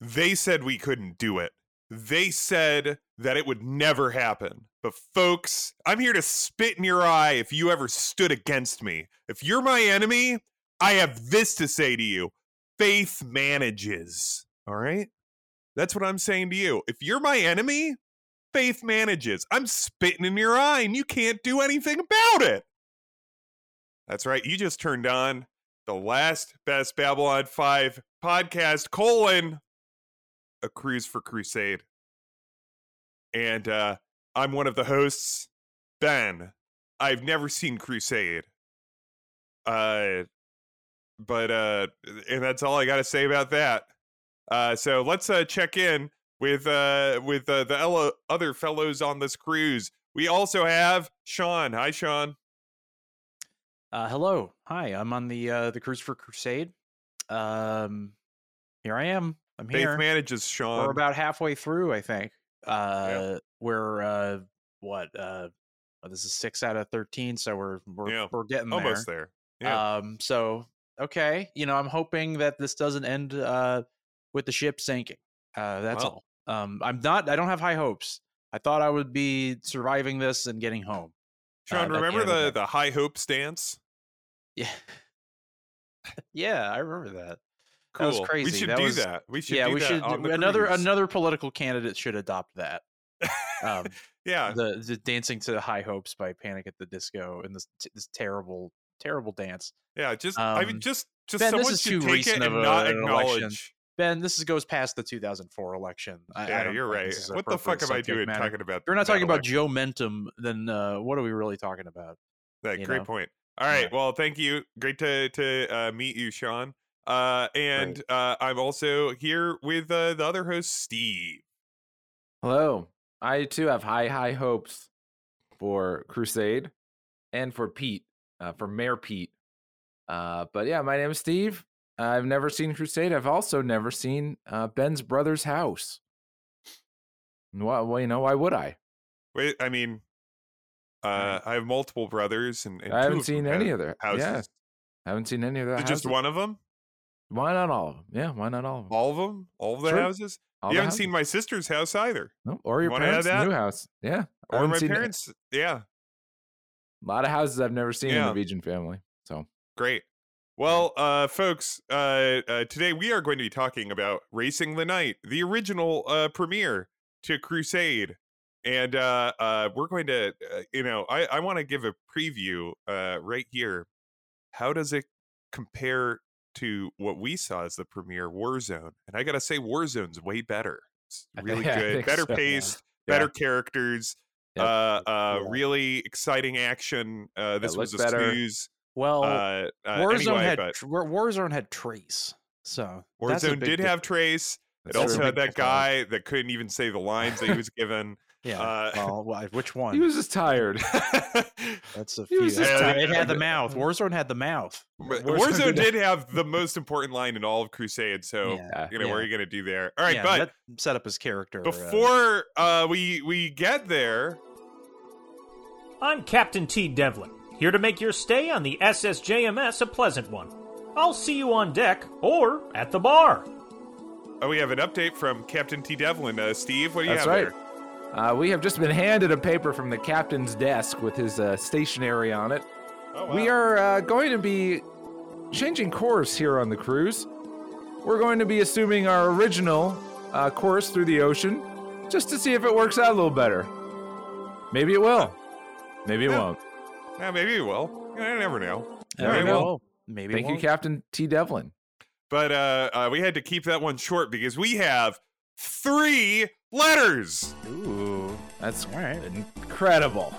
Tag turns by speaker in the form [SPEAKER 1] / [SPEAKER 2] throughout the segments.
[SPEAKER 1] They said we couldn't do it. They said that it would never happen. But folks, I'm here to spit in your eye if you ever stood against me. If you're my enemy, I have this to say to you. Faith manages. All right? That's what I'm saying to you. If you're my enemy, faith manages. I'm spitting in your eye and you can't do anything about it. That's right. You just turned on the last best Babylon 5 podcast colon a cruise for crusade. And uh I'm one of the hosts, Ben. I've never seen Crusade. Uh but uh and that's all I got to say about that. Uh so let's uh check in with uh with uh, the elo- other fellows on this cruise. We also have Sean. Hi Sean.
[SPEAKER 2] Uh, hello, hi. I'm on the uh, the cruise for Crusade. Um, here I am. I'm here.
[SPEAKER 1] Faith manages Sean.
[SPEAKER 2] We're about halfway through, I think. Uh, We're uh, what? Uh, well, this is six out of thirteen, so we're we're
[SPEAKER 1] Yeah,
[SPEAKER 2] we're getting there.
[SPEAKER 1] almost there. yeah.
[SPEAKER 2] Um, so okay, you know, I'm hoping that this doesn't end uh with the ship sinking. Uh, that's
[SPEAKER 1] Well.
[SPEAKER 2] all. Um, I'm not. I don't have high hopes. I thought I would be surviving this and getting home.
[SPEAKER 1] Sean,
[SPEAKER 2] at the
[SPEAKER 1] remember
[SPEAKER 2] end of
[SPEAKER 1] the
[SPEAKER 2] it.
[SPEAKER 1] the high hope stance?
[SPEAKER 2] Yeah. yeah, I remember that.
[SPEAKER 1] Cool.
[SPEAKER 2] That was crazy.
[SPEAKER 1] We should
[SPEAKER 2] That
[SPEAKER 1] do
[SPEAKER 2] was-
[SPEAKER 1] that. We should
[SPEAKER 2] yeah,
[SPEAKER 1] do
[SPEAKER 2] we
[SPEAKER 1] that
[SPEAKER 2] should
[SPEAKER 1] on the
[SPEAKER 2] another
[SPEAKER 1] cruise.
[SPEAKER 2] another political candidate should adopt that. Um,
[SPEAKER 1] Yeah.
[SPEAKER 2] the the dancing to High Hopes by Panic at the Disco and this this terrible terrible dance.
[SPEAKER 1] Yeah, just I mean,
[SPEAKER 2] Um,
[SPEAKER 1] just just
[SPEAKER 2] Ben, this
[SPEAKER 1] someone
[SPEAKER 2] is
[SPEAKER 1] should
[SPEAKER 2] too
[SPEAKER 1] take it
[SPEAKER 2] recent
[SPEAKER 1] and
[SPEAKER 2] of a-
[SPEAKER 1] not
[SPEAKER 2] an election.
[SPEAKER 1] acknowledge.
[SPEAKER 2] Ben, this is, goes past the 2004 election. I, I
[SPEAKER 1] yeah,
[SPEAKER 2] don't
[SPEAKER 1] you're
[SPEAKER 2] think
[SPEAKER 1] right.
[SPEAKER 2] this is
[SPEAKER 1] What the
[SPEAKER 2] appropriate
[SPEAKER 1] fuck am I
[SPEAKER 2] subject
[SPEAKER 1] doing
[SPEAKER 2] matter.
[SPEAKER 1] talking about?
[SPEAKER 2] If we're not
[SPEAKER 1] that
[SPEAKER 2] talking about
[SPEAKER 1] election?
[SPEAKER 2] Joe Mentum, then uh, what are we really talking about?
[SPEAKER 1] That
[SPEAKER 2] you
[SPEAKER 1] great
[SPEAKER 2] know?
[SPEAKER 1] point. All
[SPEAKER 2] Yeah.
[SPEAKER 1] right. Well, thank you. Great to to uh, meet you, Sean. Uh, and uh, I'm also here with uh, the other host, Steve.
[SPEAKER 3] Hello. I too have high, high hopes for Crusade and for Pete, uh, for Mayor Pete. Uh, but yeah, my name is Steve. I've never seen Crusade. I've also never seen uh, Ben's brother's house. Well, well, you know, why would I?
[SPEAKER 1] Wait, I mean, uh, I have multiple brothers, and, and two
[SPEAKER 3] I haven't
[SPEAKER 1] of them
[SPEAKER 3] seen
[SPEAKER 1] have
[SPEAKER 3] any of their
[SPEAKER 1] houses.
[SPEAKER 3] Yeah, haven't seen any of their
[SPEAKER 1] Is it
[SPEAKER 3] houses.
[SPEAKER 1] just one of them?
[SPEAKER 3] Why not all of them? Yeah, why not all of them?
[SPEAKER 1] All of them? All of the
[SPEAKER 3] Sure.
[SPEAKER 1] houses?
[SPEAKER 3] All
[SPEAKER 1] you
[SPEAKER 3] the
[SPEAKER 1] haven't
[SPEAKER 3] houses.
[SPEAKER 1] seen my sister's house either,
[SPEAKER 3] No, or
[SPEAKER 1] You
[SPEAKER 3] your
[SPEAKER 1] wanna add
[SPEAKER 3] parents'
[SPEAKER 1] that?
[SPEAKER 3] new house. Yeah, I
[SPEAKER 1] or
[SPEAKER 3] haven't
[SPEAKER 1] my
[SPEAKER 3] seen it.
[SPEAKER 1] parents. Yeah.
[SPEAKER 3] A lot of houses I've never seen in
[SPEAKER 1] Yeah.
[SPEAKER 3] the Vegan family. So
[SPEAKER 1] Great. Well, uh, folks, uh, uh, today we are going to be talking about Racing the Night, the original uh, premiere to Crusade. And uh, uh, we're going to, uh, you know, I, I want to give a preview uh, right here. How does it compare to what we saw as the premiere, Warzone? And I got to say, Warzone's way better. It's
[SPEAKER 3] I thi-
[SPEAKER 1] really
[SPEAKER 3] I
[SPEAKER 1] good,
[SPEAKER 3] think
[SPEAKER 1] better
[SPEAKER 3] so, yeah.
[SPEAKER 1] paced,
[SPEAKER 3] Yeah.
[SPEAKER 1] better characters,
[SPEAKER 3] Yep.
[SPEAKER 1] uh, uh,
[SPEAKER 2] Yeah.
[SPEAKER 1] really exciting action. Uh, this was a
[SPEAKER 3] looked better.
[SPEAKER 1] snooze.
[SPEAKER 2] Well,
[SPEAKER 1] Uh, uh,
[SPEAKER 2] Warzone
[SPEAKER 1] anyway,
[SPEAKER 2] had
[SPEAKER 1] but
[SPEAKER 2] Tr- War- Warzone had Trace, so that's a
[SPEAKER 1] Warzone
[SPEAKER 2] big
[SPEAKER 1] did have
[SPEAKER 2] difference.
[SPEAKER 1] Trace. It
[SPEAKER 3] that's
[SPEAKER 1] also
[SPEAKER 3] true.
[SPEAKER 1] had that
[SPEAKER 2] difference.
[SPEAKER 1] guy that couldn't even say the lines that he was given.
[SPEAKER 2] Yeah.
[SPEAKER 1] Uh,
[SPEAKER 2] well, why- which one?
[SPEAKER 3] he was just tired.
[SPEAKER 2] That's a
[SPEAKER 3] He
[SPEAKER 2] few.
[SPEAKER 3] was
[SPEAKER 2] that's
[SPEAKER 1] just
[SPEAKER 2] ti-
[SPEAKER 1] tired.
[SPEAKER 2] it had the mouth. Warzone had the mouth.
[SPEAKER 1] But
[SPEAKER 3] Warzone
[SPEAKER 1] Warzone
[SPEAKER 3] did-
[SPEAKER 1] did have the most important line in all of Crusade, so
[SPEAKER 2] yeah.
[SPEAKER 3] Yeah.
[SPEAKER 1] you know what are
[SPEAKER 2] yeah.
[SPEAKER 1] you gonna do there? All right,
[SPEAKER 2] yeah,
[SPEAKER 1] but
[SPEAKER 2] that set up his character. uh,
[SPEAKER 1] before uh, we we get there,
[SPEAKER 4] I'm Captain T. Devlin, here to make your stay on the SSJMS a pleasant one. I'll see you on deck or at the bar.
[SPEAKER 1] oh, we have an update from Captain T. Devlin. Uh, Steve, what do you
[SPEAKER 3] That's
[SPEAKER 1] have
[SPEAKER 3] right.
[SPEAKER 1] there?
[SPEAKER 3] Uh, we have just been handed a paper from the captain's desk with his uh, stationery on it.
[SPEAKER 1] Oh,
[SPEAKER 3] We
[SPEAKER 1] wow.
[SPEAKER 3] are uh, going to be changing course here on the cruise. We're going to be assuming our original uh, course through the ocean just to see if it works out a little better. Maybe it will. Maybe it
[SPEAKER 1] Yeah.
[SPEAKER 3] won't.
[SPEAKER 1] Yeah, maybe well. I never know.
[SPEAKER 2] uh,
[SPEAKER 1] Alright,
[SPEAKER 2] maybe
[SPEAKER 1] well,
[SPEAKER 2] we'll- maybe
[SPEAKER 3] Thank you,
[SPEAKER 2] we'll-
[SPEAKER 3] Captain T. Devlin.
[SPEAKER 1] But uh, uh, we had to keep that one short because we have three letters.
[SPEAKER 3] Ooh, that's
[SPEAKER 2] All right.
[SPEAKER 3] incredible.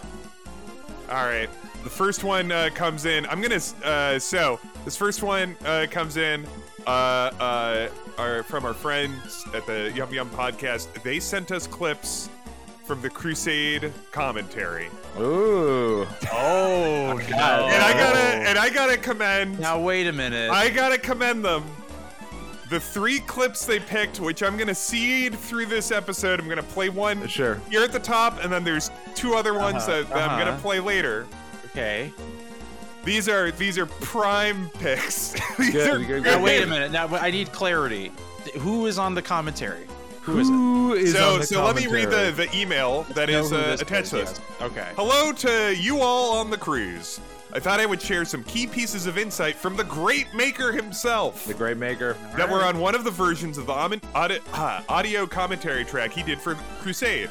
[SPEAKER 1] All right. The first one uh, comes in. I'm gonna. Uh, so this first one uh, comes in. Uh, uh, our, from our friends at the Yum Yum podcast. They sent us clips from the Crusade commentary,
[SPEAKER 3] Ooh.
[SPEAKER 2] Oh God!
[SPEAKER 1] and I gotta and I gotta commend.
[SPEAKER 2] Oh. now wait a minute.
[SPEAKER 1] I gotta commend them. The three clips they picked, which I'm gonna seed through this episode. I'm gonna play one
[SPEAKER 3] Sure.
[SPEAKER 1] here at the top, and then there's two other ones
[SPEAKER 2] Uh-huh,
[SPEAKER 1] that, that I'm gonna
[SPEAKER 2] uh-huh.
[SPEAKER 1] play later.
[SPEAKER 2] okay.
[SPEAKER 1] These are these are prime picks. these
[SPEAKER 3] Good,
[SPEAKER 1] are
[SPEAKER 3] good, good.
[SPEAKER 2] Now wait a minute. Now I need clarity. Who is on the commentary? Who is it?
[SPEAKER 3] Who is
[SPEAKER 1] so
[SPEAKER 3] on the
[SPEAKER 1] so let me read the,
[SPEAKER 3] commentary?
[SPEAKER 1] the email that
[SPEAKER 2] Know
[SPEAKER 1] is
[SPEAKER 2] who
[SPEAKER 1] uh,
[SPEAKER 2] this
[SPEAKER 1] attached to
[SPEAKER 2] is,
[SPEAKER 1] this.
[SPEAKER 2] yes. Okay.
[SPEAKER 1] Hello to you all on the cruise. I thought I would share some key pieces of insight from the great maker himself.
[SPEAKER 3] the great maker.
[SPEAKER 1] that were on one of the versions of the amen- audi- ah, audio commentary track he did for Crusade.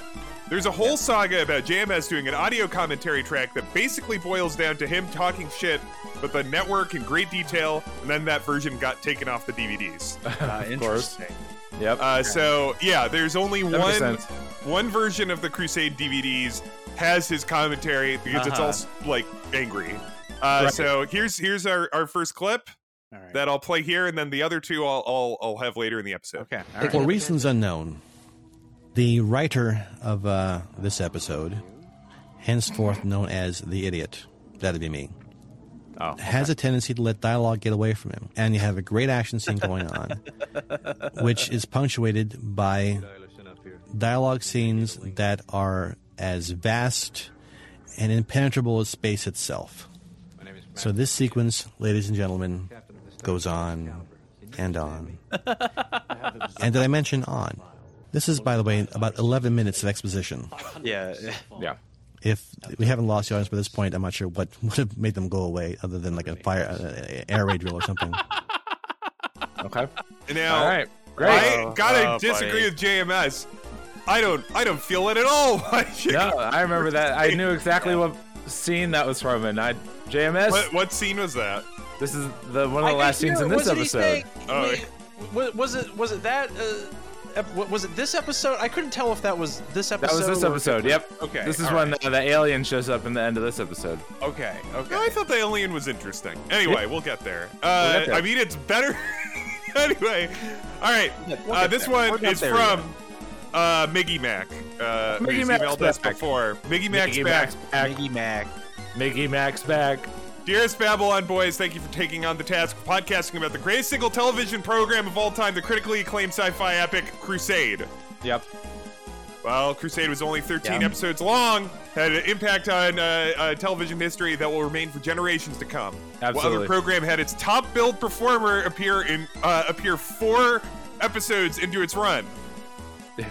[SPEAKER 1] There's a whole saga about JMS doing an audio commentary track that basically boils down to him talking shit, but the network in great detail, and then that version got taken off the DVDs.
[SPEAKER 2] Uh,
[SPEAKER 3] Of course.
[SPEAKER 2] interesting.
[SPEAKER 3] Yep.
[SPEAKER 1] Uh, so yeah, there's only
[SPEAKER 3] That makes
[SPEAKER 1] one
[SPEAKER 3] sense.
[SPEAKER 1] one version of the Crusade DVDs has his commentary because it's all s- like angry. Uh,
[SPEAKER 2] Right.
[SPEAKER 1] So here's here's our, our first clip
[SPEAKER 2] All right.
[SPEAKER 1] that I'll play here, and then the other two I'll I'll, I'll have later in the episode.
[SPEAKER 2] okay. all right.
[SPEAKER 5] For reasons unknown, the writer of uh, this episode, henceforth known as the idiot, that'd be me,
[SPEAKER 2] Oh.
[SPEAKER 5] has a tendency to let dialogue get away from him, and you have a great action scene going on, which is punctuated by dialogue scenes that are as vast and impenetrable as space itself. So this sequence, ladies and gentlemen, goes on and on. and did I mention on? This is, by the way, about 11 minutes of exposition.
[SPEAKER 2] Yeah.
[SPEAKER 3] yeah.
[SPEAKER 5] If we haven't lost the audience by this point, I'm not sure what would have made them go away, other than like a fire, uh, air raid drill or something.
[SPEAKER 3] Okay.
[SPEAKER 1] Now,
[SPEAKER 3] All right. Great.
[SPEAKER 1] oh. I gotta
[SPEAKER 2] oh,
[SPEAKER 1] disagree
[SPEAKER 2] buddy.
[SPEAKER 1] with JMS. I don't. I don't feel it at all.
[SPEAKER 3] No, I remember that. I knew exactly what scene that was from, and I JMS.
[SPEAKER 1] What, what scene was that?
[SPEAKER 3] This is the one of the last scenes in this episode.
[SPEAKER 1] Oh, yeah.
[SPEAKER 2] was, it was it that? Uh, ep- wa- was it this episode? I couldn't tell if that was this episode.
[SPEAKER 3] That was this
[SPEAKER 2] or if
[SPEAKER 3] episode.
[SPEAKER 2] it
[SPEAKER 3] Yep.
[SPEAKER 2] was- Okay.
[SPEAKER 3] This is
[SPEAKER 2] all
[SPEAKER 3] when
[SPEAKER 2] right.
[SPEAKER 3] uh, the alien shows up in the end of this episode.
[SPEAKER 2] Okay. Okay.
[SPEAKER 1] No, I thought the alien was interesting. Anyway, we'll get there. Uh,
[SPEAKER 3] We'll get there.
[SPEAKER 1] I mean, it's better. anyway, all right.
[SPEAKER 2] We'll
[SPEAKER 1] uh,
[SPEAKER 2] get
[SPEAKER 1] this
[SPEAKER 2] there. We'll
[SPEAKER 1] one
[SPEAKER 2] get
[SPEAKER 1] is
[SPEAKER 2] there,
[SPEAKER 1] from uh, Miggy Mac. Uh,
[SPEAKER 3] Miggy
[SPEAKER 1] who's
[SPEAKER 3] Mac's
[SPEAKER 1] emailed us
[SPEAKER 3] back.
[SPEAKER 1] before. Miggy Mac's
[SPEAKER 3] Mickey
[SPEAKER 1] back.
[SPEAKER 3] Max back.
[SPEAKER 2] Maggie Mac.
[SPEAKER 3] Mickey Max back.
[SPEAKER 1] Dearest Babylon boys, thank you for taking on the task of podcasting about the greatest single television program of all time, the critically acclaimed sci-fi epic Crusade.
[SPEAKER 3] Yep.
[SPEAKER 1] Well, Crusade was only 13
[SPEAKER 2] Yeah.
[SPEAKER 1] episodes long, had an impact on uh, uh, television history that will remain for generations to come. While
[SPEAKER 3] Absolutely.
[SPEAKER 1] the program had its top billed performer appear in uh, appear four episodes into its run.
[SPEAKER 3] Yeah.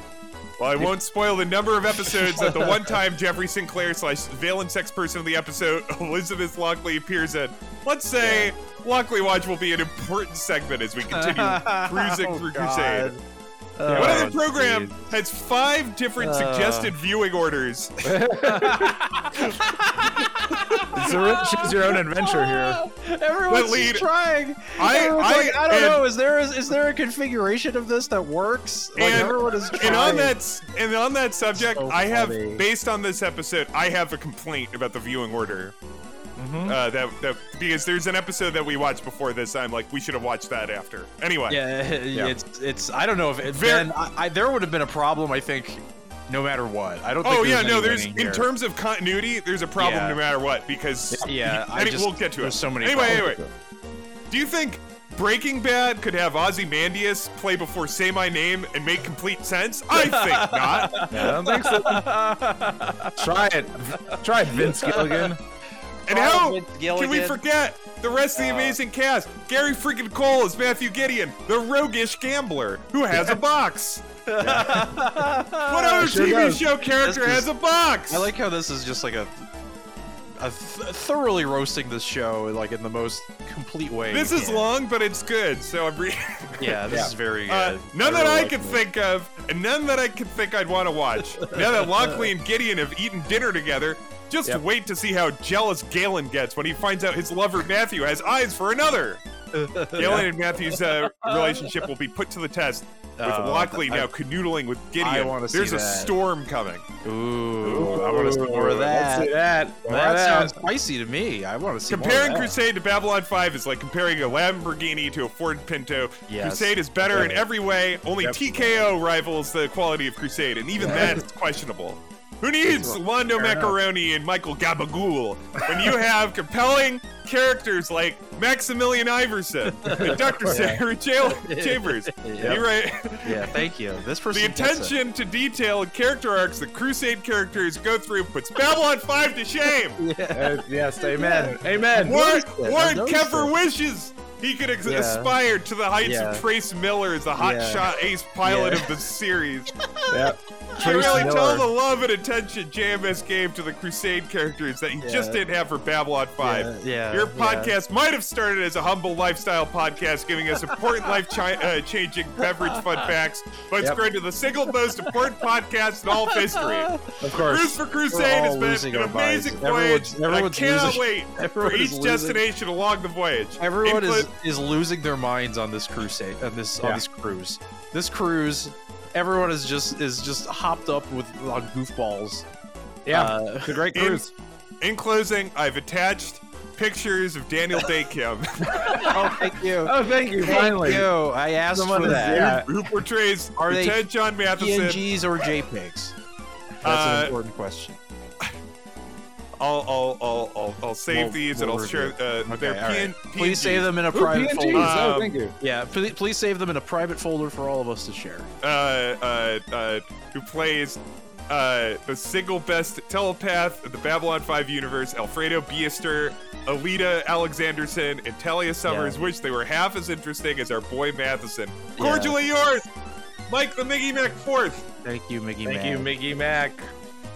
[SPEAKER 1] Well, I won't spoil the number of episodes that the one time Jeffrey Sinclair slash Valen sex person of the episode, Elizabeth Lockley, appears in. Let's say Lockley Watch will be an important segment as we continue cruising
[SPEAKER 2] Oh,
[SPEAKER 1] through Crusade.
[SPEAKER 2] God.
[SPEAKER 3] Yeah,
[SPEAKER 1] What
[SPEAKER 3] One
[SPEAKER 1] other
[SPEAKER 3] Oh,
[SPEAKER 1] program
[SPEAKER 3] geez.
[SPEAKER 1] has five different
[SPEAKER 2] Uh.
[SPEAKER 1] suggested viewing orders?
[SPEAKER 3] It's your, choose your own adventure here.
[SPEAKER 2] Oh, Everyone's
[SPEAKER 1] But lead-
[SPEAKER 2] just trying.
[SPEAKER 1] I-
[SPEAKER 2] Everyone's
[SPEAKER 1] I-
[SPEAKER 2] like, I don't
[SPEAKER 1] and-
[SPEAKER 2] know. Is there is, there a configuration of this that works? Like
[SPEAKER 1] And-
[SPEAKER 2] everyone is trying.
[SPEAKER 1] and on that s- and on that subject,
[SPEAKER 2] So
[SPEAKER 1] I have
[SPEAKER 2] funny.
[SPEAKER 1] based on this episode, I have a complaint about the viewing order.
[SPEAKER 2] Mm-hmm.
[SPEAKER 1] Uh, that, that because there's an episode that we watched before this. I'm like, we should have watched that after. Anyway,
[SPEAKER 2] yeah, it's it's. I don't know if it,
[SPEAKER 1] Ver-
[SPEAKER 2] then I, I, there would have been a problem. I think, no matter what. I don't.
[SPEAKER 1] Oh
[SPEAKER 2] think
[SPEAKER 1] yeah,
[SPEAKER 2] there's
[SPEAKER 1] no.
[SPEAKER 2] any
[SPEAKER 1] There's
[SPEAKER 2] winning
[SPEAKER 1] in
[SPEAKER 2] here.
[SPEAKER 1] terms of continuity, there's a problem
[SPEAKER 2] Yeah.
[SPEAKER 1] no matter what because
[SPEAKER 2] Yeah, I
[SPEAKER 1] Any-
[SPEAKER 2] just-
[SPEAKER 1] we'll get to it.
[SPEAKER 2] there's so many
[SPEAKER 1] Anyway,
[SPEAKER 2] problems.
[SPEAKER 1] anyway, do you think Breaking Bad could have Ozymandias play before Say My Name and make complete sense? I think not.
[SPEAKER 3] Yeah, I don't think so. Try it. Try Vince Gilligan.
[SPEAKER 1] And
[SPEAKER 2] Problem
[SPEAKER 1] how
[SPEAKER 2] with
[SPEAKER 1] can we
[SPEAKER 2] Gilligan. Uh,
[SPEAKER 1] forget the rest of the amazing cast? Gary freaking Cole is Matthew Gideon, the roguish gambler who has a box. what other
[SPEAKER 3] Sure
[SPEAKER 1] TV
[SPEAKER 3] does.
[SPEAKER 1] show character
[SPEAKER 2] This is-
[SPEAKER 1] has a box?
[SPEAKER 2] I like how this is just like a, a th- thoroughly roasting this show like in the most complete way.
[SPEAKER 1] this
[SPEAKER 2] you
[SPEAKER 1] is
[SPEAKER 2] can.
[SPEAKER 1] long, but it's good. So I'm. Re-
[SPEAKER 2] Yeah, this
[SPEAKER 3] Yeah.
[SPEAKER 2] is very. Uh,
[SPEAKER 1] Uh, none that
[SPEAKER 2] really
[SPEAKER 1] I
[SPEAKER 2] like
[SPEAKER 1] could
[SPEAKER 2] this.
[SPEAKER 1] think of, and none that I could think I'd want to watch. now that Lockley and Gideon have eaten dinner together, just
[SPEAKER 3] Yep.
[SPEAKER 1] wait to see how jealous Galen gets when he finds out his lover Matthew has eyes for another. Galen and Matthew's uh, relationship will be put to the test with
[SPEAKER 2] Oh,
[SPEAKER 1] Lockley
[SPEAKER 2] I-
[SPEAKER 1] now canoodling with Gideon.
[SPEAKER 2] I wanna see
[SPEAKER 1] There's a
[SPEAKER 2] that.
[SPEAKER 1] storm coming.
[SPEAKER 2] Ooh, I want to see more of
[SPEAKER 3] Ooh,
[SPEAKER 2] that.
[SPEAKER 3] Let's do that.
[SPEAKER 2] that
[SPEAKER 3] Let
[SPEAKER 2] sounds
[SPEAKER 3] out.
[SPEAKER 2] spicy to me. I want to see
[SPEAKER 1] Comparing
[SPEAKER 2] more of that.
[SPEAKER 1] Crusade to Babylon 5 is like comparing a Lamborghini to a Ford Pinto.
[SPEAKER 2] Yes.
[SPEAKER 1] Crusade is better in
[SPEAKER 3] Yeah.
[SPEAKER 1] every way. Only TKO rivals the quality of Crusade, and even that's questionable. Who needs Londo Macaroni and Michael Gabagool when you have compelling characters like Maximilian Iverson and Dr. Sarah Jal- Chambers? You're right.
[SPEAKER 2] Yeah, thank you. This person.
[SPEAKER 1] The
[SPEAKER 2] gets it.
[SPEAKER 1] attention to detail and character arcs that Crusade characters go through puts Babylon 5 to shame.
[SPEAKER 3] Uh, yes, amen. Amen.
[SPEAKER 1] Warren,
[SPEAKER 2] noticed it. I
[SPEAKER 1] Warren
[SPEAKER 2] noticed
[SPEAKER 1] Keffer
[SPEAKER 2] it.
[SPEAKER 1] wishes He could ex-
[SPEAKER 3] Yeah.
[SPEAKER 1] aspire to the heights
[SPEAKER 3] Yeah.
[SPEAKER 1] of Trace Miller as the
[SPEAKER 3] Yeah.
[SPEAKER 1] hotshot ace pilot
[SPEAKER 3] Yeah.
[SPEAKER 1] of the series.
[SPEAKER 3] Yep.
[SPEAKER 1] I
[SPEAKER 3] Trace
[SPEAKER 1] really tell
[SPEAKER 3] Miller.
[SPEAKER 1] the love and attention JMS gave to the Crusade characters that he just
[SPEAKER 3] Yeah.
[SPEAKER 1] didn't have for Babylon 5.
[SPEAKER 2] yeah.
[SPEAKER 1] Your
[SPEAKER 3] yeah.
[SPEAKER 1] podcast might have started as a humble lifestyle podcast, giving us important life chi- uh, changing beverage fun facts, but it's
[SPEAKER 3] Yep.
[SPEAKER 1] grown to the single most important podcast in all of history.
[SPEAKER 3] Of
[SPEAKER 1] Cruise
[SPEAKER 3] course.
[SPEAKER 1] for Crusade
[SPEAKER 2] all
[SPEAKER 1] has
[SPEAKER 2] losing
[SPEAKER 1] been an
[SPEAKER 2] our minds.
[SPEAKER 1] amazing voyage.
[SPEAKER 2] Everyone's-
[SPEAKER 1] and
[SPEAKER 2] everyone's
[SPEAKER 1] I cannot
[SPEAKER 2] losing-
[SPEAKER 1] wait for
[SPEAKER 2] everyone
[SPEAKER 1] each
[SPEAKER 2] is losing-
[SPEAKER 1] destination along the voyage.
[SPEAKER 2] Everyone
[SPEAKER 1] Inclu-
[SPEAKER 2] is, is losing their minds on this crusade on this on
[SPEAKER 3] Yeah.
[SPEAKER 2] this cruise. This cruise, everyone is just is just hopped up with on goofballs.
[SPEAKER 3] Yeah.
[SPEAKER 2] Uh,
[SPEAKER 3] it's a great
[SPEAKER 1] in-
[SPEAKER 3] cruise.
[SPEAKER 1] In closing, I've attached pictures of Daniel Day Kim,
[SPEAKER 2] oh, thank you.
[SPEAKER 3] Oh, thank you.
[SPEAKER 2] Thank
[SPEAKER 3] Finally.
[SPEAKER 2] you. I asked
[SPEAKER 3] Someone
[SPEAKER 2] for
[SPEAKER 3] is
[SPEAKER 2] that.
[SPEAKER 3] there.
[SPEAKER 1] who portrays
[SPEAKER 2] Are they
[SPEAKER 1] Lieutenant John Matheson.
[SPEAKER 2] PNGs or JPEGs? That's
[SPEAKER 1] Uh,
[SPEAKER 2] an important question.
[SPEAKER 1] I'll, I'll, I'll, I'll, I'll save
[SPEAKER 2] We'll-
[SPEAKER 1] these and
[SPEAKER 2] we'll
[SPEAKER 1] I'll share.
[SPEAKER 2] review.
[SPEAKER 1] Uh, they're
[SPEAKER 2] Okay, all right.
[SPEAKER 1] PN-
[SPEAKER 2] Please
[SPEAKER 1] PNGs.
[SPEAKER 2] save them in a
[SPEAKER 3] Ooh,
[SPEAKER 2] private
[SPEAKER 3] PNGs.
[SPEAKER 2] folder.
[SPEAKER 1] Um,
[SPEAKER 3] oh, thank you.
[SPEAKER 2] Yeah, please, please save them in a private folder for all of us to share.
[SPEAKER 1] uh, uh, uh, who plays uh, the single best telepath of the Babylon 5 universe, Alfredo Biester, Alita Alexanderson, and Talia Summers, which they were half as interesting as our boy Matheson. Cordially yours, Mike the Miggy Mac Fourth.
[SPEAKER 2] Thank you, Mickey.
[SPEAKER 3] Thank
[SPEAKER 2] Man.
[SPEAKER 3] you, Mickey Mac.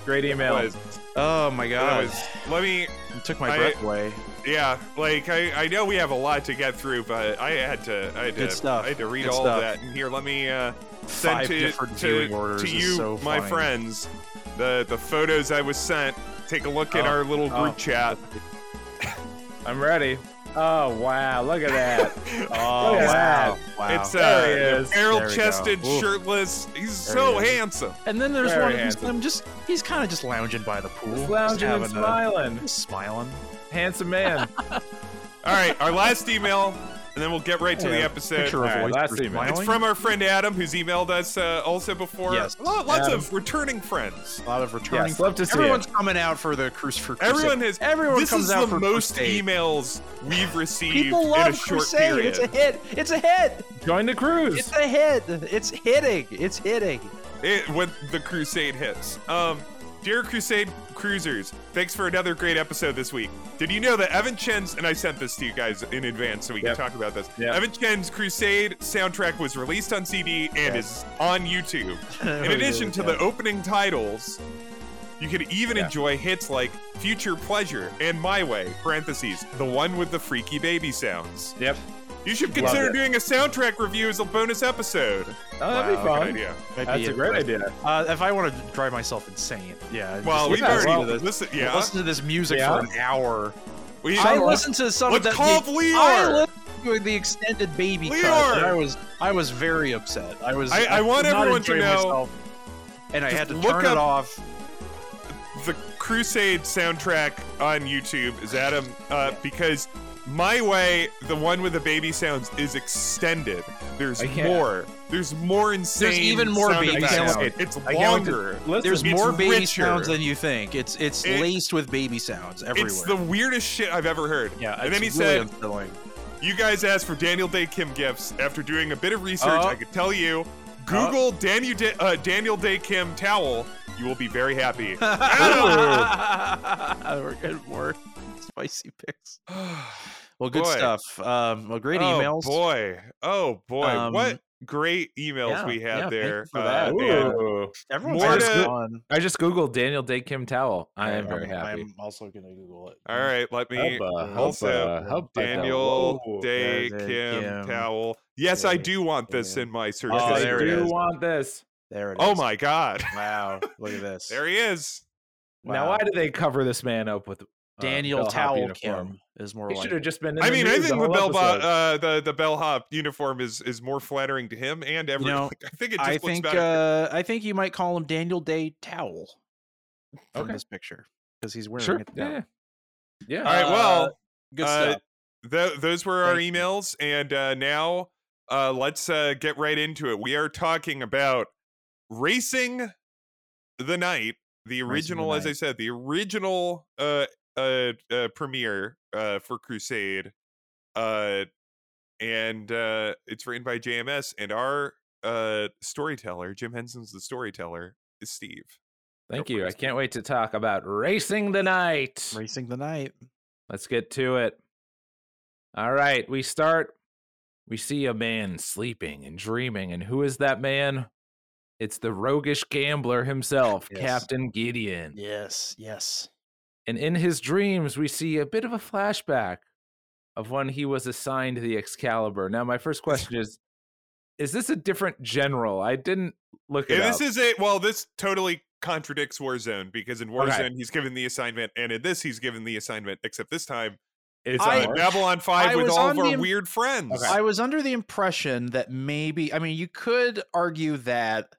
[SPEAKER 3] Great email.
[SPEAKER 1] Was-
[SPEAKER 2] Oh my
[SPEAKER 1] that
[SPEAKER 2] God!
[SPEAKER 1] was- Let me,
[SPEAKER 2] You took my
[SPEAKER 1] I-
[SPEAKER 2] breath away.
[SPEAKER 1] yeah, like I, I know we have a lot to get through, but I had to, I had to,
[SPEAKER 2] Good stuff.
[SPEAKER 1] I had to read
[SPEAKER 2] Good
[SPEAKER 1] all
[SPEAKER 2] stuff.
[SPEAKER 1] of that. And here, let me. Uh, sent
[SPEAKER 2] Five
[SPEAKER 1] to,
[SPEAKER 2] different
[SPEAKER 1] to-
[SPEAKER 2] viewing orders
[SPEAKER 1] to
[SPEAKER 2] is
[SPEAKER 1] you,
[SPEAKER 2] so
[SPEAKER 1] my
[SPEAKER 2] fine.
[SPEAKER 1] friends. The the photos I was sent. Take a look at
[SPEAKER 3] Oh,
[SPEAKER 1] our little group
[SPEAKER 3] oh.
[SPEAKER 1] chat.
[SPEAKER 3] I'm ready. Oh, wow. Look at that.
[SPEAKER 2] Oh
[SPEAKER 3] Look at
[SPEAKER 2] wow! Wow.
[SPEAKER 1] It's
[SPEAKER 3] There he
[SPEAKER 1] uh,
[SPEAKER 3] is.
[SPEAKER 1] barrel
[SPEAKER 2] There
[SPEAKER 1] chested,
[SPEAKER 2] we go. Oof.
[SPEAKER 1] shirtless. He's
[SPEAKER 3] There
[SPEAKER 1] so
[SPEAKER 3] he is.
[SPEAKER 1] handsome.
[SPEAKER 2] and then there's
[SPEAKER 3] Very
[SPEAKER 2] one of these.
[SPEAKER 3] handsome.
[SPEAKER 2] I'm just. He's kind of just lounging by the pool,
[SPEAKER 3] Just lounging and
[SPEAKER 2] having a-
[SPEAKER 3] smiling.
[SPEAKER 2] just smiling.
[SPEAKER 3] Handsome man.
[SPEAKER 1] All right, our last email, and then we'll get right to the
[SPEAKER 2] Yeah,
[SPEAKER 1] episode.
[SPEAKER 2] Picture of
[SPEAKER 3] Alright,
[SPEAKER 2] voice
[SPEAKER 3] last
[SPEAKER 2] for
[SPEAKER 3] email.
[SPEAKER 1] It's
[SPEAKER 2] smiling.
[SPEAKER 1] from our friend Adam, who's emailed us uh, also before.
[SPEAKER 2] Yes.
[SPEAKER 1] Lo- lots
[SPEAKER 3] Adam.
[SPEAKER 1] of returning friends.
[SPEAKER 2] a lot of returning.
[SPEAKER 3] yes, love to see
[SPEAKER 2] Everyone's coming out for the cruise for Crusade.
[SPEAKER 1] Everyone has.
[SPEAKER 2] Everyone
[SPEAKER 1] this
[SPEAKER 2] comes
[SPEAKER 1] is
[SPEAKER 2] out
[SPEAKER 1] the
[SPEAKER 2] for
[SPEAKER 1] most
[SPEAKER 2] Crusade.
[SPEAKER 1] emails we've received
[SPEAKER 2] People
[SPEAKER 1] in a
[SPEAKER 2] love
[SPEAKER 1] short
[SPEAKER 2] Crusade.
[SPEAKER 1] period.
[SPEAKER 2] It's a hit. It's a hit.
[SPEAKER 3] it. Join the cruise.
[SPEAKER 2] It's a hit. It's hitting. It's hitting.
[SPEAKER 1] it, when the crusade hits. Um, dear Crusade cruisers, thanks for another great episode this week. Did you know that Evan Chen's and I sent this to you guys in advance so we
[SPEAKER 3] Yep.
[SPEAKER 1] can talk about this.
[SPEAKER 3] Yep.
[SPEAKER 1] Evan Chen's Crusade soundtrack was released on CD and is on YouTube. In addition to the opening titles, you could even
[SPEAKER 3] Yeah.
[SPEAKER 1] enjoy hits like Future Pleasure and My Way (parentheses the one with the freaky baby sounds).
[SPEAKER 3] Yep.
[SPEAKER 1] You should
[SPEAKER 3] Love
[SPEAKER 1] consider
[SPEAKER 3] it.
[SPEAKER 1] doing a soundtrack review as a bonus episode.
[SPEAKER 3] Oh, that'd
[SPEAKER 2] Wow,
[SPEAKER 3] be
[SPEAKER 1] Good
[SPEAKER 3] fun.
[SPEAKER 1] idea.
[SPEAKER 2] Might be
[SPEAKER 3] That's a great
[SPEAKER 2] interesting.
[SPEAKER 3] idea.
[SPEAKER 2] Uh, if I want to drive myself insane, yeah.
[SPEAKER 1] Well,
[SPEAKER 2] just
[SPEAKER 1] we've
[SPEAKER 3] yeah,
[SPEAKER 1] already
[SPEAKER 3] well,
[SPEAKER 1] listened. listen. Yeah,
[SPEAKER 2] listen to this music
[SPEAKER 3] Yeah.
[SPEAKER 2] for an hour.
[SPEAKER 1] we,
[SPEAKER 2] I listened to some
[SPEAKER 1] What's
[SPEAKER 2] of the,
[SPEAKER 1] called
[SPEAKER 2] the
[SPEAKER 1] Leor?
[SPEAKER 2] I listened to the extended baby cut.
[SPEAKER 1] Leor!
[SPEAKER 2] and I was I was very upset. I was.
[SPEAKER 1] I- I want
[SPEAKER 2] could not
[SPEAKER 1] everyone to
[SPEAKER 2] enjoy
[SPEAKER 1] know-
[SPEAKER 2] myself, and I
[SPEAKER 1] Just
[SPEAKER 2] had to
[SPEAKER 1] look
[SPEAKER 2] turn
[SPEAKER 1] up-
[SPEAKER 2] it off.
[SPEAKER 1] the Crusade soundtrack on YouTube is Adam uh, because my way, the one with the baby sounds, is extended. There's
[SPEAKER 3] I can't-
[SPEAKER 1] more. There's more insane.
[SPEAKER 2] even more
[SPEAKER 1] sound
[SPEAKER 2] baby
[SPEAKER 1] effects.
[SPEAKER 3] sounds.
[SPEAKER 1] It's
[SPEAKER 3] I can't-
[SPEAKER 1] longer.
[SPEAKER 3] Listen,
[SPEAKER 2] There's
[SPEAKER 1] It's
[SPEAKER 2] more baby
[SPEAKER 1] richer.
[SPEAKER 2] sounds than you think. It's it's
[SPEAKER 1] It-
[SPEAKER 2] laced with baby sounds everywhere.
[SPEAKER 1] It's the weirdest shit I've ever heard.
[SPEAKER 2] yeah,
[SPEAKER 1] and then he
[SPEAKER 2] it's
[SPEAKER 1] said,
[SPEAKER 2] really unsettling.
[SPEAKER 1] You guys asked for Daniel Day Kim gifts. After doing a bit of research,
[SPEAKER 3] Oh.
[SPEAKER 1] I could tell you Google Daniel, Day, uh, Daniel Day Kim towel. You will be very happy. Adam!
[SPEAKER 2] We're good more spicy picks.
[SPEAKER 1] oh,
[SPEAKER 2] Well, good
[SPEAKER 1] Boy. Oh,
[SPEAKER 2] stuff. Um, well, great emails.
[SPEAKER 1] boy. Oh, boy.
[SPEAKER 2] Um,
[SPEAKER 1] what great emails
[SPEAKER 2] yeah,
[SPEAKER 1] we
[SPEAKER 2] yeah,
[SPEAKER 1] had
[SPEAKER 2] thank
[SPEAKER 1] there. uh,
[SPEAKER 2] you for that.
[SPEAKER 1] and
[SPEAKER 3] Ooh.
[SPEAKER 2] Everyone's
[SPEAKER 1] More
[SPEAKER 2] had
[SPEAKER 1] to-
[SPEAKER 2] fun.
[SPEAKER 3] I just googled Daniel Day Kim towel. I am very happy.
[SPEAKER 2] I'm also gonna Google it.
[SPEAKER 1] all right, let me.
[SPEAKER 3] Hubba,
[SPEAKER 1] also,
[SPEAKER 3] hubba, hubba,
[SPEAKER 1] Daniel
[SPEAKER 3] whoa.
[SPEAKER 1] Day
[SPEAKER 2] Daniel
[SPEAKER 1] Kim,
[SPEAKER 2] Kim.
[SPEAKER 1] towel. Yes, I
[SPEAKER 2] Day
[SPEAKER 1] do want this
[SPEAKER 2] Kim.
[SPEAKER 1] in my search.
[SPEAKER 2] Oh,
[SPEAKER 3] I
[SPEAKER 1] history.
[SPEAKER 2] there it
[SPEAKER 3] do
[SPEAKER 2] is.
[SPEAKER 3] want this.
[SPEAKER 2] There it is.
[SPEAKER 1] oh my God.
[SPEAKER 2] Wow! Look at this.
[SPEAKER 1] There he is.
[SPEAKER 3] Now,
[SPEAKER 2] Wow.
[SPEAKER 3] why do they cover this man up with uh,
[SPEAKER 2] Daniel
[SPEAKER 3] bellhop
[SPEAKER 2] Towel
[SPEAKER 3] uniform?
[SPEAKER 2] Kim is more
[SPEAKER 3] He
[SPEAKER 2] like.
[SPEAKER 3] should have just been. In
[SPEAKER 1] I
[SPEAKER 3] the
[SPEAKER 1] mean, I
[SPEAKER 3] news
[SPEAKER 1] think the
[SPEAKER 3] whole
[SPEAKER 1] bell
[SPEAKER 3] episode.
[SPEAKER 1] uh, the the bellhop uniform is is more flattering to him and everyone.
[SPEAKER 2] know,
[SPEAKER 1] I think it just
[SPEAKER 2] I
[SPEAKER 1] looks
[SPEAKER 2] think
[SPEAKER 1] better.
[SPEAKER 2] uh, I think you might call him Daniel Day Towel from
[SPEAKER 3] Okay.
[SPEAKER 2] this picture because he's wearing
[SPEAKER 3] sure.
[SPEAKER 2] it. now.
[SPEAKER 3] Yeah. Yeah.
[SPEAKER 1] uh, All right, well,
[SPEAKER 2] good
[SPEAKER 1] uh,
[SPEAKER 2] stuff.
[SPEAKER 1] tho- those were our
[SPEAKER 2] Thank you.
[SPEAKER 1] emails, and uh, now uh, let's uh, get right into it. We are talking about racing the night, the
[SPEAKER 2] the
[SPEAKER 1] original, as I
[SPEAKER 2] Night.
[SPEAKER 1] said, the original uh, uh, uh, premiere uh, for Crusade, uh, and uh, it's written by JMS, and our uh, storyteller, Jim Henson's the storyteller, is Steve.
[SPEAKER 3] Thank
[SPEAKER 1] go
[SPEAKER 3] you. I
[SPEAKER 1] first.
[SPEAKER 3] can't wait to talk about racing the night.
[SPEAKER 2] Racing the night.
[SPEAKER 3] Let's get to it. All right, we start We see a man sleeping and dreaming, and who is that man? It's the roguish gambler himself,
[SPEAKER 2] Yes.
[SPEAKER 3] Captain Gideon.
[SPEAKER 2] Yes, yes.
[SPEAKER 3] And in his dreams, we see a bit of a flashback of when he was assigned the Excalibur. Now, my first question is Is this a different general? I didn't look it
[SPEAKER 1] And
[SPEAKER 3] up.
[SPEAKER 1] this is it. Well, this totally contradicts Warzone because in
[SPEAKER 3] Okay.
[SPEAKER 1] Warzone he's given the assignment, and in this he's given the assignment. Except this time, it's
[SPEAKER 3] I-
[SPEAKER 1] uh, Babylon Five
[SPEAKER 6] I
[SPEAKER 1] with
[SPEAKER 6] was
[SPEAKER 1] all of
[SPEAKER 6] on
[SPEAKER 1] our
[SPEAKER 6] the im-
[SPEAKER 1] weird friends.
[SPEAKER 6] I was under the impression that maybe I mean you could argue that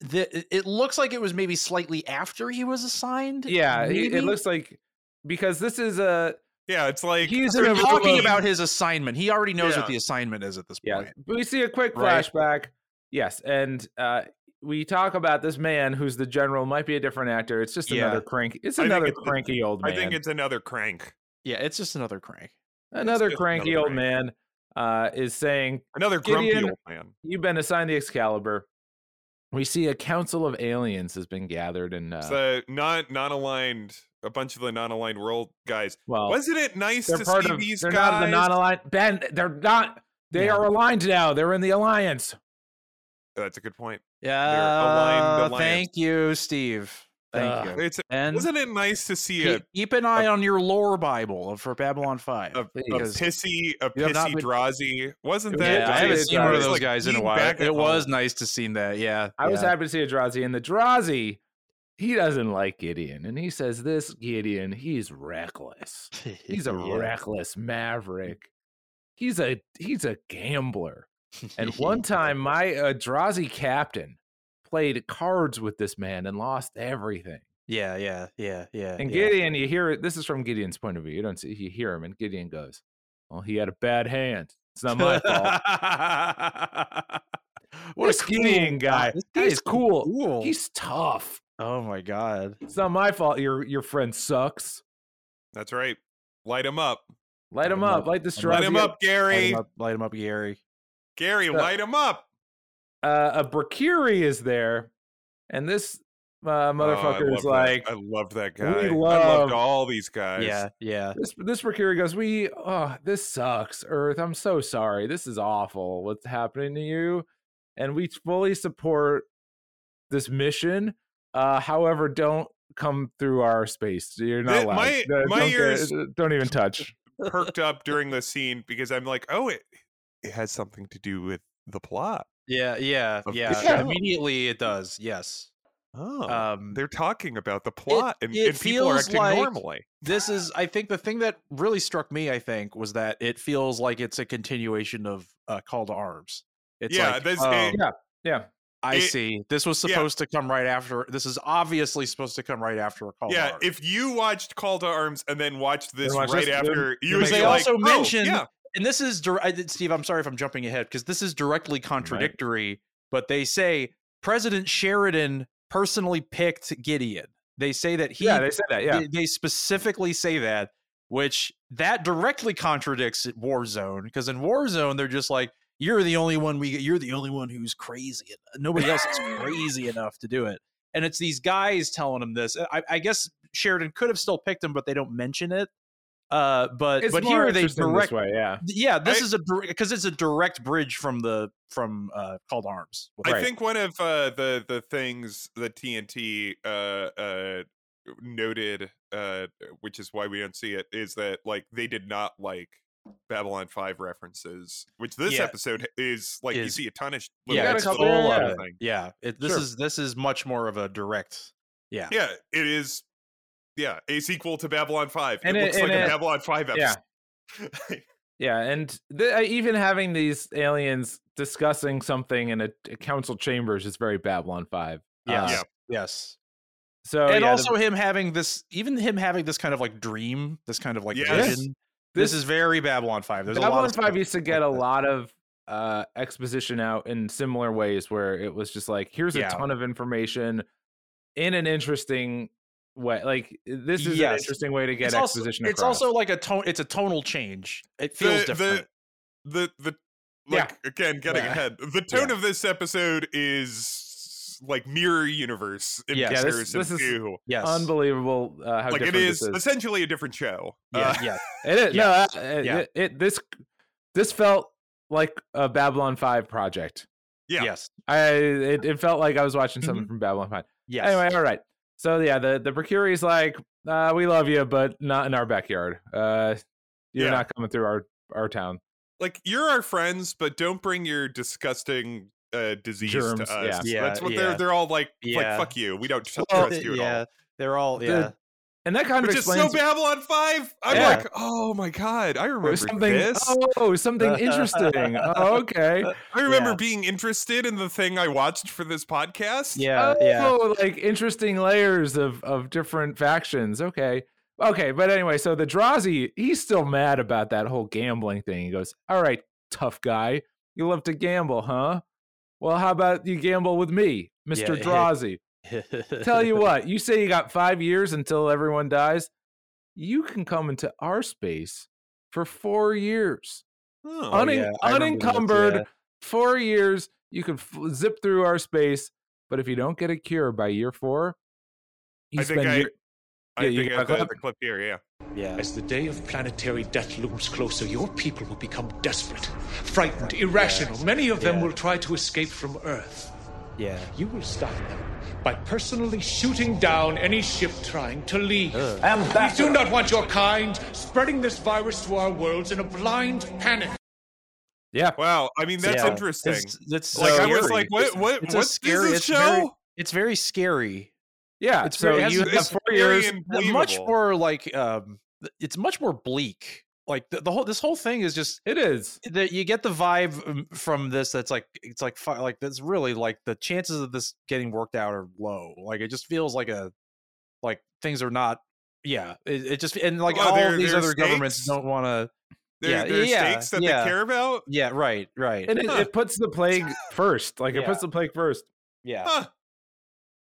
[SPEAKER 6] the, it- it looks like it was maybe slightly after he was assigned.
[SPEAKER 3] yeah, he-
[SPEAKER 6] maybe?
[SPEAKER 3] it looks like because this is a
[SPEAKER 1] Yeah, it's like
[SPEAKER 3] he's in
[SPEAKER 6] They're
[SPEAKER 3] a
[SPEAKER 6] talking
[SPEAKER 3] room-
[SPEAKER 6] about his assignment. He already knows
[SPEAKER 1] Yeah.
[SPEAKER 6] what the assignment is at this
[SPEAKER 3] Yeah,
[SPEAKER 6] point.
[SPEAKER 3] but we see a quick
[SPEAKER 6] Right?
[SPEAKER 3] flashback. Yes, and uh, we talk about this man who's the general. Might be a different actor. It's just
[SPEAKER 6] Yeah.
[SPEAKER 3] another crank. It's
[SPEAKER 1] I think
[SPEAKER 3] another
[SPEAKER 1] it's the-
[SPEAKER 3] cranky old man.
[SPEAKER 1] I think it's another crank,
[SPEAKER 6] Yeah, it's just another crank.
[SPEAKER 3] another
[SPEAKER 1] just
[SPEAKER 3] cranky
[SPEAKER 1] another
[SPEAKER 3] old
[SPEAKER 1] crank.
[SPEAKER 3] man uh, is saying
[SPEAKER 1] another grumpy
[SPEAKER 3] Gideon-
[SPEAKER 1] old man.
[SPEAKER 3] You've been assigned the Excalibur. We see a council of aliens has been gathered, and uh,
[SPEAKER 1] So non non-aligned, a bunch of the non-aligned world guys.
[SPEAKER 3] well,
[SPEAKER 1] Wasn't it nice
[SPEAKER 3] Oh. they're
[SPEAKER 1] to
[SPEAKER 3] part
[SPEAKER 1] see
[SPEAKER 3] of.
[SPEAKER 1] these
[SPEAKER 3] they're
[SPEAKER 1] guys?
[SPEAKER 3] not of the non-aligned. Ben, they're not. They
[SPEAKER 2] Yeah.
[SPEAKER 3] are aligned now. They're in the alliance.
[SPEAKER 1] Oh, That's a good point. aligned
[SPEAKER 6] Yeah,
[SPEAKER 1] alliance.
[SPEAKER 6] thank you, Steve. Thank
[SPEAKER 2] Uh,
[SPEAKER 6] you.
[SPEAKER 1] It's
[SPEAKER 2] And
[SPEAKER 1] wasn't it nice to see a,
[SPEAKER 6] Keep, keep an eye on your lore Bible of- for Babylon Five.
[SPEAKER 1] a, a
[SPEAKER 6] because-
[SPEAKER 1] pissy a
[SPEAKER 6] You have not
[SPEAKER 1] pissy
[SPEAKER 6] been-
[SPEAKER 1] Drazi? Wasn't that?
[SPEAKER 6] yeah, I haven't
[SPEAKER 3] it's
[SPEAKER 6] seen one of
[SPEAKER 3] just
[SPEAKER 6] those
[SPEAKER 1] like
[SPEAKER 6] guys in a
[SPEAKER 1] being
[SPEAKER 6] while.
[SPEAKER 1] back at
[SPEAKER 6] It
[SPEAKER 1] home.
[SPEAKER 6] was nice to see that. Yeah,
[SPEAKER 3] I was
[SPEAKER 6] yeah.
[SPEAKER 3] happy to see a Drazi, and the Drazi, he doesn't like Gideon, and he says this Gideon, he's reckless. He's a
[SPEAKER 6] Yeah.
[SPEAKER 3] reckless maverick. He's a he's a gambler. And one time, my uh, Drazi captain played cards with this man and lost everything.
[SPEAKER 2] yeah, yeah, yeah, yeah.
[SPEAKER 3] And
[SPEAKER 2] yeah.
[SPEAKER 3] Gideon, you hear it. This is from Gideon's point of view. You don't see. You hear him, and Gideon goes, "Well, he had a bad hand. It's not my fault."
[SPEAKER 6] What
[SPEAKER 3] This
[SPEAKER 6] a cool
[SPEAKER 3] Gideon guy.
[SPEAKER 6] This guy
[SPEAKER 3] He's
[SPEAKER 6] is
[SPEAKER 3] cool.
[SPEAKER 6] cool.
[SPEAKER 3] He's tough.
[SPEAKER 6] oh my god.
[SPEAKER 3] It's not my fault. Your your friend sucks.
[SPEAKER 1] That's right. Light him up.
[SPEAKER 3] Light him up. Light this
[SPEAKER 1] Light
[SPEAKER 3] Drazi
[SPEAKER 1] him up,
[SPEAKER 6] Light
[SPEAKER 1] Gary.
[SPEAKER 6] him up, light him up, Gary.
[SPEAKER 1] Gary,
[SPEAKER 3] Uh,
[SPEAKER 1] light him up.
[SPEAKER 3] Uh, a Brakiri is there, and this uh,
[SPEAKER 1] Oh, I
[SPEAKER 3] motherfucker
[SPEAKER 1] love
[SPEAKER 3] is
[SPEAKER 1] that.
[SPEAKER 3] like,
[SPEAKER 1] I loved that guy. I
[SPEAKER 3] love-
[SPEAKER 1] loved all these guys.
[SPEAKER 2] Yeah, yeah.
[SPEAKER 3] this this Mercury goes, we oh this sucks, Earth. I'm so sorry. This is awful. What's happening to you? And we fully support this mission. Uh, however, don't come through our space. You're not
[SPEAKER 1] Th-
[SPEAKER 3] allowed.
[SPEAKER 1] my-
[SPEAKER 3] No,
[SPEAKER 1] my
[SPEAKER 3] don't, get-
[SPEAKER 1] ears-
[SPEAKER 3] don't even touch.
[SPEAKER 1] perked up during the scene because I'm like, oh, it it has something to do with the plot.
[SPEAKER 2] Yeah, yeah,
[SPEAKER 1] Of
[SPEAKER 2] yeah.
[SPEAKER 1] this
[SPEAKER 2] yeah.
[SPEAKER 1] show.
[SPEAKER 2] Immediately it does. Yes.
[SPEAKER 1] Oh,
[SPEAKER 2] Um
[SPEAKER 1] they're talking about the plot, and,
[SPEAKER 2] it
[SPEAKER 1] and people are
[SPEAKER 2] feels
[SPEAKER 1] acting
[SPEAKER 2] like-
[SPEAKER 1] normally.
[SPEAKER 2] this is I think the thing that really struck me I think was that it feels like it's a continuation of uh, Call to Arms. It's
[SPEAKER 1] Yeah, eh,
[SPEAKER 2] like,
[SPEAKER 1] that's-
[SPEAKER 2] oh,
[SPEAKER 1] it-
[SPEAKER 3] Yeah,
[SPEAKER 2] I
[SPEAKER 1] it-
[SPEAKER 2] see. This was
[SPEAKER 1] yeah.
[SPEAKER 2] supposed to come right after. This is obviously supposed to come right after a Call to
[SPEAKER 1] Yeah,
[SPEAKER 2] Arms.
[SPEAKER 1] if you watched Call to Arms and then watched this
[SPEAKER 3] watch
[SPEAKER 1] right
[SPEAKER 3] this, then-
[SPEAKER 1] after, you
[SPEAKER 3] then
[SPEAKER 1] would
[SPEAKER 3] they
[SPEAKER 1] be like,
[SPEAKER 2] also
[SPEAKER 1] oh,
[SPEAKER 2] mentioned-
[SPEAKER 1] yeah,
[SPEAKER 2] and this is dir- I did, Steve. I'm sorry if I'm jumping ahead because this is directly contradictory. But they say President Sheridan personally picked Gideon. They say that he.
[SPEAKER 3] yeah. They said that. Yeah,
[SPEAKER 2] they, they specifically say that, which that directly contradicts it- Warzone because in Warzone they're just like you're the only one we you're the only one who's crazy. en- Nobody else is crazy enough to do it, and it's these guys telling him this. I, I guess Sheridan could have still picked him, but they don't mention it. Uh, but
[SPEAKER 3] it's
[SPEAKER 2] but
[SPEAKER 3] more
[SPEAKER 2] here they
[SPEAKER 3] interesting this
[SPEAKER 2] direct
[SPEAKER 3] way. Yeah,
[SPEAKER 2] yeah this
[SPEAKER 1] I-
[SPEAKER 2] is a because it's a direct bridge from the from uh called arms
[SPEAKER 1] I
[SPEAKER 3] Right.
[SPEAKER 1] think one of uh, the the things that TNT uh, uh, noted, uh, which is why we don't see it, is that like they did not like Babylon Five references, which this
[SPEAKER 2] Yeah.
[SPEAKER 1] episode is like you
[SPEAKER 2] Is-
[SPEAKER 1] see a ton of sh-
[SPEAKER 2] yeah,
[SPEAKER 1] little
[SPEAKER 3] got a
[SPEAKER 2] it's
[SPEAKER 3] couple-
[SPEAKER 2] full
[SPEAKER 3] yeah,
[SPEAKER 2] of
[SPEAKER 3] yeah.
[SPEAKER 2] it. yeah it, this
[SPEAKER 3] Sure.
[SPEAKER 2] is this is much more of a direct yeah
[SPEAKER 1] Yeah, it is. Yeah, a sequel to Babylon Five.
[SPEAKER 3] And
[SPEAKER 1] it,
[SPEAKER 3] it-
[SPEAKER 1] looks
[SPEAKER 3] and
[SPEAKER 1] like a
[SPEAKER 3] it-
[SPEAKER 1] Babylon Five
[SPEAKER 3] yeah.
[SPEAKER 1] episode.
[SPEAKER 3] yeah. And th- uh, even having these aliens discussing something in a, a council chambers is very Babylon Five. uh,
[SPEAKER 2] yes
[SPEAKER 1] Yeah.
[SPEAKER 2] uh, yes
[SPEAKER 3] So
[SPEAKER 2] and
[SPEAKER 3] Oh, yeah, the-
[SPEAKER 2] also him having this even him having this kind of like dream this kind of like
[SPEAKER 1] Yes.
[SPEAKER 2] vision this,
[SPEAKER 3] This-
[SPEAKER 2] is very babylon 5 there's
[SPEAKER 3] Babylon
[SPEAKER 2] a lot of
[SPEAKER 3] Five
[SPEAKER 2] stuff.
[SPEAKER 3] used to get a
[SPEAKER 2] like that.
[SPEAKER 3] lot of uh, exposition out in similar ways, where it was just like, here's
[SPEAKER 2] Yeah.
[SPEAKER 3] a ton of information in an interesting way. Like this is an
[SPEAKER 2] Yes.
[SPEAKER 3] interesting way to get
[SPEAKER 2] it's also,
[SPEAKER 3] exposition.
[SPEAKER 2] it's
[SPEAKER 3] across.
[SPEAKER 2] also like a tone it's a tonal change it feels
[SPEAKER 1] the,
[SPEAKER 2] different
[SPEAKER 1] The the, the
[SPEAKER 3] Yeah.
[SPEAKER 1] like again getting
[SPEAKER 2] Yeah.
[SPEAKER 1] ahead. The tone of this episode is like mirror universe in
[SPEAKER 2] Yeah. Yeah,
[SPEAKER 3] this-
[SPEAKER 1] comparison
[SPEAKER 3] this is-
[SPEAKER 1] to
[SPEAKER 2] yes
[SPEAKER 3] unbelievable uh, how
[SPEAKER 1] like it
[SPEAKER 3] different
[SPEAKER 1] is,
[SPEAKER 3] this is.
[SPEAKER 1] essentially a different show.
[SPEAKER 2] yeah,
[SPEAKER 1] Uh,
[SPEAKER 2] yeah
[SPEAKER 3] It is
[SPEAKER 2] yeah,
[SPEAKER 3] no, uh, uh,
[SPEAKER 2] yeah.
[SPEAKER 3] it, it- this this felt like a Babylon Five project.
[SPEAKER 1] Yeah.
[SPEAKER 2] Yes.
[SPEAKER 3] I it, it felt like I was watching
[SPEAKER 1] Mm-hmm.
[SPEAKER 3] something from Babylon Five.
[SPEAKER 2] Yes.
[SPEAKER 3] Anyway, all right. So yeah, the the Procuri's like, uh, we love you, but not in our backyard. Uh, you're
[SPEAKER 1] Yeah.
[SPEAKER 3] not coming through our our town.
[SPEAKER 1] Like you're our friends, but don't bring your disgusting uh, disease
[SPEAKER 3] Germs,
[SPEAKER 1] to us.
[SPEAKER 2] yeah.
[SPEAKER 1] that's what
[SPEAKER 2] Yeah.
[SPEAKER 1] they're they're all like.
[SPEAKER 2] Yeah.
[SPEAKER 1] Like fuck you. We don't tr-
[SPEAKER 2] Well,
[SPEAKER 1] trust you at
[SPEAKER 2] yeah.
[SPEAKER 1] all.
[SPEAKER 2] They're all
[SPEAKER 3] The-
[SPEAKER 2] yeah.
[SPEAKER 3] And that kind
[SPEAKER 1] Which
[SPEAKER 3] of
[SPEAKER 1] is
[SPEAKER 3] explains
[SPEAKER 1] so Babylon Five. I'm
[SPEAKER 3] Yeah.
[SPEAKER 1] like, oh my god, I remember
[SPEAKER 3] something.
[SPEAKER 1] this.
[SPEAKER 3] Oh, something interesting. Oh, okay.
[SPEAKER 1] I remember
[SPEAKER 2] Yeah.
[SPEAKER 1] being interested in the thing I watched for this podcast.
[SPEAKER 2] Yeah.
[SPEAKER 3] oh,
[SPEAKER 2] yeah.
[SPEAKER 3] like interesting layers of of different factions. Okay. Okay, but anyway, so the Drazi, he's still mad about that whole gambling thing. He goes, "All right, tough guy, you love to gamble, huh? Well, how about you gamble with me, Mister
[SPEAKER 2] Yeah.
[SPEAKER 3] Drazi? Tell you what, you say you got five years until everyone dies. You can come into our space for four years.
[SPEAKER 1] Oh,
[SPEAKER 2] Oh,
[SPEAKER 3] Unen-
[SPEAKER 2] yeah, I remember this,
[SPEAKER 3] unencumbered
[SPEAKER 2] yeah.
[SPEAKER 3] four years you can f- zip through our space but if you don't get a cure by year four you
[SPEAKER 1] I think
[SPEAKER 3] spend
[SPEAKER 1] I-
[SPEAKER 3] year-
[SPEAKER 1] I
[SPEAKER 3] Yeah, you
[SPEAKER 1] think
[SPEAKER 3] got
[SPEAKER 1] I have the, the clip
[SPEAKER 3] clip?
[SPEAKER 1] here. Yeah.
[SPEAKER 2] yeah.
[SPEAKER 7] As the day of planetary death looms closer, your people will become desperate, frightened, irrational. Many of them
[SPEAKER 2] Yeah.
[SPEAKER 7] will try to escape from Earth.
[SPEAKER 2] Yeah.
[SPEAKER 7] You will stop them by personally shooting down any ship trying to leave. We do not want your kind spreading this virus to our worlds in a blind panic.
[SPEAKER 3] yeah
[SPEAKER 1] Wow. I mean, that's
[SPEAKER 2] Yeah.
[SPEAKER 1] interesting.
[SPEAKER 2] It's, it's
[SPEAKER 1] like I was
[SPEAKER 2] scary.
[SPEAKER 1] like, what? What?
[SPEAKER 2] it's a
[SPEAKER 1] what's
[SPEAKER 2] scary-
[SPEAKER 1] this
[SPEAKER 2] it's
[SPEAKER 1] show?
[SPEAKER 2] very- it's very scary
[SPEAKER 1] Uh,
[SPEAKER 3] yeah
[SPEAKER 2] it's
[SPEAKER 3] so
[SPEAKER 2] very-
[SPEAKER 3] you
[SPEAKER 2] it's-
[SPEAKER 3] have
[SPEAKER 2] it's
[SPEAKER 3] four
[SPEAKER 1] very
[SPEAKER 3] years
[SPEAKER 1] im-
[SPEAKER 2] They're much
[SPEAKER 1] Believable.
[SPEAKER 2] more like um th- it's much more bleak like the, the whole this whole thing is just eh,
[SPEAKER 3] it is
[SPEAKER 2] that you get the vibe um, from this that's like it's like fi- like that's really like the chances of this getting worked out are low like it just feels like a like things are not yeah it, it just and like
[SPEAKER 1] Oh,
[SPEAKER 2] all
[SPEAKER 1] there-
[SPEAKER 2] these
[SPEAKER 1] there are
[SPEAKER 2] other governments
[SPEAKER 1] stakes?
[SPEAKER 2] don't want to
[SPEAKER 1] There,
[SPEAKER 2] Yeah,
[SPEAKER 1] there are
[SPEAKER 2] yeah,
[SPEAKER 1] stakes that
[SPEAKER 2] yeah.
[SPEAKER 1] they care about.
[SPEAKER 2] yeah right right
[SPEAKER 3] and it,
[SPEAKER 1] Huh.
[SPEAKER 3] it puts the plague first like it
[SPEAKER 2] Yeah.
[SPEAKER 3] puts the plague first
[SPEAKER 2] yeah
[SPEAKER 1] Huh.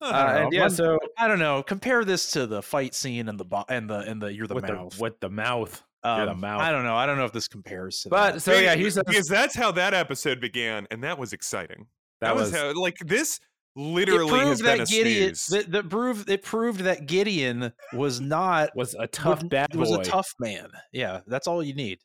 [SPEAKER 1] Huh.
[SPEAKER 3] uh,
[SPEAKER 2] know.
[SPEAKER 3] and yeah
[SPEAKER 2] One-
[SPEAKER 3] so
[SPEAKER 2] i don't know compare this to the fight scene and the bo- and the and the you're the mouth
[SPEAKER 3] with the mouth
[SPEAKER 2] um,
[SPEAKER 3] the mouth.
[SPEAKER 2] i don't know i don't know if this compares to that.
[SPEAKER 3] but so
[SPEAKER 1] Hey,
[SPEAKER 3] yeah he's
[SPEAKER 1] because that's how that episode began, and that was exciting. That,
[SPEAKER 3] that
[SPEAKER 1] was,
[SPEAKER 3] was
[SPEAKER 1] how like this
[SPEAKER 2] it
[SPEAKER 1] literally has
[SPEAKER 2] proved
[SPEAKER 1] been a
[SPEAKER 2] that Gideon
[SPEAKER 1] snooze.
[SPEAKER 2] that, that proved it proved that Gideon was not
[SPEAKER 3] was a tough
[SPEAKER 2] would-
[SPEAKER 3] bad boy
[SPEAKER 2] was a tough man. Yeah, that's all you need.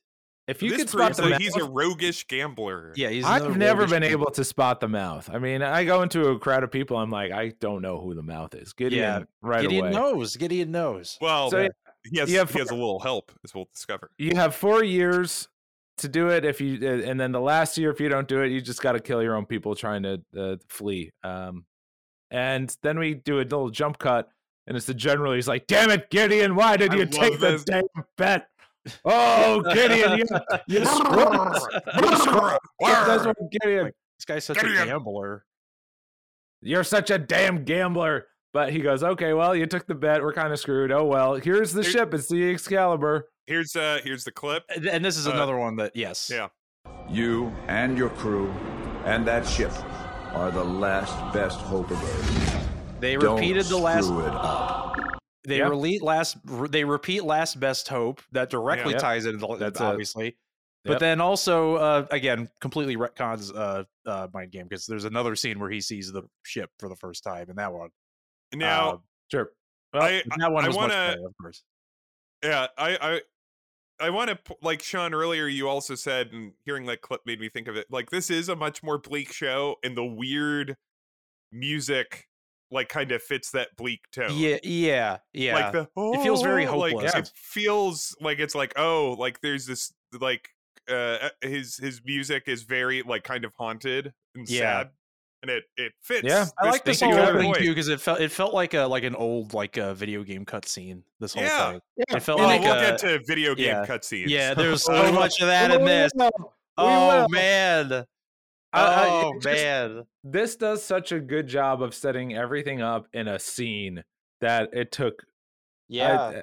[SPEAKER 3] if you
[SPEAKER 1] this
[SPEAKER 3] could spot
[SPEAKER 1] proves
[SPEAKER 3] the
[SPEAKER 1] that he's a
[SPEAKER 3] mouth,
[SPEAKER 1] roguish gambler.
[SPEAKER 2] Yeah, he's
[SPEAKER 3] I've
[SPEAKER 2] another
[SPEAKER 3] never
[SPEAKER 2] roguish
[SPEAKER 3] been
[SPEAKER 2] man.
[SPEAKER 3] able to spot the mouth. I mean, I go into a crowd of people, I'm like, I don't know who the mouth is. Gideon, right
[SPEAKER 2] Gideon
[SPEAKER 3] away.
[SPEAKER 2] knows. Gideon knows.
[SPEAKER 1] Well,
[SPEAKER 3] So, yeah.
[SPEAKER 1] he has
[SPEAKER 3] you have
[SPEAKER 1] he has a little help, as we'll discover.
[SPEAKER 3] you have four years to do it if you uh, and then the last year if you don't do it you just got to kill your own people trying to uh, flee um and then we do a little jump cut and it's the general he's like damn it gideon why did
[SPEAKER 1] I
[SPEAKER 3] you
[SPEAKER 1] love
[SPEAKER 3] take the
[SPEAKER 1] this.
[SPEAKER 3] damn bet oh gideon you, you screwed us. You screwed us
[SPEAKER 1] Arr!
[SPEAKER 3] with gideon
[SPEAKER 2] This guy's such
[SPEAKER 1] Gideon.
[SPEAKER 2] a gambler.
[SPEAKER 3] you're such a damn gambler but he goes okay well you took the bet we're kind of screwed oh well here's the
[SPEAKER 1] Here-
[SPEAKER 3] ship it's the excalibur
[SPEAKER 1] Here's uh here's the clip.
[SPEAKER 2] And- And this is
[SPEAKER 1] Uh,
[SPEAKER 2] another one that yes.
[SPEAKER 1] yeah.
[SPEAKER 8] You and your crew and that ship are the last best hope of Earth.
[SPEAKER 2] They
[SPEAKER 8] Don't
[SPEAKER 2] repeated the last
[SPEAKER 8] screw it up.
[SPEAKER 2] they
[SPEAKER 3] Yeah.
[SPEAKER 2] relate last re- they repeat last best hope that directly
[SPEAKER 1] Yep.
[SPEAKER 2] ties into the-
[SPEAKER 3] That's it.
[SPEAKER 2] obviously
[SPEAKER 3] Yep.
[SPEAKER 2] but then also uh again completely retcons uh uh mind game because there's another scene where he sees the ship for the first time in that one
[SPEAKER 1] Now
[SPEAKER 2] Uh,
[SPEAKER 3] sure
[SPEAKER 1] I
[SPEAKER 2] that one
[SPEAKER 1] I
[SPEAKER 2] was much
[SPEAKER 1] wanna-
[SPEAKER 2] better, of course
[SPEAKER 1] Yeah, I I I want to like Sean earlier. You also said, and hearing that clip made me think of it. Like this is a much more bleak show, and the weird music like kind of fits that bleak tone.
[SPEAKER 2] yeah yeah yeah
[SPEAKER 1] Oh. like the oh,
[SPEAKER 2] It feels very
[SPEAKER 1] Like,
[SPEAKER 2] hopeless.
[SPEAKER 1] It feels like it's like oh, like there's this like uh his his music is very like kind of haunted and
[SPEAKER 2] Yeah.
[SPEAKER 1] sad, and it it fits.
[SPEAKER 3] Yeah.
[SPEAKER 2] I like this whole
[SPEAKER 1] particular
[SPEAKER 2] thing
[SPEAKER 1] point.
[SPEAKER 2] too because it felt it felt like a like an old like a video game cutscene. This whole
[SPEAKER 1] Yeah.
[SPEAKER 2] thing, it felt
[SPEAKER 1] Well,
[SPEAKER 2] like
[SPEAKER 1] we'll
[SPEAKER 2] a,
[SPEAKER 1] get to video game
[SPEAKER 2] yeah.
[SPEAKER 1] cutscenes.
[SPEAKER 2] yeah. There's
[SPEAKER 1] Oh,
[SPEAKER 2] so much of that in this. Oh
[SPEAKER 3] will.
[SPEAKER 2] man,
[SPEAKER 3] I- I-
[SPEAKER 2] oh
[SPEAKER 3] it's just-
[SPEAKER 2] man,
[SPEAKER 3] this does such a good job of setting everything up in a scene that it took. I-
[SPEAKER 2] yeah.
[SPEAKER 3] eh,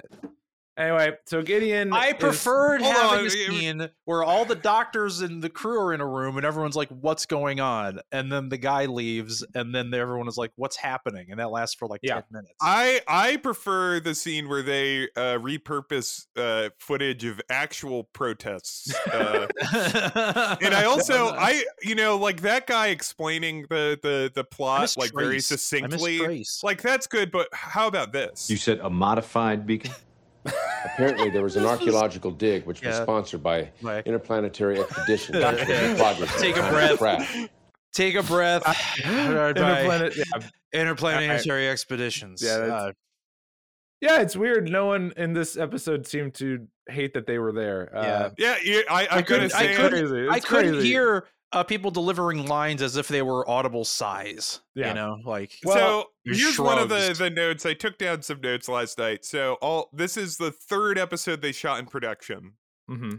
[SPEAKER 3] anyway, so Gideon.
[SPEAKER 2] I
[SPEAKER 3] is-
[SPEAKER 2] preferred
[SPEAKER 1] Hold on,
[SPEAKER 2] having a
[SPEAKER 1] it- it-
[SPEAKER 2] scene where all the doctors and the crew are in a room and everyone's like, "What's going on?" And then the guy leaves, and then everyone is like, "What's happening?" And that lasts for like
[SPEAKER 3] Yeah.
[SPEAKER 2] ten minutes.
[SPEAKER 1] I I prefer the scene where they uh, repurpose uh, footage of actual protests, uh, and I also I you know like that guy explaining the the the plot
[SPEAKER 2] miss
[SPEAKER 1] like very
[SPEAKER 2] Trace. I miss
[SPEAKER 1] succinctly.
[SPEAKER 2] Trace.
[SPEAKER 1] Like that's good, but how about this?
[SPEAKER 9] You said a modified beacon?
[SPEAKER 8] Apparently, there was an archaeological dig which was
[SPEAKER 2] Yeah.
[SPEAKER 8] sponsored by
[SPEAKER 2] Right.
[SPEAKER 8] Interplanetary Expedition. which was in progress at
[SPEAKER 2] Take
[SPEAKER 8] the
[SPEAKER 2] a
[SPEAKER 8] time of
[SPEAKER 2] breath.
[SPEAKER 8] the crash.
[SPEAKER 2] Take a breath. Alright, bye.
[SPEAKER 3] Interplanet- yeah,
[SPEAKER 2] Interplanetary expeditions.
[SPEAKER 3] Yeah, that's-
[SPEAKER 2] Uh,
[SPEAKER 3] yeah, it's weird. No one in this episode seemed to hate that they were there. Uh,
[SPEAKER 1] Yeah, yeah, I, I'm gonna
[SPEAKER 2] couldn't- I
[SPEAKER 1] say
[SPEAKER 2] couldn't-
[SPEAKER 1] it.
[SPEAKER 3] crazy.
[SPEAKER 2] I
[SPEAKER 3] It's
[SPEAKER 2] couldn't
[SPEAKER 3] crazy.
[SPEAKER 2] hear uh, people delivering lines as if they were audible size.
[SPEAKER 3] Yeah.
[SPEAKER 2] You know, like
[SPEAKER 1] so
[SPEAKER 3] Well,
[SPEAKER 2] you
[SPEAKER 1] here's one of the,
[SPEAKER 2] shrugs.
[SPEAKER 1] the notes. I took down some notes last night. So all this is the third episode they shot in production.
[SPEAKER 3] Mm-hmm.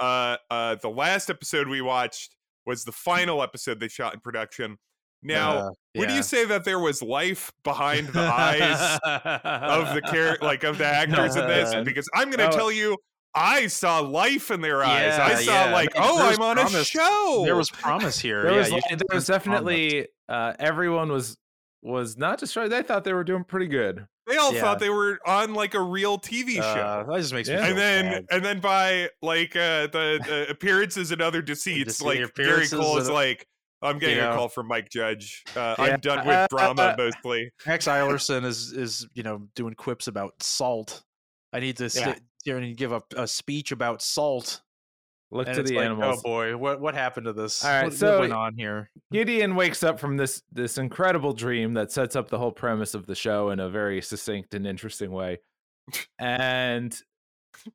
[SPEAKER 1] Uh, uh, the last episode we watched was the final episode they shot in production. Now,
[SPEAKER 2] Mm. uh,
[SPEAKER 1] would
[SPEAKER 2] yeah.
[SPEAKER 1] you say that there was life behind the eyes of the character, like of the actors in this?
[SPEAKER 3] man.
[SPEAKER 1] Because I'm going to
[SPEAKER 3] No.
[SPEAKER 1] tell you, I saw life in their eyes. I
[SPEAKER 2] Yeah,
[SPEAKER 1] saw
[SPEAKER 2] yeah.
[SPEAKER 1] like,
[SPEAKER 2] There
[SPEAKER 1] oh,
[SPEAKER 2] was
[SPEAKER 1] I'm on a
[SPEAKER 2] promise.
[SPEAKER 1] show.
[SPEAKER 2] Oh, There was promise here.
[SPEAKER 3] There
[SPEAKER 2] yeah,
[SPEAKER 3] was
[SPEAKER 2] you
[SPEAKER 3] li-
[SPEAKER 2] did
[SPEAKER 3] there was
[SPEAKER 2] some promise.
[SPEAKER 3] definitely uh, everyone was was not destroyed. They thought they were doing pretty good.
[SPEAKER 1] they all
[SPEAKER 2] yeah.
[SPEAKER 1] thought they were on like a real TV show.
[SPEAKER 2] Uh, that just makes me
[SPEAKER 3] Yeah.
[SPEAKER 2] feel
[SPEAKER 1] and then
[SPEAKER 2] bad.
[SPEAKER 1] and then by like uh the, the appearances and other deceits
[SPEAKER 2] Dece-
[SPEAKER 1] like gary
[SPEAKER 2] appearances
[SPEAKER 1] cole is
[SPEAKER 2] and-
[SPEAKER 1] like i'm getting
[SPEAKER 2] You
[SPEAKER 1] a
[SPEAKER 2] know.
[SPEAKER 1] call from mike judge uh,
[SPEAKER 3] Yeah.
[SPEAKER 1] i'm done with
[SPEAKER 2] Uh,
[SPEAKER 1] drama
[SPEAKER 2] uh,
[SPEAKER 1] mostly
[SPEAKER 2] Max Eilerson is is you know doing quips about salt. I need to sit here and give a, a speech about salt.
[SPEAKER 3] Look
[SPEAKER 2] and
[SPEAKER 3] to
[SPEAKER 2] it's
[SPEAKER 3] the
[SPEAKER 2] like,
[SPEAKER 3] animals.
[SPEAKER 2] Oh boy, what what happened to this?
[SPEAKER 3] All right,
[SPEAKER 2] what, what
[SPEAKER 3] so-
[SPEAKER 2] went on here?
[SPEAKER 3] Gideon wakes up from this this incredible dream that sets up the whole premise of the show in a very succinct and interesting way. And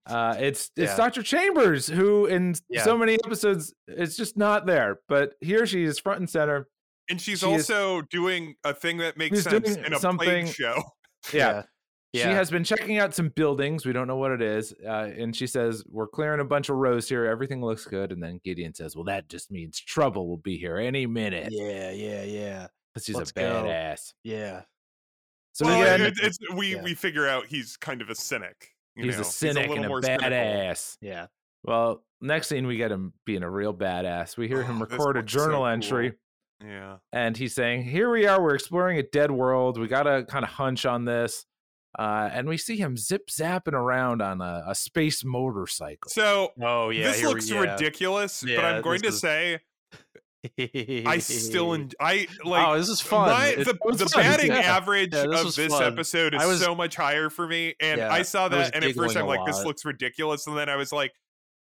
[SPEAKER 3] uh, it's it's
[SPEAKER 2] Yeah.
[SPEAKER 3] Dr. Chambers who in
[SPEAKER 2] Yeah.
[SPEAKER 3] so many episodes is just not there, but here she is front and center.
[SPEAKER 1] and she's
[SPEAKER 3] she is-
[SPEAKER 1] also doing a thing that makes
[SPEAKER 3] She's
[SPEAKER 1] sense
[SPEAKER 3] doing
[SPEAKER 1] in a
[SPEAKER 3] something-
[SPEAKER 1] plane show
[SPEAKER 3] Yeah.
[SPEAKER 2] yeah.
[SPEAKER 3] She has been checking out some buildings. We don't know what it is. Uh, and she says, We're clearing a bunch of rows here. Everything looks good. And then Gideon says, Well, that just means trouble will be here any minute.
[SPEAKER 2] yeah, yeah, yeah,
[SPEAKER 3] 'Cause she's
[SPEAKER 2] let's
[SPEAKER 3] a
[SPEAKER 2] go.
[SPEAKER 3] badass.
[SPEAKER 2] yeah.
[SPEAKER 3] So
[SPEAKER 1] well,
[SPEAKER 3] again,
[SPEAKER 1] it- it's, we
[SPEAKER 2] yeah.
[SPEAKER 1] we figure out he's kind of a cynic you
[SPEAKER 3] he's
[SPEAKER 1] know,
[SPEAKER 3] a cynic
[SPEAKER 1] little
[SPEAKER 3] and a
[SPEAKER 1] more
[SPEAKER 3] badass.
[SPEAKER 1] cynical.
[SPEAKER 2] Yeah.
[SPEAKER 3] Well, next scene we get him being a real badass. We hear him
[SPEAKER 1] Oh, this
[SPEAKER 3] record a
[SPEAKER 1] looks so
[SPEAKER 3] journal
[SPEAKER 1] cool.
[SPEAKER 3] entry
[SPEAKER 1] yeah
[SPEAKER 3] and he's saying, "Here we are, we're exploring a dead world. We got a kind of hunch on this." Uh, and we see him zip zapping around on a, a space motorcycle.
[SPEAKER 1] so
[SPEAKER 2] Oh yeah.
[SPEAKER 1] this
[SPEAKER 2] here we-
[SPEAKER 1] looks
[SPEAKER 2] yeah.
[SPEAKER 1] ridiculous but
[SPEAKER 2] Yeah,
[SPEAKER 1] i'm going to
[SPEAKER 2] this is-
[SPEAKER 1] say i still en- i like
[SPEAKER 2] oh, this is fun.
[SPEAKER 1] My,
[SPEAKER 2] It-
[SPEAKER 1] the
[SPEAKER 2] it was
[SPEAKER 1] the
[SPEAKER 2] fun.
[SPEAKER 1] batting
[SPEAKER 2] Yeah.
[SPEAKER 1] average
[SPEAKER 2] Yeah, this
[SPEAKER 1] of
[SPEAKER 2] was
[SPEAKER 1] this
[SPEAKER 2] fun.
[SPEAKER 1] episode is
[SPEAKER 2] I was-
[SPEAKER 1] so much higher for me, and
[SPEAKER 2] Yeah,
[SPEAKER 1] I saw
[SPEAKER 2] I was
[SPEAKER 1] that, and at first I'm
[SPEAKER 2] giggling a
[SPEAKER 1] like, "This
[SPEAKER 2] lot.
[SPEAKER 1] looks ridiculous," and then I was like,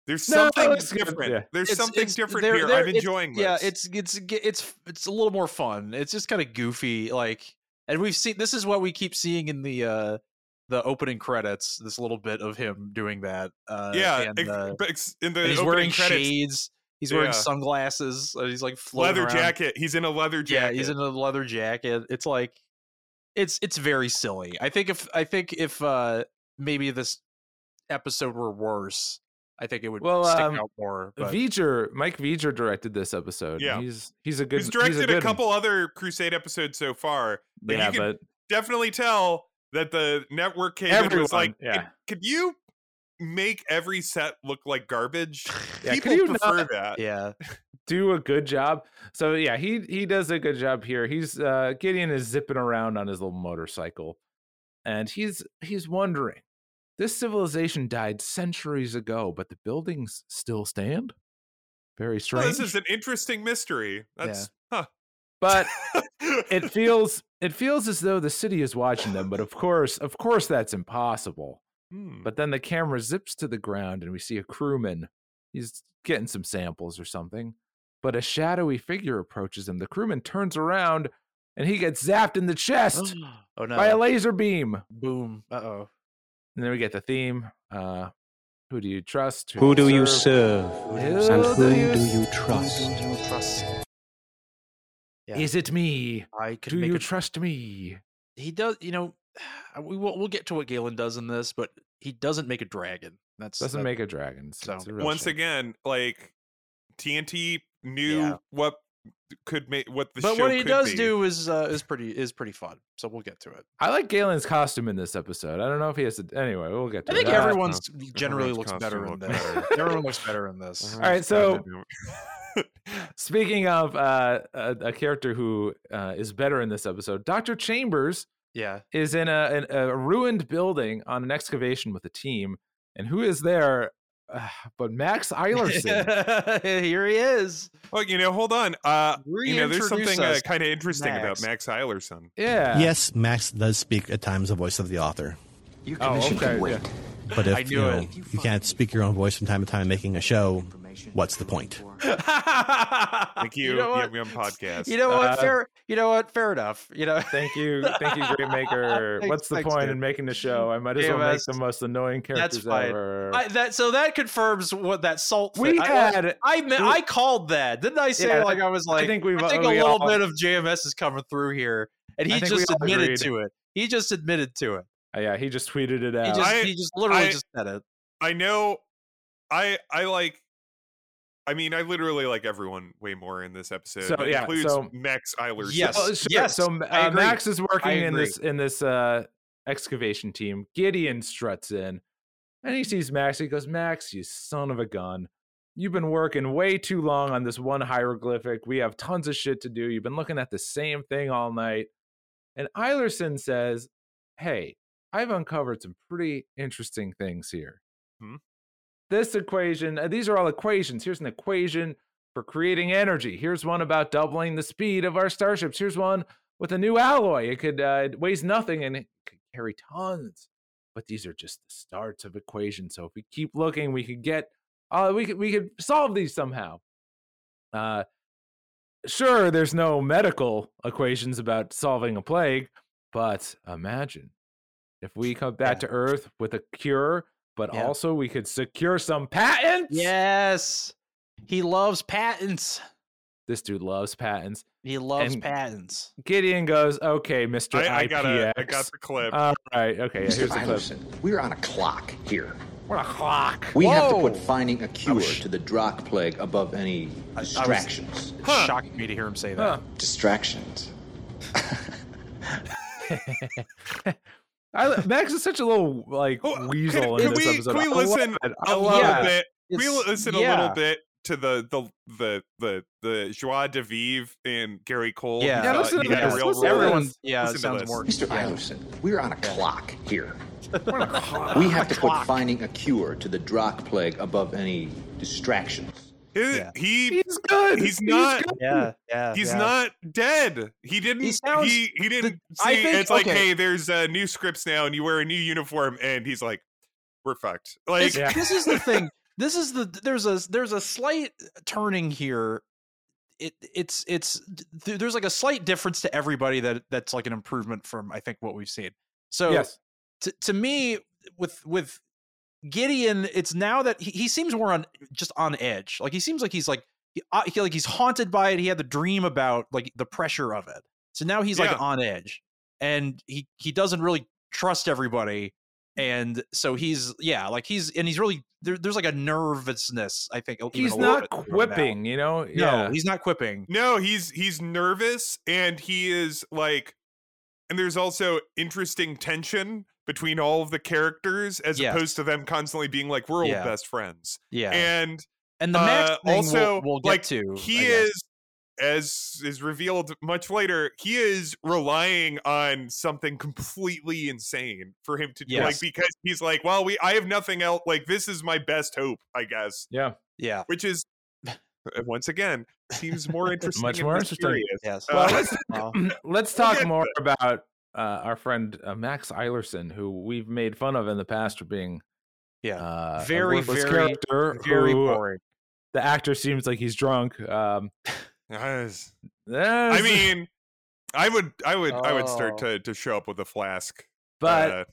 [SPEAKER 1] "There's
[SPEAKER 3] No,
[SPEAKER 1] something
[SPEAKER 3] it's good,
[SPEAKER 1] different.
[SPEAKER 3] yeah.
[SPEAKER 1] There's
[SPEAKER 2] It's-
[SPEAKER 1] something
[SPEAKER 2] it's-
[SPEAKER 1] different
[SPEAKER 2] they're-
[SPEAKER 1] here.
[SPEAKER 2] they're-
[SPEAKER 1] I'm
[SPEAKER 2] it's-
[SPEAKER 1] enjoying this."
[SPEAKER 2] Yeah, it's it's g- it's it's a little more fun. It's just kind of goofy, like, and we've seen this is what we keep seeing in the uh the opening credits. This little bit of him doing that. Uh,
[SPEAKER 1] yeah,
[SPEAKER 2] and,
[SPEAKER 1] ex-
[SPEAKER 2] uh,
[SPEAKER 1] but ex- in the
[SPEAKER 2] and he's
[SPEAKER 1] opening
[SPEAKER 2] wearing
[SPEAKER 1] credits,
[SPEAKER 2] shades. He's wearing
[SPEAKER 1] Yeah.
[SPEAKER 2] sunglasses. And he's like floating
[SPEAKER 1] leather
[SPEAKER 2] around.
[SPEAKER 1] jacket. He's in a leather
[SPEAKER 2] Yeah,
[SPEAKER 1] jacket.
[SPEAKER 2] he's in a leather jacket. It's like, it's it's very silly. I think if I think if uh maybe this episode were worse, I think it would
[SPEAKER 3] Well,
[SPEAKER 2] stick
[SPEAKER 3] um,
[SPEAKER 2] out more. But.
[SPEAKER 3] V'ger, Mike V'ger directed this episode.
[SPEAKER 1] Yeah.
[SPEAKER 3] he's he's a good.
[SPEAKER 1] He's
[SPEAKER 3] a
[SPEAKER 1] directed a,
[SPEAKER 3] good one.
[SPEAKER 1] couple other Crusade episodes so far. Like,
[SPEAKER 3] yeah,
[SPEAKER 1] you can
[SPEAKER 3] but
[SPEAKER 1] definitely tell that the network came in and
[SPEAKER 3] everyone.
[SPEAKER 1] was like,
[SPEAKER 3] yeah,
[SPEAKER 1] "Could you make every set look like garbage?"
[SPEAKER 3] Yeah, could
[SPEAKER 1] People
[SPEAKER 3] you
[SPEAKER 1] prefer that.
[SPEAKER 2] yeah,
[SPEAKER 3] do a good job. So yeah, he he does a good job here. He's uh, Gideon is zipping around on his little motorcycle, and he's he's wondering, this civilization died centuries ago, but the buildings still stand. Very
[SPEAKER 1] Well,
[SPEAKER 3] strange,
[SPEAKER 1] this is an interesting mystery. That's
[SPEAKER 3] but it feels it feels as though the city is watching them. But of course, of course, that's impossible.
[SPEAKER 1] Hmm.
[SPEAKER 3] But then the camera zips to the ground and we see a crewman. He's getting some samples or something. But a shadowy figure approaches him. The crewman turns around and he gets zapped in the chest
[SPEAKER 2] oh no!
[SPEAKER 3] by a laser beam.
[SPEAKER 2] Boom! Uh oh!
[SPEAKER 3] And then we get the theme. Uh, who do you trust?
[SPEAKER 7] Who do you
[SPEAKER 3] serve?
[SPEAKER 7] serve?
[SPEAKER 3] Who
[SPEAKER 7] And
[SPEAKER 3] do
[SPEAKER 7] whom
[SPEAKER 3] you
[SPEAKER 7] do you
[SPEAKER 2] Do
[SPEAKER 7] trust?
[SPEAKER 2] you trust? Yeah.
[SPEAKER 3] Is it me?
[SPEAKER 2] I could
[SPEAKER 3] Do
[SPEAKER 2] make
[SPEAKER 3] you
[SPEAKER 2] a-
[SPEAKER 3] trust me?
[SPEAKER 2] he does. You know, we will we'll get to what Galen does in this, but he doesn't make a dragon. That's
[SPEAKER 3] Doesn't
[SPEAKER 2] that-
[SPEAKER 3] make a dragon. It's-
[SPEAKER 2] so-
[SPEAKER 3] it's a real
[SPEAKER 1] once
[SPEAKER 3] shame.
[SPEAKER 1] again, like TNT knew
[SPEAKER 2] Yeah.
[SPEAKER 1] what could make what the
[SPEAKER 2] But
[SPEAKER 1] show
[SPEAKER 2] what he
[SPEAKER 1] could
[SPEAKER 2] does
[SPEAKER 1] be.
[SPEAKER 2] do is uh, is pretty is pretty fun. So we'll get to it.
[SPEAKER 3] I like Galen's costume in this episode. I don't know if he has to. Anyway, we'll get to
[SPEAKER 2] I
[SPEAKER 3] it.
[SPEAKER 2] think
[SPEAKER 1] Yeah,
[SPEAKER 3] Uh,
[SPEAKER 2] everyone's generally
[SPEAKER 1] Everyone's Uh-huh.
[SPEAKER 2] looks
[SPEAKER 1] costume
[SPEAKER 2] better in
[SPEAKER 1] looked
[SPEAKER 2] this.
[SPEAKER 1] better.
[SPEAKER 2] Everyone looks better in this.
[SPEAKER 3] All right, so
[SPEAKER 1] so
[SPEAKER 3] Speaking of uh, a, a character who uh, is better in this episode, Dr. Chambers
[SPEAKER 2] Yeah.
[SPEAKER 3] is in a, an, a ruined building on an excavation with a team. And who is there uh, but Max Eilerson?
[SPEAKER 2] Here he is.
[SPEAKER 1] well, you know, hold on. Uh, you know, there's
[SPEAKER 2] Reintroduce
[SPEAKER 1] something uh,
[SPEAKER 2] us.
[SPEAKER 1] kind of interesting
[SPEAKER 2] Max.
[SPEAKER 1] about Max Eilerson.
[SPEAKER 3] yeah.
[SPEAKER 5] Yes, Max does speak at times the voice of the author.
[SPEAKER 7] Your
[SPEAKER 3] Oh,
[SPEAKER 7] commission
[SPEAKER 3] okay,
[SPEAKER 7] can wait.
[SPEAKER 5] But
[SPEAKER 10] I
[SPEAKER 5] if
[SPEAKER 10] knew
[SPEAKER 5] you know
[SPEAKER 10] it.
[SPEAKER 5] you can't speak your own voice from time to time making a show, what's the point?
[SPEAKER 1] Thank you,
[SPEAKER 2] Ah, know what?
[SPEAKER 1] Yum Yum Podcast.
[SPEAKER 2] You know what?
[SPEAKER 3] Uh,
[SPEAKER 2] fair. You know what? Uh-huh. Fair enough. You know.
[SPEAKER 3] Thank you, thank you, Great Maker.
[SPEAKER 2] Thanks-
[SPEAKER 3] What's the
[SPEAKER 2] thanks,
[SPEAKER 3] point
[SPEAKER 2] dude.
[SPEAKER 3] in making the show? I might as
[SPEAKER 2] Give
[SPEAKER 3] well make
[SPEAKER 2] us-
[SPEAKER 3] the most annoying characters
[SPEAKER 2] fine.
[SPEAKER 3] ever.
[SPEAKER 2] I, that so that confirms what that salt.
[SPEAKER 3] We
[SPEAKER 2] thing- I-
[SPEAKER 3] had-
[SPEAKER 2] I meant,
[SPEAKER 3] we-
[SPEAKER 2] I called that, didn't I? Say
[SPEAKER 3] Yeah,
[SPEAKER 2] like I was like.
[SPEAKER 3] I think we've
[SPEAKER 2] I think a
[SPEAKER 3] we
[SPEAKER 2] little
[SPEAKER 3] all-
[SPEAKER 2] bit of JMS is coming through here, and
[SPEAKER 3] I
[SPEAKER 2] he
[SPEAKER 3] think we
[SPEAKER 2] just
[SPEAKER 3] all
[SPEAKER 2] admitted
[SPEAKER 3] agreed.
[SPEAKER 2] to it. He just admitted to it.
[SPEAKER 3] Uh, yeah, he just tweeted it
[SPEAKER 2] He
[SPEAKER 3] out.
[SPEAKER 2] just,
[SPEAKER 1] I-
[SPEAKER 2] he just literally
[SPEAKER 1] I-
[SPEAKER 2] just said it.
[SPEAKER 1] I know I I like I mean I literally like everyone way more in this episode.
[SPEAKER 3] So,
[SPEAKER 1] That
[SPEAKER 3] yeah,
[SPEAKER 1] includes
[SPEAKER 3] so-
[SPEAKER 1] Max Eiler.
[SPEAKER 2] Yes.
[SPEAKER 3] Oh, sure.
[SPEAKER 2] yes,
[SPEAKER 3] So uh,
[SPEAKER 2] I agree.
[SPEAKER 3] Max is
[SPEAKER 2] I
[SPEAKER 3] working in
[SPEAKER 2] agree.
[SPEAKER 3] this in this uh, excavation team. Gideon struts in, and he sees Max. He goes, "Max, you son of a gun! You've been working way too long on this one hieroglyphic. We have tons of shit to do. You've been looking at the same thing all night." And Eilerson says, "Hey, I've uncovered some pretty interesting things here.
[SPEAKER 1] Hmm.
[SPEAKER 3] This equation, uh, these are all equations. Here's an equation for creating energy. Here's one about doubling the speed of our starships. Here's one with a new alloy. It could uh, it weighs nothing and it could carry tons. But these are just the starts of equations. So if we keep looking, we could get uh, we could we could solve these somehow. Uh, sure, there's no medical equations about solving a plague, but imagine if we come back to Earth with a cure, but
[SPEAKER 2] Yeah.
[SPEAKER 3] also we could secure some patents.
[SPEAKER 2] Yes, he loves patents.
[SPEAKER 3] this dude loves patents.
[SPEAKER 2] He loves
[SPEAKER 3] And-
[SPEAKER 2] patents.
[SPEAKER 3] Gideon goes, okay, Mr.
[SPEAKER 1] I, I
[SPEAKER 3] IPX.
[SPEAKER 1] got a, I got the clip.
[SPEAKER 3] All right, okay, yeah, here's the clip.
[SPEAKER 8] we're on a clock here.
[SPEAKER 3] What a clock.
[SPEAKER 8] We have to
[SPEAKER 2] Whoa.
[SPEAKER 8] put finding a cure to the Drock plague above any distractions.
[SPEAKER 2] It shocked me to hear him say that.
[SPEAKER 3] Huh.
[SPEAKER 8] Distractions.
[SPEAKER 3] I, Max is such a little, like,
[SPEAKER 1] Oh,
[SPEAKER 3] weasel
[SPEAKER 1] can-
[SPEAKER 3] in
[SPEAKER 1] can
[SPEAKER 3] this
[SPEAKER 1] we-
[SPEAKER 3] episode.
[SPEAKER 1] can we
[SPEAKER 3] I love
[SPEAKER 1] listen
[SPEAKER 3] it. I
[SPEAKER 1] a
[SPEAKER 3] love
[SPEAKER 1] little
[SPEAKER 3] it.
[SPEAKER 1] bit. We
[SPEAKER 2] It's-
[SPEAKER 1] listen a
[SPEAKER 2] yeah.
[SPEAKER 1] little bit to the the the the the joie de vivre in Gary Cole.
[SPEAKER 2] Yeah.
[SPEAKER 1] who's,
[SPEAKER 2] Yeah,
[SPEAKER 1] uh,
[SPEAKER 3] listen to
[SPEAKER 1] he had a
[SPEAKER 3] this,
[SPEAKER 1] real
[SPEAKER 3] listen
[SPEAKER 1] role.
[SPEAKER 3] to this.
[SPEAKER 2] Everyone, yeah,
[SPEAKER 1] Listen
[SPEAKER 2] it
[SPEAKER 1] to
[SPEAKER 2] sounds
[SPEAKER 1] this.
[SPEAKER 2] more.
[SPEAKER 8] Mr.
[SPEAKER 2] yeah.
[SPEAKER 8] Eilerson, we're on a clock here. we have to put finding a cure to the Drock plague above any distractions.
[SPEAKER 1] He-
[SPEAKER 2] Yeah.
[SPEAKER 1] He
[SPEAKER 3] He's good.
[SPEAKER 1] He's not-
[SPEAKER 3] good.
[SPEAKER 2] Yeah, yeah,
[SPEAKER 1] he's
[SPEAKER 2] yeah.
[SPEAKER 1] not dead. He didn't. He
[SPEAKER 2] sounds-
[SPEAKER 1] he, didn't.
[SPEAKER 2] I
[SPEAKER 1] see,
[SPEAKER 2] think-
[SPEAKER 1] it's like,
[SPEAKER 2] okay.
[SPEAKER 1] hey, there's uh, new scripts now, and you wear a new uniform, and he's like, we're fucked. Like,
[SPEAKER 2] It's- this is the thing. This is the there's a there's a slight turning here. It it's it's th- there's like a slight difference to everybody that that's like an improvement from I think what we've seen. So
[SPEAKER 3] Yes.
[SPEAKER 2] to, to me with with Gideon, it's now that he, he seems more on just on edge. Like he seems like he's like he, uh, he- like he's haunted by it. He had the dream about like the pressure of it. So now he's
[SPEAKER 1] Yeah.
[SPEAKER 2] like on edge, and he he doesn't really trust everybody. And so he's yeah, like he's and he's really there, there's like a nervousness. I think e, even
[SPEAKER 3] He's
[SPEAKER 2] a little
[SPEAKER 3] not
[SPEAKER 2] bit from him now.
[SPEAKER 3] quipping, you know?
[SPEAKER 2] No,
[SPEAKER 3] Yeah.
[SPEAKER 2] he's not quipping.
[SPEAKER 1] No, he's he's nervous and he is like and there's also interesting tension between all of the characters as
[SPEAKER 2] Yes.
[SPEAKER 1] opposed to them constantly being like we're old
[SPEAKER 2] Yeah.
[SPEAKER 1] best friends.
[SPEAKER 2] Yeah, and,
[SPEAKER 1] And
[SPEAKER 2] the Max
[SPEAKER 1] uh,
[SPEAKER 2] thing we'll-
[SPEAKER 1] also
[SPEAKER 2] we'll, get
[SPEAKER 1] like
[SPEAKER 2] to. I
[SPEAKER 1] he
[SPEAKER 2] guess.
[SPEAKER 1] is as is revealed much later, he is relying on something completely insane for him to do like
[SPEAKER 2] Yes.
[SPEAKER 1] because he's like, well, we I have nothing else like this is my best hope, I guess.
[SPEAKER 3] yeah.
[SPEAKER 2] yeah
[SPEAKER 1] Which is once again seems more interesting
[SPEAKER 3] Much
[SPEAKER 1] and
[SPEAKER 3] more interesting.
[SPEAKER 1] mysterious.
[SPEAKER 2] yes.
[SPEAKER 1] Uh,
[SPEAKER 2] Well,
[SPEAKER 3] Let's
[SPEAKER 1] We'll
[SPEAKER 3] talk
[SPEAKER 1] get
[SPEAKER 3] more about uh, our friend uh, Max Eilerson, who we've made fun of in the past for being
[SPEAKER 2] Yeah.
[SPEAKER 3] uh, a
[SPEAKER 2] Very,
[SPEAKER 3] worthless
[SPEAKER 2] very,
[SPEAKER 3] character
[SPEAKER 2] very
[SPEAKER 3] who, uh,
[SPEAKER 2] boring.
[SPEAKER 3] the actor seems like he's drunk. Um, eh,
[SPEAKER 1] Yes. I
[SPEAKER 3] there's-
[SPEAKER 1] mean, I would, I would, I would
[SPEAKER 2] Oh.
[SPEAKER 1] start to to show up with a flask.
[SPEAKER 3] but
[SPEAKER 1] uh,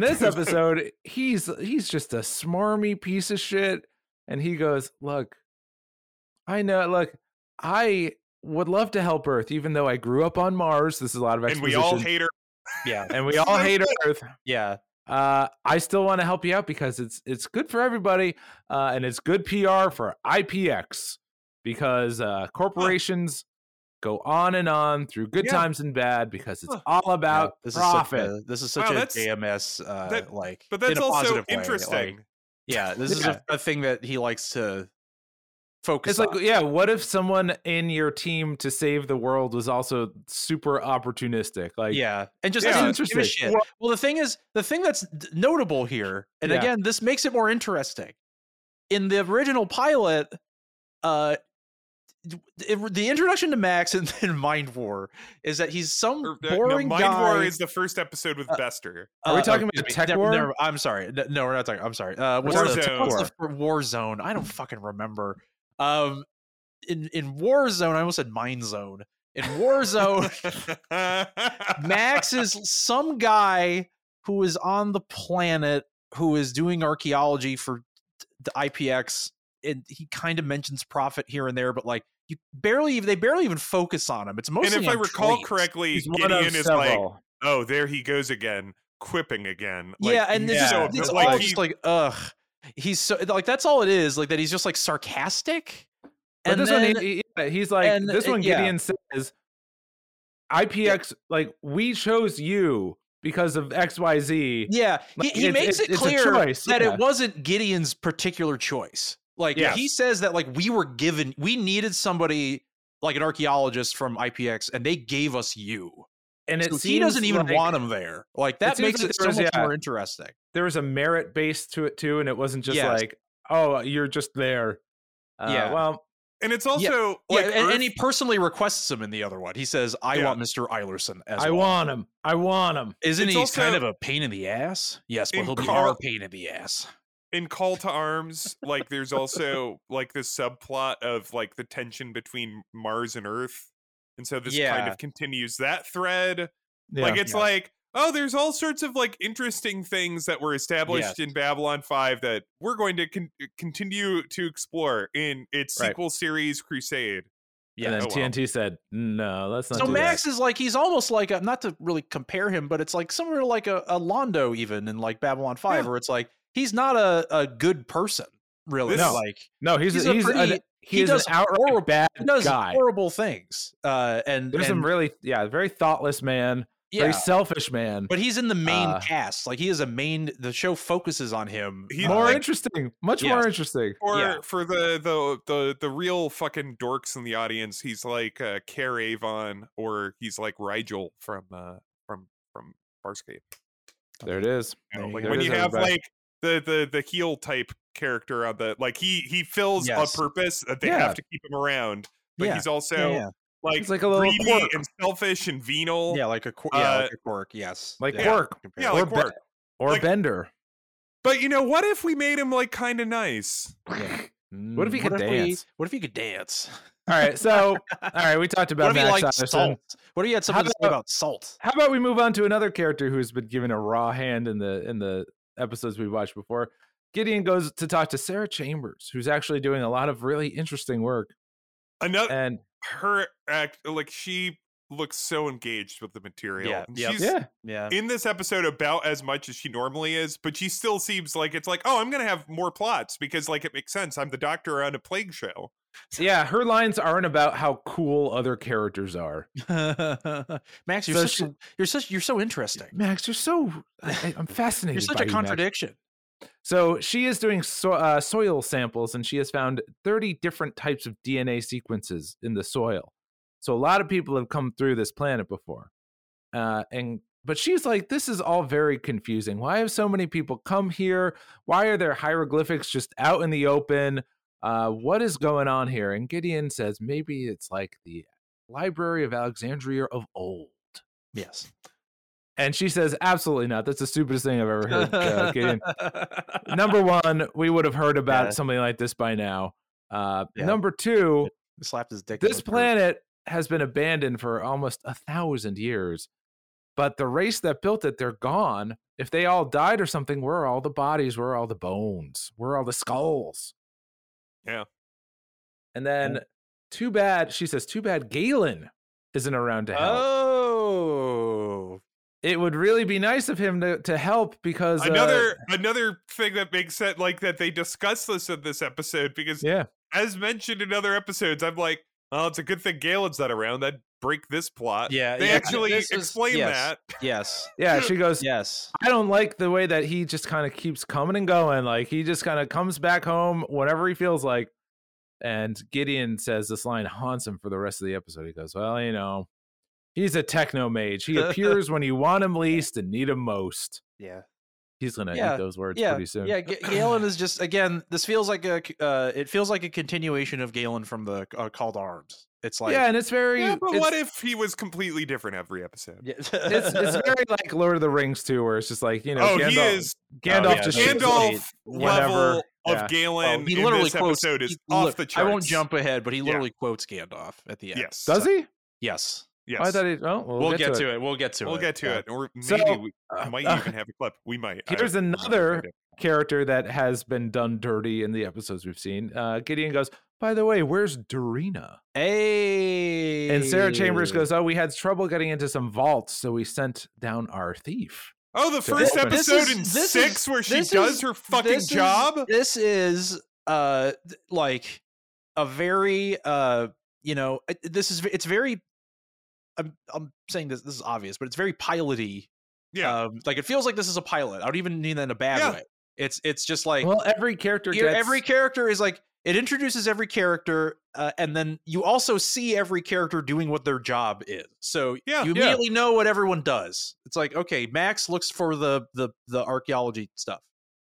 [SPEAKER 3] this episode, he's he's just a smarmy piece of shit, and he goes, "Look, I know. Look, I would love to help Earth, even though I grew up on Mars. This is a lot of
[SPEAKER 1] and
[SPEAKER 3] exposition,
[SPEAKER 1] we all hate her.
[SPEAKER 2] Yeah,
[SPEAKER 3] and we all hate Earth.
[SPEAKER 2] yeah,
[SPEAKER 3] Uh, I still want to help you out because it's it's good for everybody, uh, and it's good PR for IPX because uh, corporations go on and on through good
[SPEAKER 1] Yeah.
[SPEAKER 3] times and bad because it's
[SPEAKER 1] Huh.
[SPEAKER 3] all about
[SPEAKER 2] this
[SPEAKER 3] profit.
[SPEAKER 2] Is such a, this is such
[SPEAKER 1] Wow,
[SPEAKER 2] a
[SPEAKER 1] that's-
[SPEAKER 2] JMS uh,
[SPEAKER 1] that-
[SPEAKER 2] like,
[SPEAKER 1] But that's
[SPEAKER 2] in a
[SPEAKER 1] also
[SPEAKER 2] positive way,
[SPEAKER 1] interesting.
[SPEAKER 2] like, yeah, this is
[SPEAKER 3] Yeah.
[SPEAKER 2] a, a thing that he likes to focus.
[SPEAKER 3] It's like,
[SPEAKER 1] uh,
[SPEAKER 2] on.
[SPEAKER 3] yeah, what if someone in your team to save the world was also super opportunistic? Like,
[SPEAKER 2] yeah, and just
[SPEAKER 1] Yeah.
[SPEAKER 2] doesn't
[SPEAKER 3] It's
[SPEAKER 2] give a
[SPEAKER 3] interesting.
[SPEAKER 2] shit. Well, the thing is, the thing that's d- notable here, and
[SPEAKER 3] Yeah.
[SPEAKER 2] again, this makes it more interesting. In the original pilot, uh, it- the introduction to Max and then Mind War is that he's some
[SPEAKER 1] Or, uh, no,
[SPEAKER 2] boring
[SPEAKER 1] Mind
[SPEAKER 2] guy.
[SPEAKER 1] War is the first episode with Bester.
[SPEAKER 3] Are we
[SPEAKER 2] Uh,
[SPEAKER 3] talking
[SPEAKER 2] oh,
[SPEAKER 3] about
[SPEAKER 2] excuse me.
[SPEAKER 3] Tech
[SPEAKER 2] Never-
[SPEAKER 3] War?
[SPEAKER 2] never- I'm sorry. N- No, we're not talking. I'm sorry. Uh, what's the-
[SPEAKER 1] Warzone.
[SPEAKER 2] what's the fir- Warzone. I don't fucking remember. Um, in in Warzone, I almost said Mind Zone. In Warzone, Max is some guy who is on the planet who is doing archaeology for t- the IPX, and he kind of mentions profit here and there, but like you barely they barely even focus on him. It's
[SPEAKER 1] and
[SPEAKER 2] mostly
[SPEAKER 1] if I
[SPEAKER 2] on
[SPEAKER 1] recall
[SPEAKER 2] traits.
[SPEAKER 1] correctly,
[SPEAKER 3] He's one of
[SPEAKER 1] Gideon is like,
[SPEAKER 3] several.
[SPEAKER 1] "Oh, there he goes again, quipping again."
[SPEAKER 2] yeah,
[SPEAKER 1] Like,
[SPEAKER 2] and
[SPEAKER 1] he's
[SPEAKER 2] it's,
[SPEAKER 1] so-
[SPEAKER 2] just, it's
[SPEAKER 1] like,
[SPEAKER 2] all
[SPEAKER 1] he-
[SPEAKER 2] just like ugh. He's so like that's all it is. Like that he's just like sarcastic.
[SPEAKER 3] But
[SPEAKER 2] and
[SPEAKER 3] this
[SPEAKER 2] then,
[SPEAKER 3] one, he- he- yeah, he's like,
[SPEAKER 2] and
[SPEAKER 3] this
[SPEAKER 2] it-
[SPEAKER 3] one,
[SPEAKER 2] yeah.
[SPEAKER 3] Gideon says, IPX, like, we chose you because of XYZ.
[SPEAKER 2] yeah,
[SPEAKER 3] like,
[SPEAKER 2] he, he
[SPEAKER 3] it's-
[SPEAKER 2] makes
[SPEAKER 3] it's-
[SPEAKER 2] it
[SPEAKER 3] it's a
[SPEAKER 2] clear
[SPEAKER 3] choice,
[SPEAKER 2] that
[SPEAKER 3] yeah.
[SPEAKER 2] it wasn't Gideon's particular choice. Like
[SPEAKER 1] Yes.
[SPEAKER 2] he says that like we were given, we needed somebody like an archaeologist from IPX, and they gave us you.
[SPEAKER 3] And it
[SPEAKER 2] So he doesn't
[SPEAKER 3] seems
[SPEAKER 2] even
[SPEAKER 3] like
[SPEAKER 2] want him there. Like that
[SPEAKER 3] seems
[SPEAKER 2] makes
[SPEAKER 3] like
[SPEAKER 2] it
[SPEAKER 3] there
[SPEAKER 2] so
[SPEAKER 3] was-
[SPEAKER 2] much
[SPEAKER 3] yeah.
[SPEAKER 2] more interesting.
[SPEAKER 3] There was a merit base to it, too. And it wasn't just
[SPEAKER 2] Yes.
[SPEAKER 3] like, oh, you're just there. Uh,
[SPEAKER 2] Yeah.
[SPEAKER 3] Well,
[SPEAKER 1] and it's also like
[SPEAKER 2] yeah, and,
[SPEAKER 1] Earth-
[SPEAKER 2] and he personally requests him in the other one. He says, "I
[SPEAKER 1] Yeah.
[SPEAKER 2] want Mister Eilerson as
[SPEAKER 3] I
[SPEAKER 2] well."
[SPEAKER 3] want him. I want him.
[SPEAKER 2] Isn't
[SPEAKER 1] It's
[SPEAKER 2] he kind
[SPEAKER 1] also-
[SPEAKER 2] of a pain in the ass? Yes, but
[SPEAKER 1] In
[SPEAKER 2] he'll be
[SPEAKER 1] Carl-
[SPEAKER 2] our pain in the ass.
[SPEAKER 1] in Call to Arms, like there's also like this subplot of like the tension between Mars and Earth, and so this kind
[SPEAKER 2] Yeah.
[SPEAKER 1] of continues that thread.
[SPEAKER 3] Yeah.
[SPEAKER 1] like it's like oh there's all sorts of like interesting things that were established in babylon 5 that we're going to con- uh, continue to explore in its
[SPEAKER 3] Right.
[SPEAKER 1] sequel series crusade
[SPEAKER 3] and then
[SPEAKER 1] oh, well.
[SPEAKER 3] TNT said, no, let's not
[SPEAKER 2] So
[SPEAKER 3] do
[SPEAKER 2] Max
[SPEAKER 3] that.
[SPEAKER 2] is like he's almost like a, not to really compare him, but it's like somewhere like a, a Londo even in like Babylon Five, where it's like he's not a, a good person really.
[SPEAKER 1] This- No.
[SPEAKER 2] Like
[SPEAKER 3] No, he's,
[SPEAKER 2] he's
[SPEAKER 3] a,
[SPEAKER 2] a
[SPEAKER 3] he's an,
[SPEAKER 2] pretty-
[SPEAKER 3] he
[SPEAKER 2] he
[SPEAKER 3] is an
[SPEAKER 2] does
[SPEAKER 3] outright
[SPEAKER 2] horrible-
[SPEAKER 3] bad
[SPEAKER 2] he does
[SPEAKER 3] guy.
[SPEAKER 2] horrible things, uh, and,
[SPEAKER 3] There's some
[SPEAKER 2] and-
[SPEAKER 3] really, yeah, very thoughtless man,
[SPEAKER 2] yeah.
[SPEAKER 3] very selfish man.
[SPEAKER 2] But he's in the main
[SPEAKER 3] Uh,
[SPEAKER 2] cast. Like he is a main. The show focuses on him.
[SPEAKER 1] He-
[SPEAKER 2] uh,
[SPEAKER 3] more
[SPEAKER 2] like,
[SPEAKER 3] interesting, much
[SPEAKER 2] Yes.
[SPEAKER 3] more interesting.
[SPEAKER 1] or
[SPEAKER 2] Yeah.
[SPEAKER 1] for the, the the the real fucking dorks in the audience he's like uh care avon or he's like rigel from uh from from farscape
[SPEAKER 3] There it is.
[SPEAKER 1] you know,
[SPEAKER 2] There you
[SPEAKER 1] like
[SPEAKER 2] go.
[SPEAKER 1] when
[SPEAKER 3] It
[SPEAKER 1] you
[SPEAKER 3] is
[SPEAKER 1] have
[SPEAKER 3] everybody.
[SPEAKER 1] like the the the heel type character on the like he he fills
[SPEAKER 2] Yes.
[SPEAKER 1] a purpose that they
[SPEAKER 3] Yeah.
[SPEAKER 1] have to keep him around but
[SPEAKER 2] Yeah.
[SPEAKER 1] he's also
[SPEAKER 2] yeah, yeah.
[SPEAKER 1] like
[SPEAKER 3] He's like a little
[SPEAKER 1] greedy
[SPEAKER 3] quirk.
[SPEAKER 1] and selfish and venal
[SPEAKER 2] Yeah, like a quir- yeah,
[SPEAKER 1] Uh,
[SPEAKER 2] like a quirk. Yes,
[SPEAKER 3] Like
[SPEAKER 2] yeah.
[SPEAKER 3] Quirk
[SPEAKER 1] yeah
[SPEAKER 3] or
[SPEAKER 1] like
[SPEAKER 3] Ben-
[SPEAKER 1] quirk.
[SPEAKER 3] or
[SPEAKER 1] like-
[SPEAKER 3] Bender.
[SPEAKER 1] But you know, what if we made him like kind of nice?
[SPEAKER 3] What if he
[SPEAKER 2] Mm, What if
[SPEAKER 3] could
[SPEAKER 2] we-
[SPEAKER 3] dance?
[SPEAKER 2] what if he could dance?
[SPEAKER 3] All right, so all right, we talked about
[SPEAKER 2] what if he
[SPEAKER 3] Max
[SPEAKER 2] liked
[SPEAKER 3] Anderson.
[SPEAKER 2] salt? What if he had something to say
[SPEAKER 3] about-
[SPEAKER 2] about salt?
[SPEAKER 3] How about we move on to another character who's been given a raw hand in the in the episodes we watched before? Gideon goes to talk to Sarah Chambers, who's actually doing a lot of really interesting work.
[SPEAKER 1] Another
[SPEAKER 2] Eh
[SPEAKER 3] And
[SPEAKER 1] her act like she looks so engaged with the material.
[SPEAKER 2] Yeah,
[SPEAKER 1] and
[SPEAKER 2] yep.
[SPEAKER 1] She's
[SPEAKER 3] yeah,
[SPEAKER 2] Yeah.
[SPEAKER 1] in this episode about as much as she normally is, but she still seems like it's like, oh, I'm gonna have more plots because like it makes sense. I'm the doctor on a plague show.
[SPEAKER 3] yeah, her lines aren't about how cool other characters are.
[SPEAKER 2] Max, you're
[SPEAKER 3] So
[SPEAKER 2] such
[SPEAKER 3] she-
[SPEAKER 2] a- you're such you're so interesting.
[SPEAKER 3] Max, you're so I, I'm fascinated.
[SPEAKER 2] You're such
[SPEAKER 3] by
[SPEAKER 2] a
[SPEAKER 3] you, Max.
[SPEAKER 2] contradiction.
[SPEAKER 3] So she is doing so, uh, soil samples, and she has found 30 different types of DNA sequences in the soil. So a lot of people have come through this planet before, uh, and but she's like, this is all very confusing. Why have so many people come here? Why are there hieroglyphics just out in the open? Uh, what is going on here? And Gideon says maybe it's like the Library of Alexandria of old.
[SPEAKER 2] Yes.
[SPEAKER 3] And she says, absolutely not. That's the stupidest thing I've ever heard. Uh, Gideon number one, we would have heard about
[SPEAKER 2] Yeah.
[SPEAKER 3] something like this by now. Uh,
[SPEAKER 2] Yeah.
[SPEAKER 3] Number two,
[SPEAKER 2] Slapped his dick. in
[SPEAKER 3] this
[SPEAKER 2] the dirt.
[SPEAKER 3] planet has been abandoned for almost a thousand years, but the race that built it, they're gone. If they all died or something, where are all the bodies? Where are all the bones? Where are all the skulls?
[SPEAKER 1] Yeah.
[SPEAKER 3] And then, too bad, she says, too bad Galen isn't around to help.
[SPEAKER 2] Oh.
[SPEAKER 3] It would really be nice of him to, to help because uh,
[SPEAKER 1] Another another thing that makes sense like that they discuss this in this episode because
[SPEAKER 3] yeah.
[SPEAKER 1] as mentioned in other episodes, I'm like, oh, it's a good thing Galen's not around. That'd break this plot.
[SPEAKER 2] Yeah.
[SPEAKER 1] They
[SPEAKER 2] yeah,
[SPEAKER 1] actually
[SPEAKER 2] this is-
[SPEAKER 1] explain
[SPEAKER 2] yes,
[SPEAKER 1] that.
[SPEAKER 2] Yes.
[SPEAKER 3] Yeah, she goes,
[SPEAKER 2] Yes.
[SPEAKER 3] I don't like the way that he just kind of keeps coming and going. Like he just kind of comes back home whenever he feels like. And Gideon says this line haunts him for the rest of the episode. He goes, Well, you know, he's a techno mage. He appears when you want him least and need him most.
[SPEAKER 2] Yeah.
[SPEAKER 3] He's gonna
[SPEAKER 2] Yeah,
[SPEAKER 3] eat those words
[SPEAKER 2] yeah,
[SPEAKER 3] pretty soon.
[SPEAKER 2] Yeah, G- Galen is just again. This feels like a. c- Uh, it feels like a continuation of Galen from the uh, Call to Arms. It's like
[SPEAKER 3] yeah, and it's very.
[SPEAKER 1] Yeah, but
[SPEAKER 3] it's,
[SPEAKER 1] what if he was completely different every episode?
[SPEAKER 2] Yeah. oh,
[SPEAKER 3] it's, it's very like Lord of the Rings too, where it's just like you know.
[SPEAKER 1] oh,
[SPEAKER 3] Gandalf,
[SPEAKER 1] he is
[SPEAKER 3] Gandalf
[SPEAKER 2] Oh, yeah,
[SPEAKER 3] just
[SPEAKER 2] no.
[SPEAKER 3] shoots
[SPEAKER 1] Gandalf
[SPEAKER 3] whenever-
[SPEAKER 1] level
[SPEAKER 3] yeah. Oh,
[SPEAKER 1] of Galen
[SPEAKER 2] Well, he
[SPEAKER 1] in
[SPEAKER 2] literally
[SPEAKER 1] this
[SPEAKER 2] quotes-
[SPEAKER 1] episode is
[SPEAKER 2] he-
[SPEAKER 1] off
[SPEAKER 2] look,
[SPEAKER 1] the charts.
[SPEAKER 2] I won't jump ahead, but he
[SPEAKER 1] Yeah.
[SPEAKER 2] literally quotes Gandalf at the end.
[SPEAKER 1] Yes.
[SPEAKER 3] Does he?
[SPEAKER 2] Yes.
[SPEAKER 1] Yes.
[SPEAKER 3] Oh, I thought he. Oh, we'll,
[SPEAKER 2] We'll, get, to, it. We'll get to it.
[SPEAKER 1] we'll get to
[SPEAKER 2] Yeah.
[SPEAKER 1] it. Or maybe
[SPEAKER 3] So,
[SPEAKER 1] we
[SPEAKER 3] Uh,
[SPEAKER 1] might
[SPEAKER 3] uh,
[SPEAKER 1] even have a clip. We might. I-
[SPEAKER 3] here's another character that has been done dirty in the episodes we've seen. Uh, Gideon goes, "By the way, where's Dorina?"
[SPEAKER 2] Hey.
[SPEAKER 3] And Sarah Chambers goes, "Oh, we had trouble getting into some vaults, so we sent down our thief."
[SPEAKER 1] Oh, the
[SPEAKER 3] So
[SPEAKER 1] first
[SPEAKER 3] this
[SPEAKER 1] episode
[SPEAKER 2] is-
[SPEAKER 1] in
[SPEAKER 2] this is-
[SPEAKER 1] six where she
[SPEAKER 2] this
[SPEAKER 1] does
[SPEAKER 2] is-
[SPEAKER 1] her fucking
[SPEAKER 2] this is-
[SPEAKER 1] job.
[SPEAKER 2] This is uh th- like a very uh you know it- this is it's very I'm, I'm saying this this is obvious, but it's very piloty.
[SPEAKER 1] yeah.
[SPEAKER 2] Um, like it feels like this is a pilot. I don't even mean that in a bad
[SPEAKER 1] Yeah.
[SPEAKER 2] way. It's it's just like
[SPEAKER 3] well, every character
[SPEAKER 2] here,
[SPEAKER 3] gets
[SPEAKER 2] every character is like it introduces every character, uh, and then you also see every character doing what their job is. So
[SPEAKER 1] Yeah,
[SPEAKER 2] you
[SPEAKER 1] yeah.
[SPEAKER 2] immediately know what everyone does. It's like okay, Max looks for the the the archaeology stuff.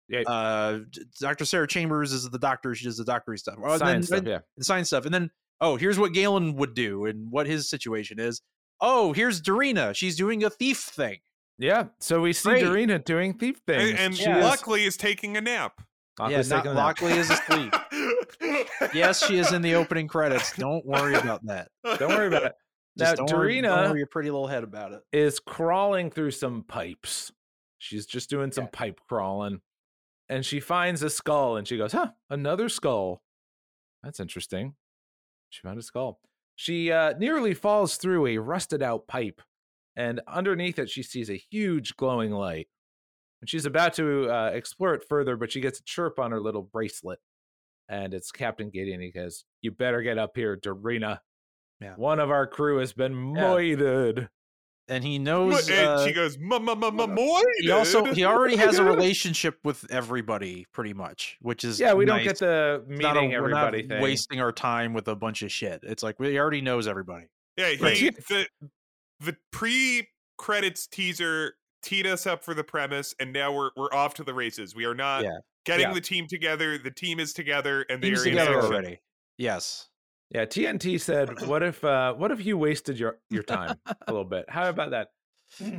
[SPEAKER 3] Yeah.
[SPEAKER 2] Uh, Dr. Sarah Chambers is the doctor. She does the doctory stuff. Oh, and then-
[SPEAKER 3] science stuff,
[SPEAKER 2] and-
[SPEAKER 3] yeah.
[SPEAKER 2] and science stuff. And then oh, here's what Galen would do and what his situation is. Oh, here's Dorina. She's doing a thief thing.
[SPEAKER 3] Yeah. So we see
[SPEAKER 2] Great.
[SPEAKER 3] Dorina doing thief things.
[SPEAKER 1] and and
[SPEAKER 3] She is-
[SPEAKER 1] Lockley is taking a nap.
[SPEAKER 3] Lockley's
[SPEAKER 2] yeah, not
[SPEAKER 3] taking a nap.
[SPEAKER 2] Lockley is asleep. yes, she is in the opening credits. Don't worry about that.
[SPEAKER 3] Don't worry about it. Now,
[SPEAKER 2] Just don't worry- don't
[SPEAKER 3] Dorina-
[SPEAKER 2] worry your pretty little head about it.
[SPEAKER 3] is crawling through some pipes. She's just doing some pipe crawling. And she finds a skull and she goes, huh, another skull. That's interesting. She found a skull. She uh, nearly falls through a rusted out pipe. And underneath it, she sees a huge glowing light. And she's about to uh, explore it further, but she gets a chirp on her little bracelet. And it's Captain Gideon. He goes, You better get up here, Dorina.
[SPEAKER 2] Yeah.
[SPEAKER 3] One of our crew has been moided.
[SPEAKER 2] And he
[SPEAKER 1] Mo-
[SPEAKER 2] knows.
[SPEAKER 1] and
[SPEAKER 2] uh,
[SPEAKER 1] she goes, "Ma ma ma ma
[SPEAKER 2] he also
[SPEAKER 1] moided."
[SPEAKER 2] he already has a relationship with everybody, pretty much, which is
[SPEAKER 3] Yeah, we don't
[SPEAKER 2] nice.
[SPEAKER 3] get the
[SPEAKER 2] It's
[SPEAKER 3] meeting
[SPEAKER 2] not a- we're not
[SPEAKER 3] everybody thing.
[SPEAKER 2] wasting our time with a bunch of shit. It's like we already knows everybody.
[SPEAKER 1] Yeah, he,
[SPEAKER 2] Right.
[SPEAKER 1] the the pre credits teaser teed us up for the premise, and now we're we're off to the races. We are not
[SPEAKER 2] Yeah.
[SPEAKER 1] getting
[SPEAKER 3] Yeah.
[SPEAKER 1] the team together. The team is together, and they
[SPEAKER 2] Teams
[SPEAKER 1] are in
[SPEAKER 2] together
[SPEAKER 1] action.
[SPEAKER 2] already. Yes.
[SPEAKER 3] Yeah, TNT said, "What if? Uh, what if you wasted your your time a little bit? How about that?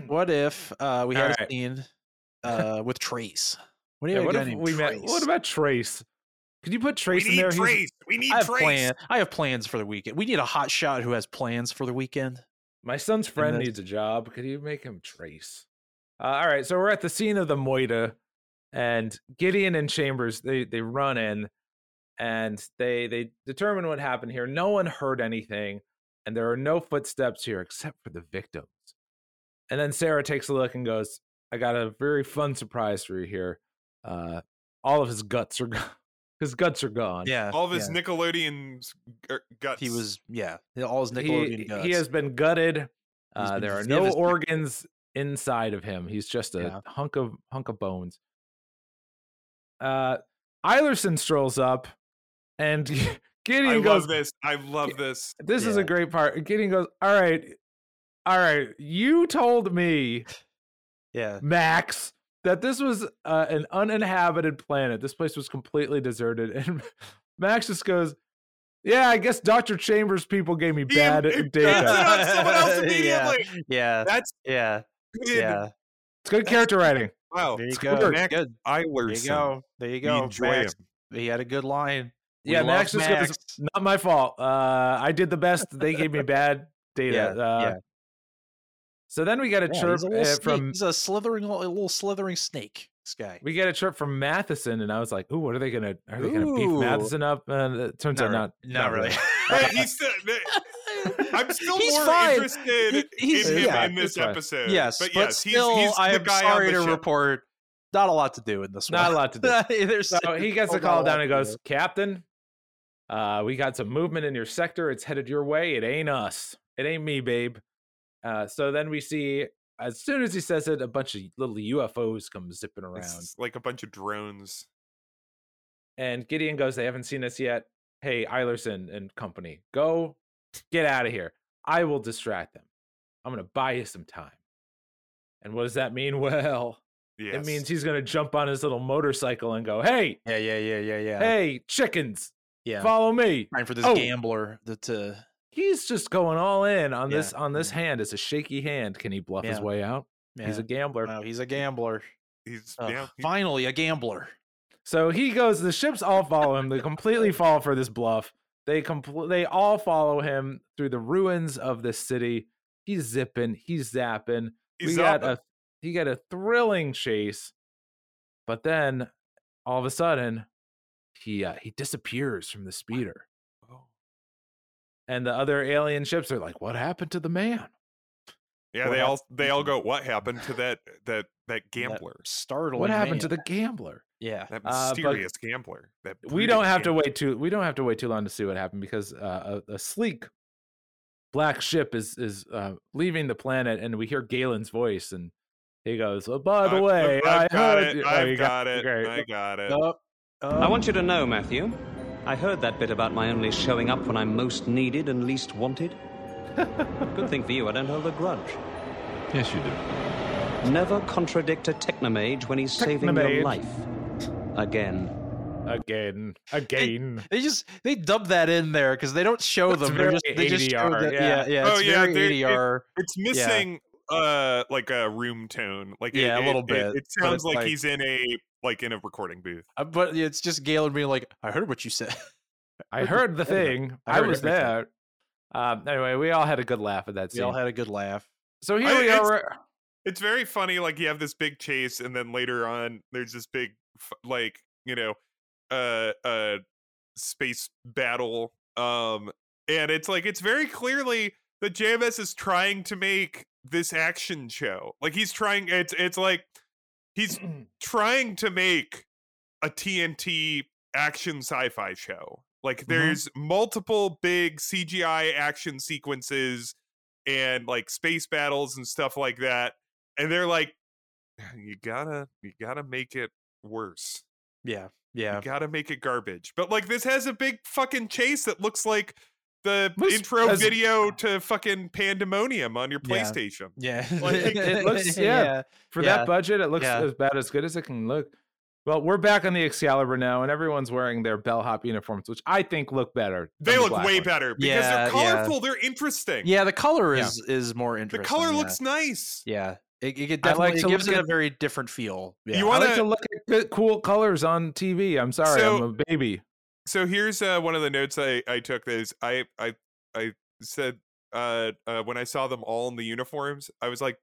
[SPEAKER 2] What if uh, we had
[SPEAKER 3] Alright.
[SPEAKER 2] a scene uh, with Trace? What do you
[SPEAKER 3] Yeah,
[SPEAKER 2] have
[SPEAKER 3] what
[SPEAKER 2] a guy
[SPEAKER 3] if
[SPEAKER 2] named
[SPEAKER 3] we met?
[SPEAKER 2] Trace?
[SPEAKER 3] What about Trace? Could you put
[SPEAKER 1] We
[SPEAKER 3] Trace in
[SPEAKER 1] need
[SPEAKER 3] there? He's-
[SPEAKER 1] Trace. We need
[SPEAKER 2] I have
[SPEAKER 1] Trace.
[SPEAKER 2] plan. I have plans for the weekend. We need a hot shot who has plans for the weekend.
[SPEAKER 3] My son's friend
[SPEAKER 2] that's-
[SPEAKER 3] needs a job. Could you make him Trace? Uh, all right, so we're at the scene of the Moida, and Gideon and Chambers they they run in, and they they determine what happened here. No one heard anything, and there are no footsteps here except for the victims. And then Sarah takes a look and goes, "I got a very fun surprise for you here. Uh, all of his guts are gone. his guts are gone.
[SPEAKER 2] Yeah.
[SPEAKER 1] All of his
[SPEAKER 2] yeah.
[SPEAKER 1] Nickelodeon er, guts.
[SPEAKER 2] He was yeah. All his Nickelodeon
[SPEAKER 3] he,
[SPEAKER 2] guts.
[SPEAKER 3] he has been gutted. Uh,
[SPEAKER 2] been
[SPEAKER 3] there are
[SPEAKER 2] just
[SPEAKER 3] no
[SPEAKER 2] devastated.
[SPEAKER 3] organs inside of him. He's just a
[SPEAKER 2] Yeah.
[SPEAKER 3] hunk of hunk of bones. Uh, Eilerson strolls up, and
[SPEAKER 1] I
[SPEAKER 3] Gideon
[SPEAKER 1] love
[SPEAKER 3] goes.
[SPEAKER 1] this. I love this.
[SPEAKER 3] This is
[SPEAKER 2] Yeah.
[SPEAKER 3] a great part. Gideon goes. All right, all right. You told me,
[SPEAKER 2] yeah.
[SPEAKER 3] Max, that this was uh, an uninhabited planet. This place was completely deserted, and Max just goes. Yeah, I guess Dr. Chambers people gave me
[SPEAKER 1] He
[SPEAKER 3] bad
[SPEAKER 1] imprints
[SPEAKER 3] data.
[SPEAKER 1] it on someone else
[SPEAKER 2] Yeah.
[SPEAKER 1] immediately.
[SPEAKER 2] Yeah.
[SPEAKER 1] That's
[SPEAKER 2] Yeah.
[SPEAKER 1] good.
[SPEAKER 2] Yeah.
[SPEAKER 3] It's good character writing.
[SPEAKER 1] Wow.
[SPEAKER 2] There you
[SPEAKER 1] It's
[SPEAKER 2] go.
[SPEAKER 1] good.
[SPEAKER 2] Max-
[SPEAKER 1] Max
[SPEAKER 2] Good. There you
[SPEAKER 1] Eilerson.
[SPEAKER 2] go. There you
[SPEAKER 1] We
[SPEAKER 2] go.
[SPEAKER 1] enjoy
[SPEAKER 2] Max, He had a good line. We
[SPEAKER 3] yeah,
[SPEAKER 2] love
[SPEAKER 3] Max just goes,
[SPEAKER 2] Max.
[SPEAKER 3] not my fault. Uh, I did the best. They gave me bad data.
[SPEAKER 2] Yeah,
[SPEAKER 3] uh,
[SPEAKER 2] yeah.
[SPEAKER 3] So then we get a
[SPEAKER 2] Yeah,
[SPEAKER 3] chirp
[SPEAKER 2] he's a
[SPEAKER 3] uh,
[SPEAKER 2] little snake.
[SPEAKER 3] from
[SPEAKER 2] He's a slithering, a little slithering snake. This guy.
[SPEAKER 3] we get a chirp from Matheson, and I was like, "Ooh, what are they gonna? Are they gonna beef
[SPEAKER 2] Ooh.
[SPEAKER 3] Matheson up?" And it turns out
[SPEAKER 2] re-
[SPEAKER 3] not.
[SPEAKER 2] Not, really.
[SPEAKER 1] Hey, he's still, I'm still
[SPEAKER 2] He's
[SPEAKER 1] more
[SPEAKER 2] fine.
[SPEAKER 1] interested
[SPEAKER 2] He- he's-
[SPEAKER 1] in him
[SPEAKER 3] yeah,
[SPEAKER 1] in
[SPEAKER 3] it's
[SPEAKER 1] this
[SPEAKER 3] fine.
[SPEAKER 1] episode.
[SPEAKER 2] yes,
[SPEAKER 1] but yes,
[SPEAKER 2] still,
[SPEAKER 1] he's, he's
[SPEAKER 2] I
[SPEAKER 1] the
[SPEAKER 2] am
[SPEAKER 1] guy
[SPEAKER 2] sorry
[SPEAKER 1] on the
[SPEAKER 2] to
[SPEAKER 1] ship.
[SPEAKER 2] report. Not a lot to do in this
[SPEAKER 3] Not
[SPEAKER 2] one.
[SPEAKER 3] a lot to do.
[SPEAKER 2] There's-
[SPEAKER 3] So he gets a
[SPEAKER 2] not
[SPEAKER 3] call
[SPEAKER 2] lot
[SPEAKER 3] down and
[SPEAKER 2] to
[SPEAKER 3] goes,
[SPEAKER 2] do.
[SPEAKER 3] "Captain, uh, we got some movement in your sector. It's headed your way. It ain't us. It ain't me, babe." Uh, so then we see, as soon as he says it, a bunch of little UFOs come zipping around.
[SPEAKER 1] It's like a bunch of drones.
[SPEAKER 3] And Gideon goes, They haven't seen us yet. Hey, Eilerson and company, go get out of here. I will distract them. I'm going to buy you some time. And what does that mean? Well,
[SPEAKER 1] Yes.
[SPEAKER 3] It means he's gonna jump on his little motorcycle and go, "Hey,
[SPEAKER 2] Yeah, yeah, yeah, yeah, yeah.
[SPEAKER 3] hey, chickens,
[SPEAKER 2] yeah.
[SPEAKER 3] follow me."
[SPEAKER 2] Time for this
[SPEAKER 3] Oh.
[SPEAKER 2] gambler that
[SPEAKER 3] uh,
[SPEAKER 2] to
[SPEAKER 3] He's just going all in on
[SPEAKER 2] Yeah, mm-hmm.
[SPEAKER 3] this on this hand. It's a shaky hand. Can he bluff his
[SPEAKER 2] Yeah.
[SPEAKER 3] way out? He's a gambler. Uh,
[SPEAKER 2] wow, he's a gambler.
[SPEAKER 1] he's
[SPEAKER 2] Ugh,
[SPEAKER 1] yeah, he-
[SPEAKER 2] Finally, a gambler.
[SPEAKER 3] So he goes. The ships all follow him. They completely fall for this bluff. They compl- They all follow him through the ruins of this city. He's zipping. He's zapping.
[SPEAKER 1] he's
[SPEAKER 3] we got
[SPEAKER 1] up.
[SPEAKER 3] a he got a thrilling chase, but then all of a sudden he uh, he disappears from the speeder, and the other alien ships are like, "What happened to the man?"
[SPEAKER 1] yeah.
[SPEAKER 3] what
[SPEAKER 1] They
[SPEAKER 3] hap-
[SPEAKER 1] all they all go. What happened to that that that gambler?
[SPEAKER 2] Startling.
[SPEAKER 3] What happened to
[SPEAKER 2] man.
[SPEAKER 3] the gambler?
[SPEAKER 2] Yeah.
[SPEAKER 1] That
[SPEAKER 3] Uh, but-
[SPEAKER 1] mysterious gambler. That
[SPEAKER 3] we
[SPEAKER 1] brooding
[SPEAKER 3] don't have to
[SPEAKER 1] gambler.
[SPEAKER 3] wait too we don't have to wait too long to see what happened because uh, a, a sleek black ship is is uh, leaving the planet and we hear Galen's voice and he goes oh, by the
[SPEAKER 1] I've-
[SPEAKER 3] way
[SPEAKER 1] uh, I've,
[SPEAKER 3] I
[SPEAKER 1] got
[SPEAKER 3] heard
[SPEAKER 1] it.
[SPEAKER 3] you- oh, you
[SPEAKER 1] I've got, it.
[SPEAKER 3] okay.
[SPEAKER 1] I got it.
[SPEAKER 3] Oh,
[SPEAKER 7] I want you to know, Matthew, I heard that bit about my only showing up when I'm most needed and least wanted. Good thing for you, I don't hold a grudge.
[SPEAKER 11] Yes, you do.
[SPEAKER 7] Never contradict a technomage when he's saving
[SPEAKER 3] Technomage.
[SPEAKER 7] your life. Again.
[SPEAKER 3] again again
[SPEAKER 2] They just they dub that in there because they don't show
[SPEAKER 3] It's
[SPEAKER 2] them. They're
[SPEAKER 3] very
[SPEAKER 2] just they just show
[SPEAKER 3] ADR,
[SPEAKER 2] that,
[SPEAKER 3] yeah.
[SPEAKER 2] yeah, yeah.
[SPEAKER 1] Oh,
[SPEAKER 2] it's
[SPEAKER 1] yeah,
[SPEAKER 2] very
[SPEAKER 1] they- it-
[SPEAKER 2] ADR.
[SPEAKER 1] It's missing uh like a room tone. Like it-
[SPEAKER 2] Yeah, a
[SPEAKER 1] it-
[SPEAKER 2] little
[SPEAKER 1] it-
[SPEAKER 2] bit,
[SPEAKER 1] It,
[SPEAKER 2] but
[SPEAKER 1] sounds
[SPEAKER 2] it's
[SPEAKER 1] like,
[SPEAKER 2] like-
[SPEAKER 1] he's in a like in a recording booth.
[SPEAKER 2] Uh, but it's just Galen being like, "I heard what you said."
[SPEAKER 3] I heard the thing
[SPEAKER 2] I
[SPEAKER 3] I
[SPEAKER 2] heard
[SPEAKER 3] was
[SPEAKER 2] everything.
[SPEAKER 3] there um, anyway we all had a good laugh at that
[SPEAKER 2] we
[SPEAKER 3] scene
[SPEAKER 2] all had a good laugh.
[SPEAKER 3] so here
[SPEAKER 1] I-
[SPEAKER 3] we
[SPEAKER 1] it's-
[SPEAKER 3] are we're-
[SPEAKER 1] It's very funny. Like you have this big chase, and then later on, there's this big f- like you know, uh, uh, space battle. Um, and it's like it's very clearly that JMS is trying to make this action show. Like he's trying. It's it's like he's trying to make a TNT action sci-fi show. Like there's multiple big CGI action sequences and like space battles and stuff like that. And they're like, you gotta you gotta make it worse.
[SPEAKER 2] Yeah,
[SPEAKER 1] You
[SPEAKER 2] yeah.
[SPEAKER 1] gotta make it garbage. But like this has a big fucking chase that looks like the
[SPEAKER 3] This
[SPEAKER 1] intro
[SPEAKER 3] has-
[SPEAKER 1] video to fucking pandemonium on your
[SPEAKER 2] Yeah.
[SPEAKER 1] PlayStation.
[SPEAKER 2] Yeah,
[SPEAKER 1] Like, it-
[SPEAKER 3] it looks- yeah. for
[SPEAKER 2] Yeah.
[SPEAKER 3] that budget, it looks
[SPEAKER 2] Yeah.
[SPEAKER 3] as bad as good as it can look. Well, we're back on the Excalibur now, and everyone's wearing their bellhop uniforms, which I think look better. than
[SPEAKER 1] They
[SPEAKER 3] the
[SPEAKER 1] look
[SPEAKER 3] black
[SPEAKER 1] way
[SPEAKER 3] ones.
[SPEAKER 1] better because
[SPEAKER 2] Yeah,
[SPEAKER 1] they're
[SPEAKER 2] yeah.
[SPEAKER 1] colorful, they're interesting.
[SPEAKER 2] Yeah, the color
[SPEAKER 3] Yeah.
[SPEAKER 2] is is more
[SPEAKER 1] the
[SPEAKER 2] interesting.
[SPEAKER 1] color
[SPEAKER 2] yeah.
[SPEAKER 1] looks nice.
[SPEAKER 2] Yeah, it, it, could
[SPEAKER 3] I like
[SPEAKER 2] definitely it
[SPEAKER 3] to
[SPEAKER 2] gives
[SPEAKER 3] look
[SPEAKER 2] it a
[SPEAKER 3] at-
[SPEAKER 2] very different feel. Yeah.
[SPEAKER 1] You
[SPEAKER 3] I
[SPEAKER 1] want
[SPEAKER 3] like to look at good, cool colors on TV. I'm sorry, I'm
[SPEAKER 1] So-
[SPEAKER 3] a baby.
[SPEAKER 1] so here's uh, one of the notes I, I took is I I I said uh, uh when I saw them all in the uniforms, I was like,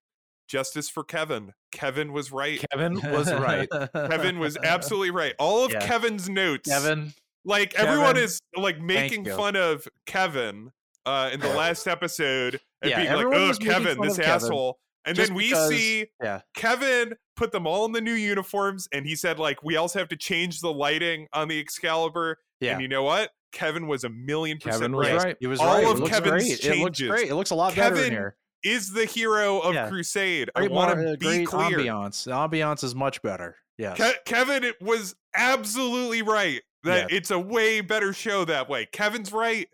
[SPEAKER 1] justice for Kevin. Kevin was right.
[SPEAKER 3] Kevin was right.
[SPEAKER 1] Kevin was absolutely right. All of
[SPEAKER 2] Yeah.
[SPEAKER 1] Kevin's notes,
[SPEAKER 2] Kevin.
[SPEAKER 1] like everyone
[SPEAKER 3] Kevin,
[SPEAKER 1] is like making
[SPEAKER 2] you.
[SPEAKER 1] fun of Kevin uh in the last episode and
[SPEAKER 2] Yeah,
[SPEAKER 1] being
[SPEAKER 2] everyone
[SPEAKER 1] like,
[SPEAKER 2] was
[SPEAKER 1] "Oh,
[SPEAKER 2] making
[SPEAKER 1] Kevin,
[SPEAKER 2] fun
[SPEAKER 1] this
[SPEAKER 2] of Kevin
[SPEAKER 1] asshole." And
[SPEAKER 2] just
[SPEAKER 1] then we
[SPEAKER 2] because-
[SPEAKER 1] see
[SPEAKER 2] yeah.
[SPEAKER 1] Kevin put them all in the new uniforms, and he said, "Like we also have to change the lighting on the Excalibur."
[SPEAKER 2] Yeah.
[SPEAKER 1] And you know what? Kevin was a million percent
[SPEAKER 3] Kevin was
[SPEAKER 1] right.
[SPEAKER 3] right.
[SPEAKER 2] He was
[SPEAKER 1] All
[SPEAKER 2] right.
[SPEAKER 1] of
[SPEAKER 2] it looks
[SPEAKER 1] Kevin's
[SPEAKER 2] great. It looks
[SPEAKER 1] changes.
[SPEAKER 2] great. It looks a lot better in
[SPEAKER 1] Kevin-
[SPEAKER 2] here.
[SPEAKER 1] Is the hero of
[SPEAKER 2] Yeah.
[SPEAKER 1] Crusade? I
[SPEAKER 2] Great,
[SPEAKER 1] want
[SPEAKER 2] mon-
[SPEAKER 1] to
[SPEAKER 2] uh,
[SPEAKER 1] be
[SPEAKER 2] great
[SPEAKER 1] clear.
[SPEAKER 2] ambiance. The ambiance is much better. Yeah.
[SPEAKER 1] Ke- Kevin it was absolutely right that it's a way better show that way. Kevin's right,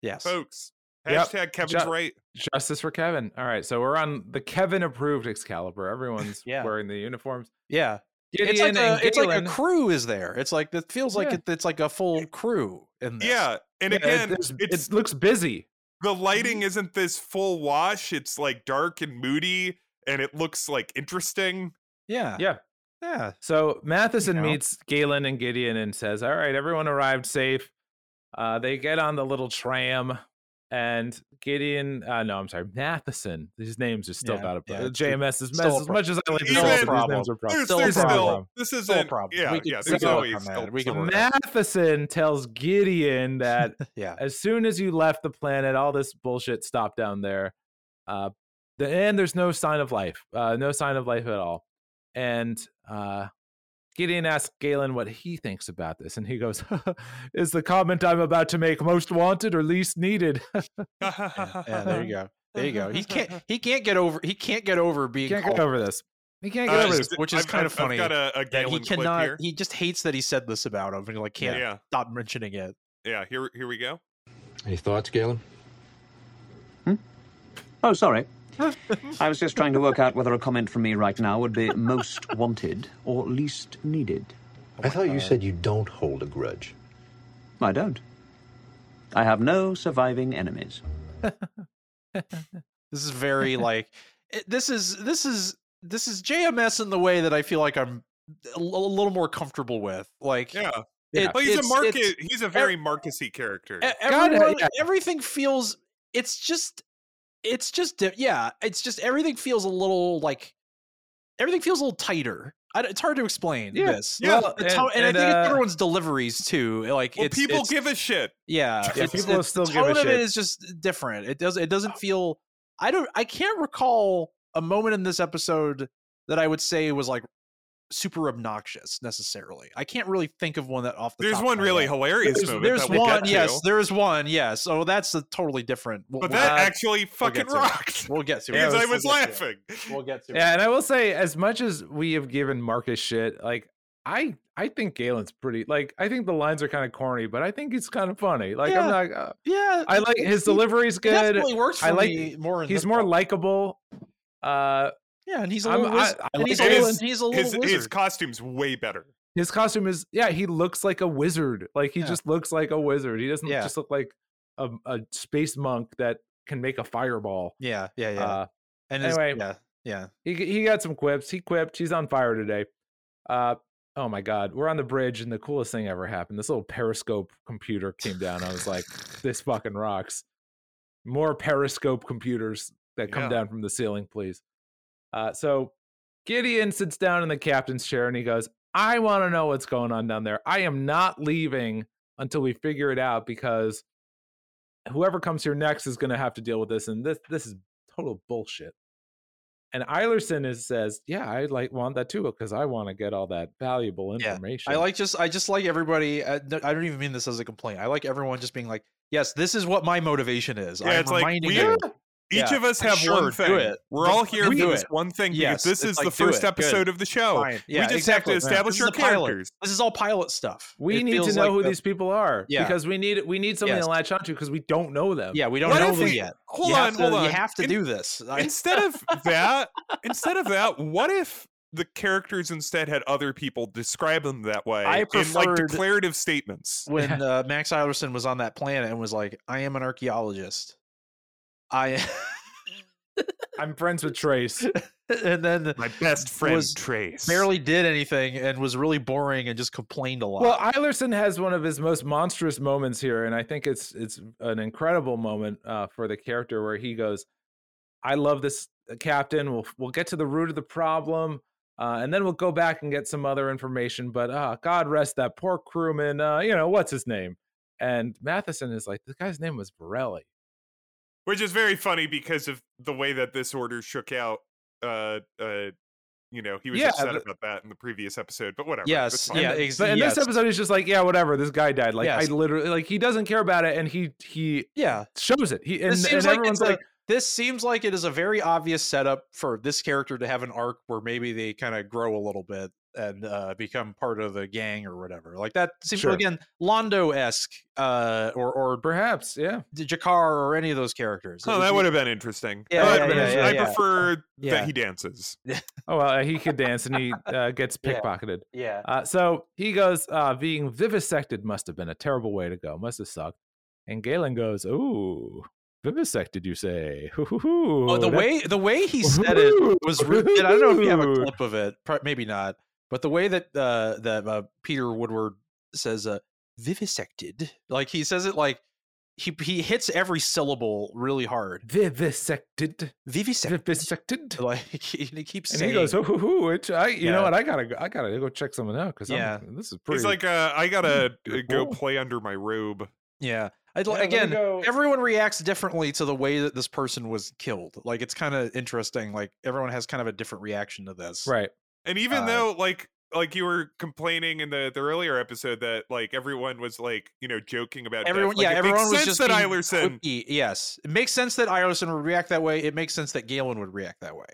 [SPEAKER 2] yes.
[SPEAKER 1] folks.
[SPEAKER 3] Yep.
[SPEAKER 1] Hashtag Kevin's
[SPEAKER 3] Ju-
[SPEAKER 1] right.
[SPEAKER 3] Justice for Kevin. All right, so we're on the Kevin approved Excalibur. Everyone's
[SPEAKER 2] Yeah.
[SPEAKER 3] wearing the uniforms.
[SPEAKER 2] Yeah. It's like,
[SPEAKER 3] Gideon and
[SPEAKER 2] a, it's like a
[SPEAKER 3] Galen-
[SPEAKER 2] crew is there. It's like it feels like
[SPEAKER 3] Yeah.
[SPEAKER 2] it, it's like a full crew in this.
[SPEAKER 1] Yeah. And
[SPEAKER 3] Yeah,
[SPEAKER 1] again,
[SPEAKER 3] there's-
[SPEAKER 1] it's
[SPEAKER 3] it looks busy.
[SPEAKER 1] the
[SPEAKER 2] mm-hmm.
[SPEAKER 1] lighting isn't this full wash. It's like dark and moody and it looks like interesting.
[SPEAKER 2] Yeah.
[SPEAKER 3] Yeah.
[SPEAKER 2] Yeah.
[SPEAKER 3] So Matheson
[SPEAKER 2] know?
[SPEAKER 3] meets Galen and Gideon and says, "All right, everyone arrived safe." Uh, they get on the little tram, and Gideon. Uh, no, I'm sorry, Matheson. These names are still
[SPEAKER 2] Yeah,
[SPEAKER 3] got a
[SPEAKER 2] yeah,
[SPEAKER 3] yeah,
[SPEAKER 2] it's-
[SPEAKER 3] JMS is
[SPEAKER 2] still a
[SPEAKER 3] mess, as
[SPEAKER 2] pro-
[SPEAKER 3] much as I like to
[SPEAKER 1] Even-
[SPEAKER 3] say
[SPEAKER 1] Still a
[SPEAKER 3] these names are problems.
[SPEAKER 1] There's,
[SPEAKER 2] Still a
[SPEAKER 1] there's
[SPEAKER 2] problem.
[SPEAKER 1] still this is
[SPEAKER 2] Still a problem.
[SPEAKER 1] Yeah,
[SPEAKER 2] We could-
[SPEAKER 1] yeah.
[SPEAKER 2] we
[SPEAKER 1] There's
[SPEAKER 2] could work
[SPEAKER 1] always
[SPEAKER 2] on that.
[SPEAKER 1] still
[SPEAKER 2] We could
[SPEAKER 1] some-
[SPEAKER 2] work on
[SPEAKER 3] Matheson tells Gideon that
[SPEAKER 2] Yeah.
[SPEAKER 3] as soon as you left the planet, all this bullshit stopped down there. Uh, the, and there's no sign of life, uh, no sign of life at all. And uh, Gideon asks Galen what he thinks about this, and he goes, "Is the comment I'm about to make most wanted or least needed?
[SPEAKER 2] Yeah. Yeah, There you go. There you go. He can't. He can't get over. He can't get over being.
[SPEAKER 3] can't
[SPEAKER 2] called-
[SPEAKER 3] get over this. He can't
[SPEAKER 1] Uh,
[SPEAKER 3] get over
[SPEAKER 2] is-
[SPEAKER 3] this."
[SPEAKER 2] which is
[SPEAKER 1] I've-
[SPEAKER 2] kinda
[SPEAKER 1] I've-
[SPEAKER 2] funny
[SPEAKER 1] I've got a, a
[SPEAKER 2] that
[SPEAKER 1] Galen
[SPEAKER 2] he
[SPEAKER 1] clip
[SPEAKER 2] cannot.
[SPEAKER 1] here.
[SPEAKER 2] He just hates that he said this about him, and he like can't
[SPEAKER 1] yeah,
[SPEAKER 2] stop mentioning it.
[SPEAKER 1] yeah. Here, here we go.
[SPEAKER 11] Any thoughts, Galen?
[SPEAKER 7] Oh, sorry. I was just trying to work out whether a comment from me right now would be most wanted or least needed.
[SPEAKER 12] I thought you said you don't hold a grudge.
[SPEAKER 7] I don't. I have no surviving enemies.
[SPEAKER 2] This is very like it- this is this is this is JMS in the way that I feel like I'm a l- a little more comfortable with. Like
[SPEAKER 1] Yeah.
[SPEAKER 2] it-
[SPEAKER 1] But he's a
[SPEAKER 2] it's-
[SPEAKER 1] market.
[SPEAKER 2] it's-
[SPEAKER 1] He's a very Marcusy character.
[SPEAKER 2] e- everyone, everything feels it's just it's just di- yeah it's just everything feels a little like everything feels a little tighter I d it's hard to explain
[SPEAKER 3] Yeah,
[SPEAKER 2] this
[SPEAKER 3] yeah,
[SPEAKER 2] The
[SPEAKER 3] and-
[SPEAKER 2] tone- and,
[SPEAKER 3] and,
[SPEAKER 2] i think
[SPEAKER 3] uh,
[SPEAKER 2] it's everyone's deliveries too eh, like
[SPEAKER 1] well,
[SPEAKER 2] it's,
[SPEAKER 1] people
[SPEAKER 2] it's-
[SPEAKER 1] give a shit.
[SPEAKER 2] yeah,
[SPEAKER 1] Yeah,
[SPEAKER 2] it's-
[SPEAKER 1] people
[SPEAKER 2] it's-
[SPEAKER 1] still
[SPEAKER 2] the
[SPEAKER 1] give a
[SPEAKER 2] tone of it
[SPEAKER 1] shit. Uh,
[SPEAKER 2] is just different it does it doesn't feel i don't i can't recall a moment in this episode that i would say was like super obnoxious necessarily i can't really think of one that off the
[SPEAKER 1] There's
[SPEAKER 2] top of
[SPEAKER 1] one
[SPEAKER 2] my
[SPEAKER 1] really
[SPEAKER 2] head.
[SPEAKER 1] hilarious
[SPEAKER 2] There's,
[SPEAKER 1] moment.
[SPEAKER 2] there's
[SPEAKER 1] that we'll
[SPEAKER 2] one,
[SPEAKER 1] get to,
[SPEAKER 2] yes. There is one, yes. Oh, that's a totally different. We'll,
[SPEAKER 1] but
[SPEAKER 2] we'll
[SPEAKER 1] that
[SPEAKER 2] get-
[SPEAKER 1] actually
[SPEAKER 2] we'll
[SPEAKER 1] fucking
[SPEAKER 2] get to it.
[SPEAKER 1] rocked.
[SPEAKER 2] We'll get to it.
[SPEAKER 1] Because I was
[SPEAKER 2] We'll get to it.
[SPEAKER 1] laughing.
[SPEAKER 2] We'll get to it.
[SPEAKER 3] Yeah, and I will say, as much as we have given Marcus shit, like I, I think Galen's pretty. Like I think the lines are kind of corny, but I think it's kind of funny. Like
[SPEAKER 2] Yeah.
[SPEAKER 3] I'm not. Uh,
[SPEAKER 2] Yeah,
[SPEAKER 3] I like
[SPEAKER 2] it-
[SPEAKER 3] his
[SPEAKER 2] it
[SPEAKER 3] delivery's good.
[SPEAKER 2] Definitely works for
[SPEAKER 3] I like.
[SPEAKER 2] me more. in
[SPEAKER 3] he's
[SPEAKER 2] this
[SPEAKER 3] more
[SPEAKER 2] one.
[SPEAKER 3] likable. Uh,
[SPEAKER 2] yeah, and he's a
[SPEAKER 3] I'm-
[SPEAKER 2] little. wiz-
[SPEAKER 3] I- I
[SPEAKER 2] and
[SPEAKER 3] like
[SPEAKER 2] he's, a
[SPEAKER 1] Galen.
[SPEAKER 2] little he's a little
[SPEAKER 1] His,
[SPEAKER 2] wizard.
[SPEAKER 1] his costume's way better.
[SPEAKER 3] his costume is yeah. He looks like a wizard. Like he
[SPEAKER 2] Yeah.
[SPEAKER 3] just looks like a wizard. He doesn't
[SPEAKER 2] Yeah.
[SPEAKER 3] just look like a, a space monk that can make a fireball.
[SPEAKER 2] yeah, yeah, yeah.
[SPEAKER 3] Uh,
[SPEAKER 2] and his-
[SPEAKER 3] anyway.
[SPEAKER 2] yeah, yeah.
[SPEAKER 3] he he got some quips. He quipped. He's on fire today. Uh oh my god, we're on the bridge, and the coolest thing ever happened. This little periscope computer came down. I was like, this fucking rocks. More periscope computers that come
[SPEAKER 1] Yeah.
[SPEAKER 3] down from the ceiling, please. Uh, so Gideon sits down in the captain's chair and he goes, I want to know what's going on down there. I am not leaving until we figure it out because whoever comes here next is going to have to deal with this. And this this is total bullshit. And Eilerson is says, "Yeah, I like want that too because I want to get all that valuable
[SPEAKER 2] Yeah, I
[SPEAKER 3] information."
[SPEAKER 2] I like just I just like everybody. Uh, no, I don't even mean this as a complaint. I like everyone just being like, yes, this is what my motivation is.
[SPEAKER 1] Yeah,
[SPEAKER 2] I'm
[SPEAKER 1] it's like,
[SPEAKER 2] reminding
[SPEAKER 1] we-
[SPEAKER 2] you.
[SPEAKER 1] Each
[SPEAKER 2] Yeah.
[SPEAKER 1] of us have
[SPEAKER 2] Sure,
[SPEAKER 1] one
[SPEAKER 2] do
[SPEAKER 1] thing.
[SPEAKER 2] it.
[SPEAKER 1] We're
[SPEAKER 2] But
[SPEAKER 1] all here
[SPEAKER 2] we
[SPEAKER 1] for
[SPEAKER 2] do
[SPEAKER 1] this
[SPEAKER 2] it.
[SPEAKER 1] one thing because
[SPEAKER 2] Yes,
[SPEAKER 1] this
[SPEAKER 2] it's
[SPEAKER 1] is
[SPEAKER 2] like,
[SPEAKER 1] the
[SPEAKER 2] do
[SPEAKER 1] first
[SPEAKER 2] it. Good.
[SPEAKER 1] episode of the show.
[SPEAKER 2] Fine. Yeah,
[SPEAKER 1] we just
[SPEAKER 2] exactly.
[SPEAKER 1] have to establish
[SPEAKER 2] This
[SPEAKER 1] our
[SPEAKER 2] is a pilot.
[SPEAKER 1] characters.
[SPEAKER 2] This is all pilot stuff.
[SPEAKER 3] we
[SPEAKER 2] It
[SPEAKER 3] need to
[SPEAKER 2] feels
[SPEAKER 3] know
[SPEAKER 2] like
[SPEAKER 3] who
[SPEAKER 2] the-
[SPEAKER 3] these people are
[SPEAKER 2] Yeah.
[SPEAKER 3] because we need we need something
[SPEAKER 2] Yes.
[SPEAKER 3] to latch onto because we don't know them.
[SPEAKER 2] Yeah, we don't
[SPEAKER 1] What
[SPEAKER 2] know
[SPEAKER 1] if
[SPEAKER 2] them
[SPEAKER 1] we-
[SPEAKER 2] yet.
[SPEAKER 1] hold
[SPEAKER 2] You have
[SPEAKER 1] on,
[SPEAKER 2] to-
[SPEAKER 1] hold on.
[SPEAKER 2] You have to
[SPEAKER 1] In-
[SPEAKER 2] do this. I-
[SPEAKER 1] instead of that instead of that what if the characters instead had other people describe them that way
[SPEAKER 2] I
[SPEAKER 1] in like
[SPEAKER 2] preferred-
[SPEAKER 1] declarative statements
[SPEAKER 2] when uh, Max Eilerson was on that planet and was like, "I am an archaeologist," I
[SPEAKER 3] I'm friends with Trace.
[SPEAKER 2] and then
[SPEAKER 1] my best friend
[SPEAKER 2] Was
[SPEAKER 1] trace
[SPEAKER 2] barely did anything and was really boring and just complained a lot.
[SPEAKER 3] Well, Eilerson has one of his most monstrous moments here, and I think it's it's an incredible moment uh, for the character where he goes, "I love this uh, captain. We'll we'll get to the root of the problem, uh, and then we'll go back and get some other information." But uh, God rest that poor crewman. Uh, you know what's his name? And Matheson is like, "The guy's name was Borelli."
[SPEAKER 1] which is very funny because of the way that this order shook out uh uh you know he was
[SPEAKER 3] Yeah,
[SPEAKER 1] upset
[SPEAKER 3] but-
[SPEAKER 1] about that in the previous episode but whatever
[SPEAKER 2] yes,
[SPEAKER 1] that's fine.
[SPEAKER 2] yeah,
[SPEAKER 3] And-
[SPEAKER 2] ex-
[SPEAKER 3] but in
[SPEAKER 2] yes,
[SPEAKER 3] this episode, he's just like, "Yeah, whatever. This guy died. Like,
[SPEAKER 2] Yes.
[SPEAKER 3] I literally like he doesn't care about it, and he he
[SPEAKER 2] yeah.
[SPEAKER 3] shows it. He and,
[SPEAKER 2] This
[SPEAKER 3] and
[SPEAKER 2] seems like it's
[SPEAKER 3] everyone's like."
[SPEAKER 2] like this seems like it is a very obvious setup for this character to have an arc where maybe they kind of grow a little bit and uh, become part of the gang or whatever. Like that seems
[SPEAKER 3] Sure.
[SPEAKER 2] again Londo esque uh, or or
[SPEAKER 3] Perhaps, yeah.
[SPEAKER 2] Jakar or any of those characters.
[SPEAKER 1] oh that would have been interesting That
[SPEAKER 2] Yeah, yeah,
[SPEAKER 1] would've been
[SPEAKER 2] yeah,
[SPEAKER 1] interesting.
[SPEAKER 2] yeah,
[SPEAKER 1] i
[SPEAKER 2] yeah.
[SPEAKER 1] prefer
[SPEAKER 2] Yeah.
[SPEAKER 1] that he dances
[SPEAKER 3] Oh well, he could dance, and he uh, gets
[SPEAKER 2] Yeah.
[SPEAKER 3] pickpocketed.
[SPEAKER 2] yeah.
[SPEAKER 3] Uh, so he goes, uh, "Being vivisected must have been a terrible way to go. Must have sucked." And Galen goes, "Ooh, vivisected, you say?
[SPEAKER 2] Oh,
[SPEAKER 3] Oh,
[SPEAKER 2] the way the way he said it was. Re- and I don't know if you have a clip of it. pro- Maybe not. But the way that uh, that uh, Peter Woodward says uh, "vivisected," like he says it like he he hits every syllable really hard.
[SPEAKER 3] vivisected,
[SPEAKER 2] Vivisected.
[SPEAKER 3] vivisected."
[SPEAKER 2] Like he, he keeps
[SPEAKER 3] And
[SPEAKER 2] saying.
[SPEAKER 3] he goes, "Ooh, ooh, ooh, it, I, you
[SPEAKER 2] Yeah.
[SPEAKER 3] know what? I gotta, go- I gotta go check someone out because
[SPEAKER 2] Yeah.
[SPEAKER 3] this is pretty."
[SPEAKER 1] he's like uh i gotta
[SPEAKER 3] Pretty
[SPEAKER 1] uh, go
[SPEAKER 3] cool.
[SPEAKER 1] play under my robe
[SPEAKER 2] yeah. I'd,
[SPEAKER 3] "Oh, Yeah,
[SPEAKER 2] li-
[SPEAKER 3] let me
[SPEAKER 2] again,
[SPEAKER 3] go-
[SPEAKER 2] everyone reacts differently to the way that this person was killed. Like it's kind of interesting. Like everyone has kind of a different reaction to this.
[SPEAKER 3] right.
[SPEAKER 1] And even
[SPEAKER 2] Uh,
[SPEAKER 1] though like like you were complaining in the the earlier episode that like everyone was like, you know, joking about death,
[SPEAKER 2] everyone
[SPEAKER 1] like,
[SPEAKER 2] yeah
[SPEAKER 1] it
[SPEAKER 2] everyone
[SPEAKER 1] makes
[SPEAKER 2] was
[SPEAKER 1] sense
[SPEAKER 2] just
[SPEAKER 1] that
[SPEAKER 2] being
[SPEAKER 1] Eilerson
[SPEAKER 2] quippy, yes it makes sense that Eilerson would react that way it makes sense that Galen would react that way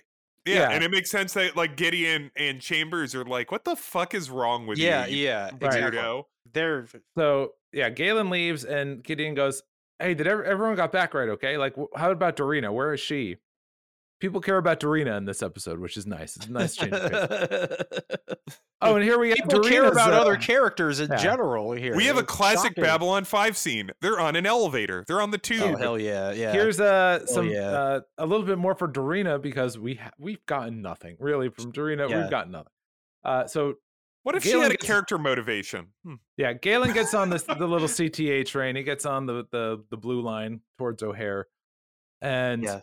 [SPEAKER 1] yeah,
[SPEAKER 3] yeah.
[SPEAKER 1] and it makes sense that like Gideon and Chambers are like, what the fuck is wrong with
[SPEAKER 2] yeah
[SPEAKER 1] you? you
[SPEAKER 2] yeah exactly.
[SPEAKER 1] Weirdo.
[SPEAKER 2] they're
[SPEAKER 3] So yeah, Galen leaves, and Gideon goes, "Hey, did ev- everyone got back right? Okay, like wh- how about Dorina? Where is she?" people care about Dorina in this episode, which is nice. It's a nice change. of pace. oh, and here we got
[SPEAKER 2] People care
[SPEAKER 3] Dorina's,
[SPEAKER 2] about
[SPEAKER 3] uh,
[SPEAKER 2] other characters in
[SPEAKER 3] yeah.
[SPEAKER 2] general here.
[SPEAKER 1] We have a
[SPEAKER 2] It's
[SPEAKER 1] classic
[SPEAKER 2] shocking.
[SPEAKER 1] Babylon 5 scene. They're on an elevator. They're on the tube.
[SPEAKER 2] Oh hell yeah, yeah.
[SPEAKER 3] Here's uh,
[SPEAKER 2] Oh,
[SPEAKER 3] some
[SPEAKER 2] yeah.
[SPEAKER 3] uh, a little bit more for Dorina because we ha- we've gotten nothing really from Dorina.
[SPEAKER 2] Yeah.
[SPEAKER 3] We've gotten nothing. Uh, so
[SPEAKER 1] What if she
[SPEAKER 3] Galen
[SPEAKER 1] had a
[SPEAKER 3] gets-
[SPEAKER 1] character motivation? Hmm.
[SPEAKER 3] yeah, Galen gets on this the little CTA train. He gets on the the the blue line towards O'Hare, and
[SPEAKER 2] Yeah.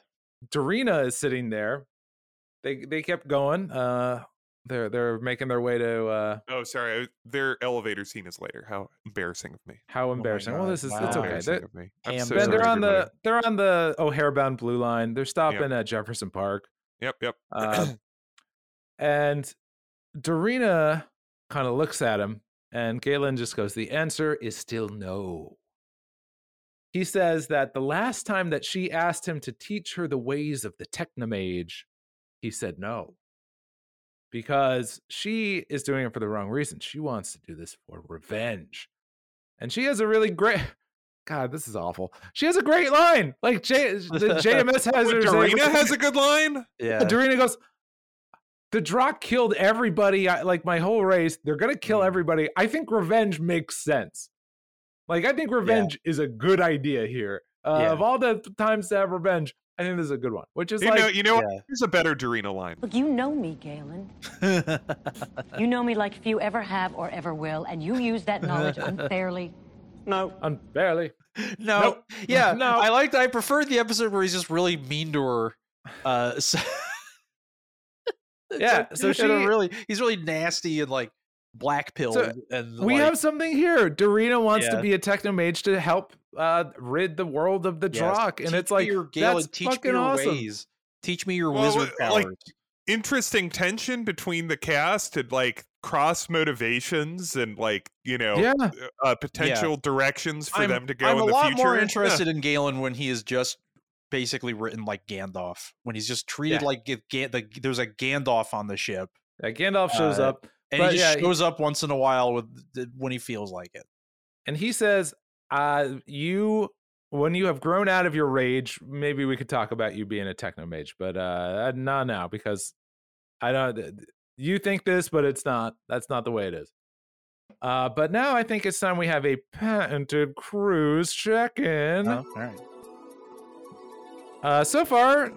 [SPEAKER 3] Dorina is sitting there. They they kept going. Uh, they're they're making their way to uh,
[SPEAKER 1] Oh, sorry. I- Their elevator scene is later. How embarrassing of me.
[SPEAKER 3] how embarrassing. well,
[SPEAKER 2] Oh God,
[SPEAKER 3] this is
[SPEAKER 2] wow.
[SPEAKER 3] it's okay.
[SPEAKER 1] Embarrassing
[SPEAKER 3] They-
[SPEAKER 1] of me.
[SPEAKER 2] Damn,
[SPEAKER 1] I'm so
[SPEAKER 2] Ben,
[SPEAKER 3] Ben,
[SPEAKER 1] sorry,
[SPEAKER 3] they're on
[SPEAKER 1] everybody.
[SPEAKER 3] the they're on the O'Hare bound blue line. They're stopping at Jefferson Park.
[SPEAKER 1] Yep, yep.
[SPEAKER 3] Uh, and Dorina kind of looks at him, and Galen just goes, The answer is still no. He says that the last time that she asked him to teach her the ways of the Technomage, he said no. Because she is doing it for the wrong reason. She wants to do this for revenge. And she has a really great. God, this is awful. She has a great line. Like J- the JMS has
[SPEAKER 1] What,
[SPEAKER 3] her. say-
[SPEAKER 1] Dorina has a good line?
[SPEAKER 2] yeah.
[SPEAKER 3] yeah. Uh, Dorina goes, the Drock killed everybody, I, like my whole race. They're gonna
[SPEAKER 2] Mm.
[SPEAKER 3] kill everybody. I think revenge makes sense. Like I think revenge is a good idea here. Uh,
[SPEAKER 2] Yeah.
[SPEAKER 3] Of all the th- times to have revenge, I think this is a good one. Which is
[SPEAKER 1] You
[SPEAKER 3] like,
[SPEAKER 1] know, you know what?
[SPEAKER 2] yeah.
[SPEAKER 1] Here's a better Dorina line.
[SPEAKER 13] Look, you know me, Galen. You know me like few ever have or ever will, and you use that knowledge unfairly.
[SPEAKER 14] No.
[SPEAKER 3] unfairly.
[SPEAKER 2] no,
[SPEAKER 3] Nope.
[SPEAKER 2] yeah,
[SPEAKER 3] No.
[SPEAKER 2] I liked. I preferred the episode where he's just really mean to her. Uh, so,
[SPEAKER 3] Yeah, so
[SPEAKER 2] in a
[SPEAKER 3] she-
[SPEAKER 2] really, he's really nasty and like black pilled. and
[SPEAKER 3] We
[SPEAKER 2] like,
[SPEAKER 3] have something here. Dorina wants
[SPEAKER 2] Yeah.
[SPEAKER 3] to be a technomage to help uh, rid the world of the
[SPEAKER 2] yes,
[SPEAKER 3] Drock, and
[SPEAKER 2] teach
[SPEAKER 3] it's like
[SPEAKER 2] me your Galen,
[SPEAKER 3] that's
[SPEAKER 2] teach me
[SPEAKER 3] fucking
[SPEAKER 2] your
[SPEAKER 3] awesome.
[SPEAKER 2] ways. Teach me your
[SPEAKER 1] Well,
[SPEAKER 2] wizard
[SPEAKER 1] uh,
[SPEAKER 2] powers.
[SPEAKER 1] like, Interesting tension between the cast and like cross motivations and like, you know,
[SPEAKER 3] Yeah,
[SPEAKER 1] uh, potential directions for them to go
[SPEAKER 2] I'm
[SPEAKER 1] in
[SPEAKER 2] a
[SPEAKER 1] the
[SPEAKER 2] lot
[SPEAKER 1] future.
[SPEAKER 2] more
[SPEAKER 1] Yeah.
[SPEAKER 2] interested in Galen when he is just basically written like Gandalf, when he's just treated
[SPEAKER 3] Yeah.
[SPEAKER 2] like if Gan- the, there's a Gandalf on the ship,
[SPEAKER 3] yeah Gandalf shows
[SPEAKER 2] Uh,
[SPEAKER 3] up.
[SPEAKER 2] and
[SPEAKER 3] But
[SPEAKER 2] he just
[SPEAKER 3] yeah, he-
[SPEAKER 2] shows up once in a while with the- when he feels like it.
[SPEAKER 3] and he says, uh, "You, when you have grown out of your rage, maybe we could talk about you being a technomage, but uh, not now because I don't. th- th- You think this, but it's not. That's not the way it is. Uh, but now I think it's time we have a patented cruise check-in.
[SPEAKER 2] Oh, all right.
[SPEAKER 3] Uh, so far,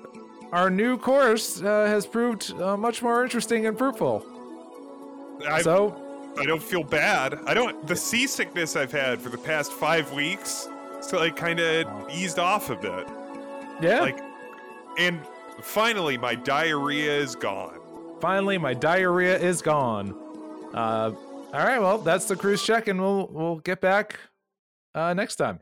[SPEAKER 3] our new course uh, has proved uh, much more interesting and fruitful.
[SPEAKER 1] I,
[SPEAKER 3] so
[SPEAKER 1] I don't feel bad. I don't. The seasickness I've had for the past five weeks, so like kind of eased off a bit.
[SPEAKER 3] yeah,
[SPEAKER 1] Like, and finally, my diarrhea is gone.
[SPEAKER 3] Finally, my diarrhea is gone. Uh, all right, well, that's the cruise check, and we'll we'll get back uh, next time.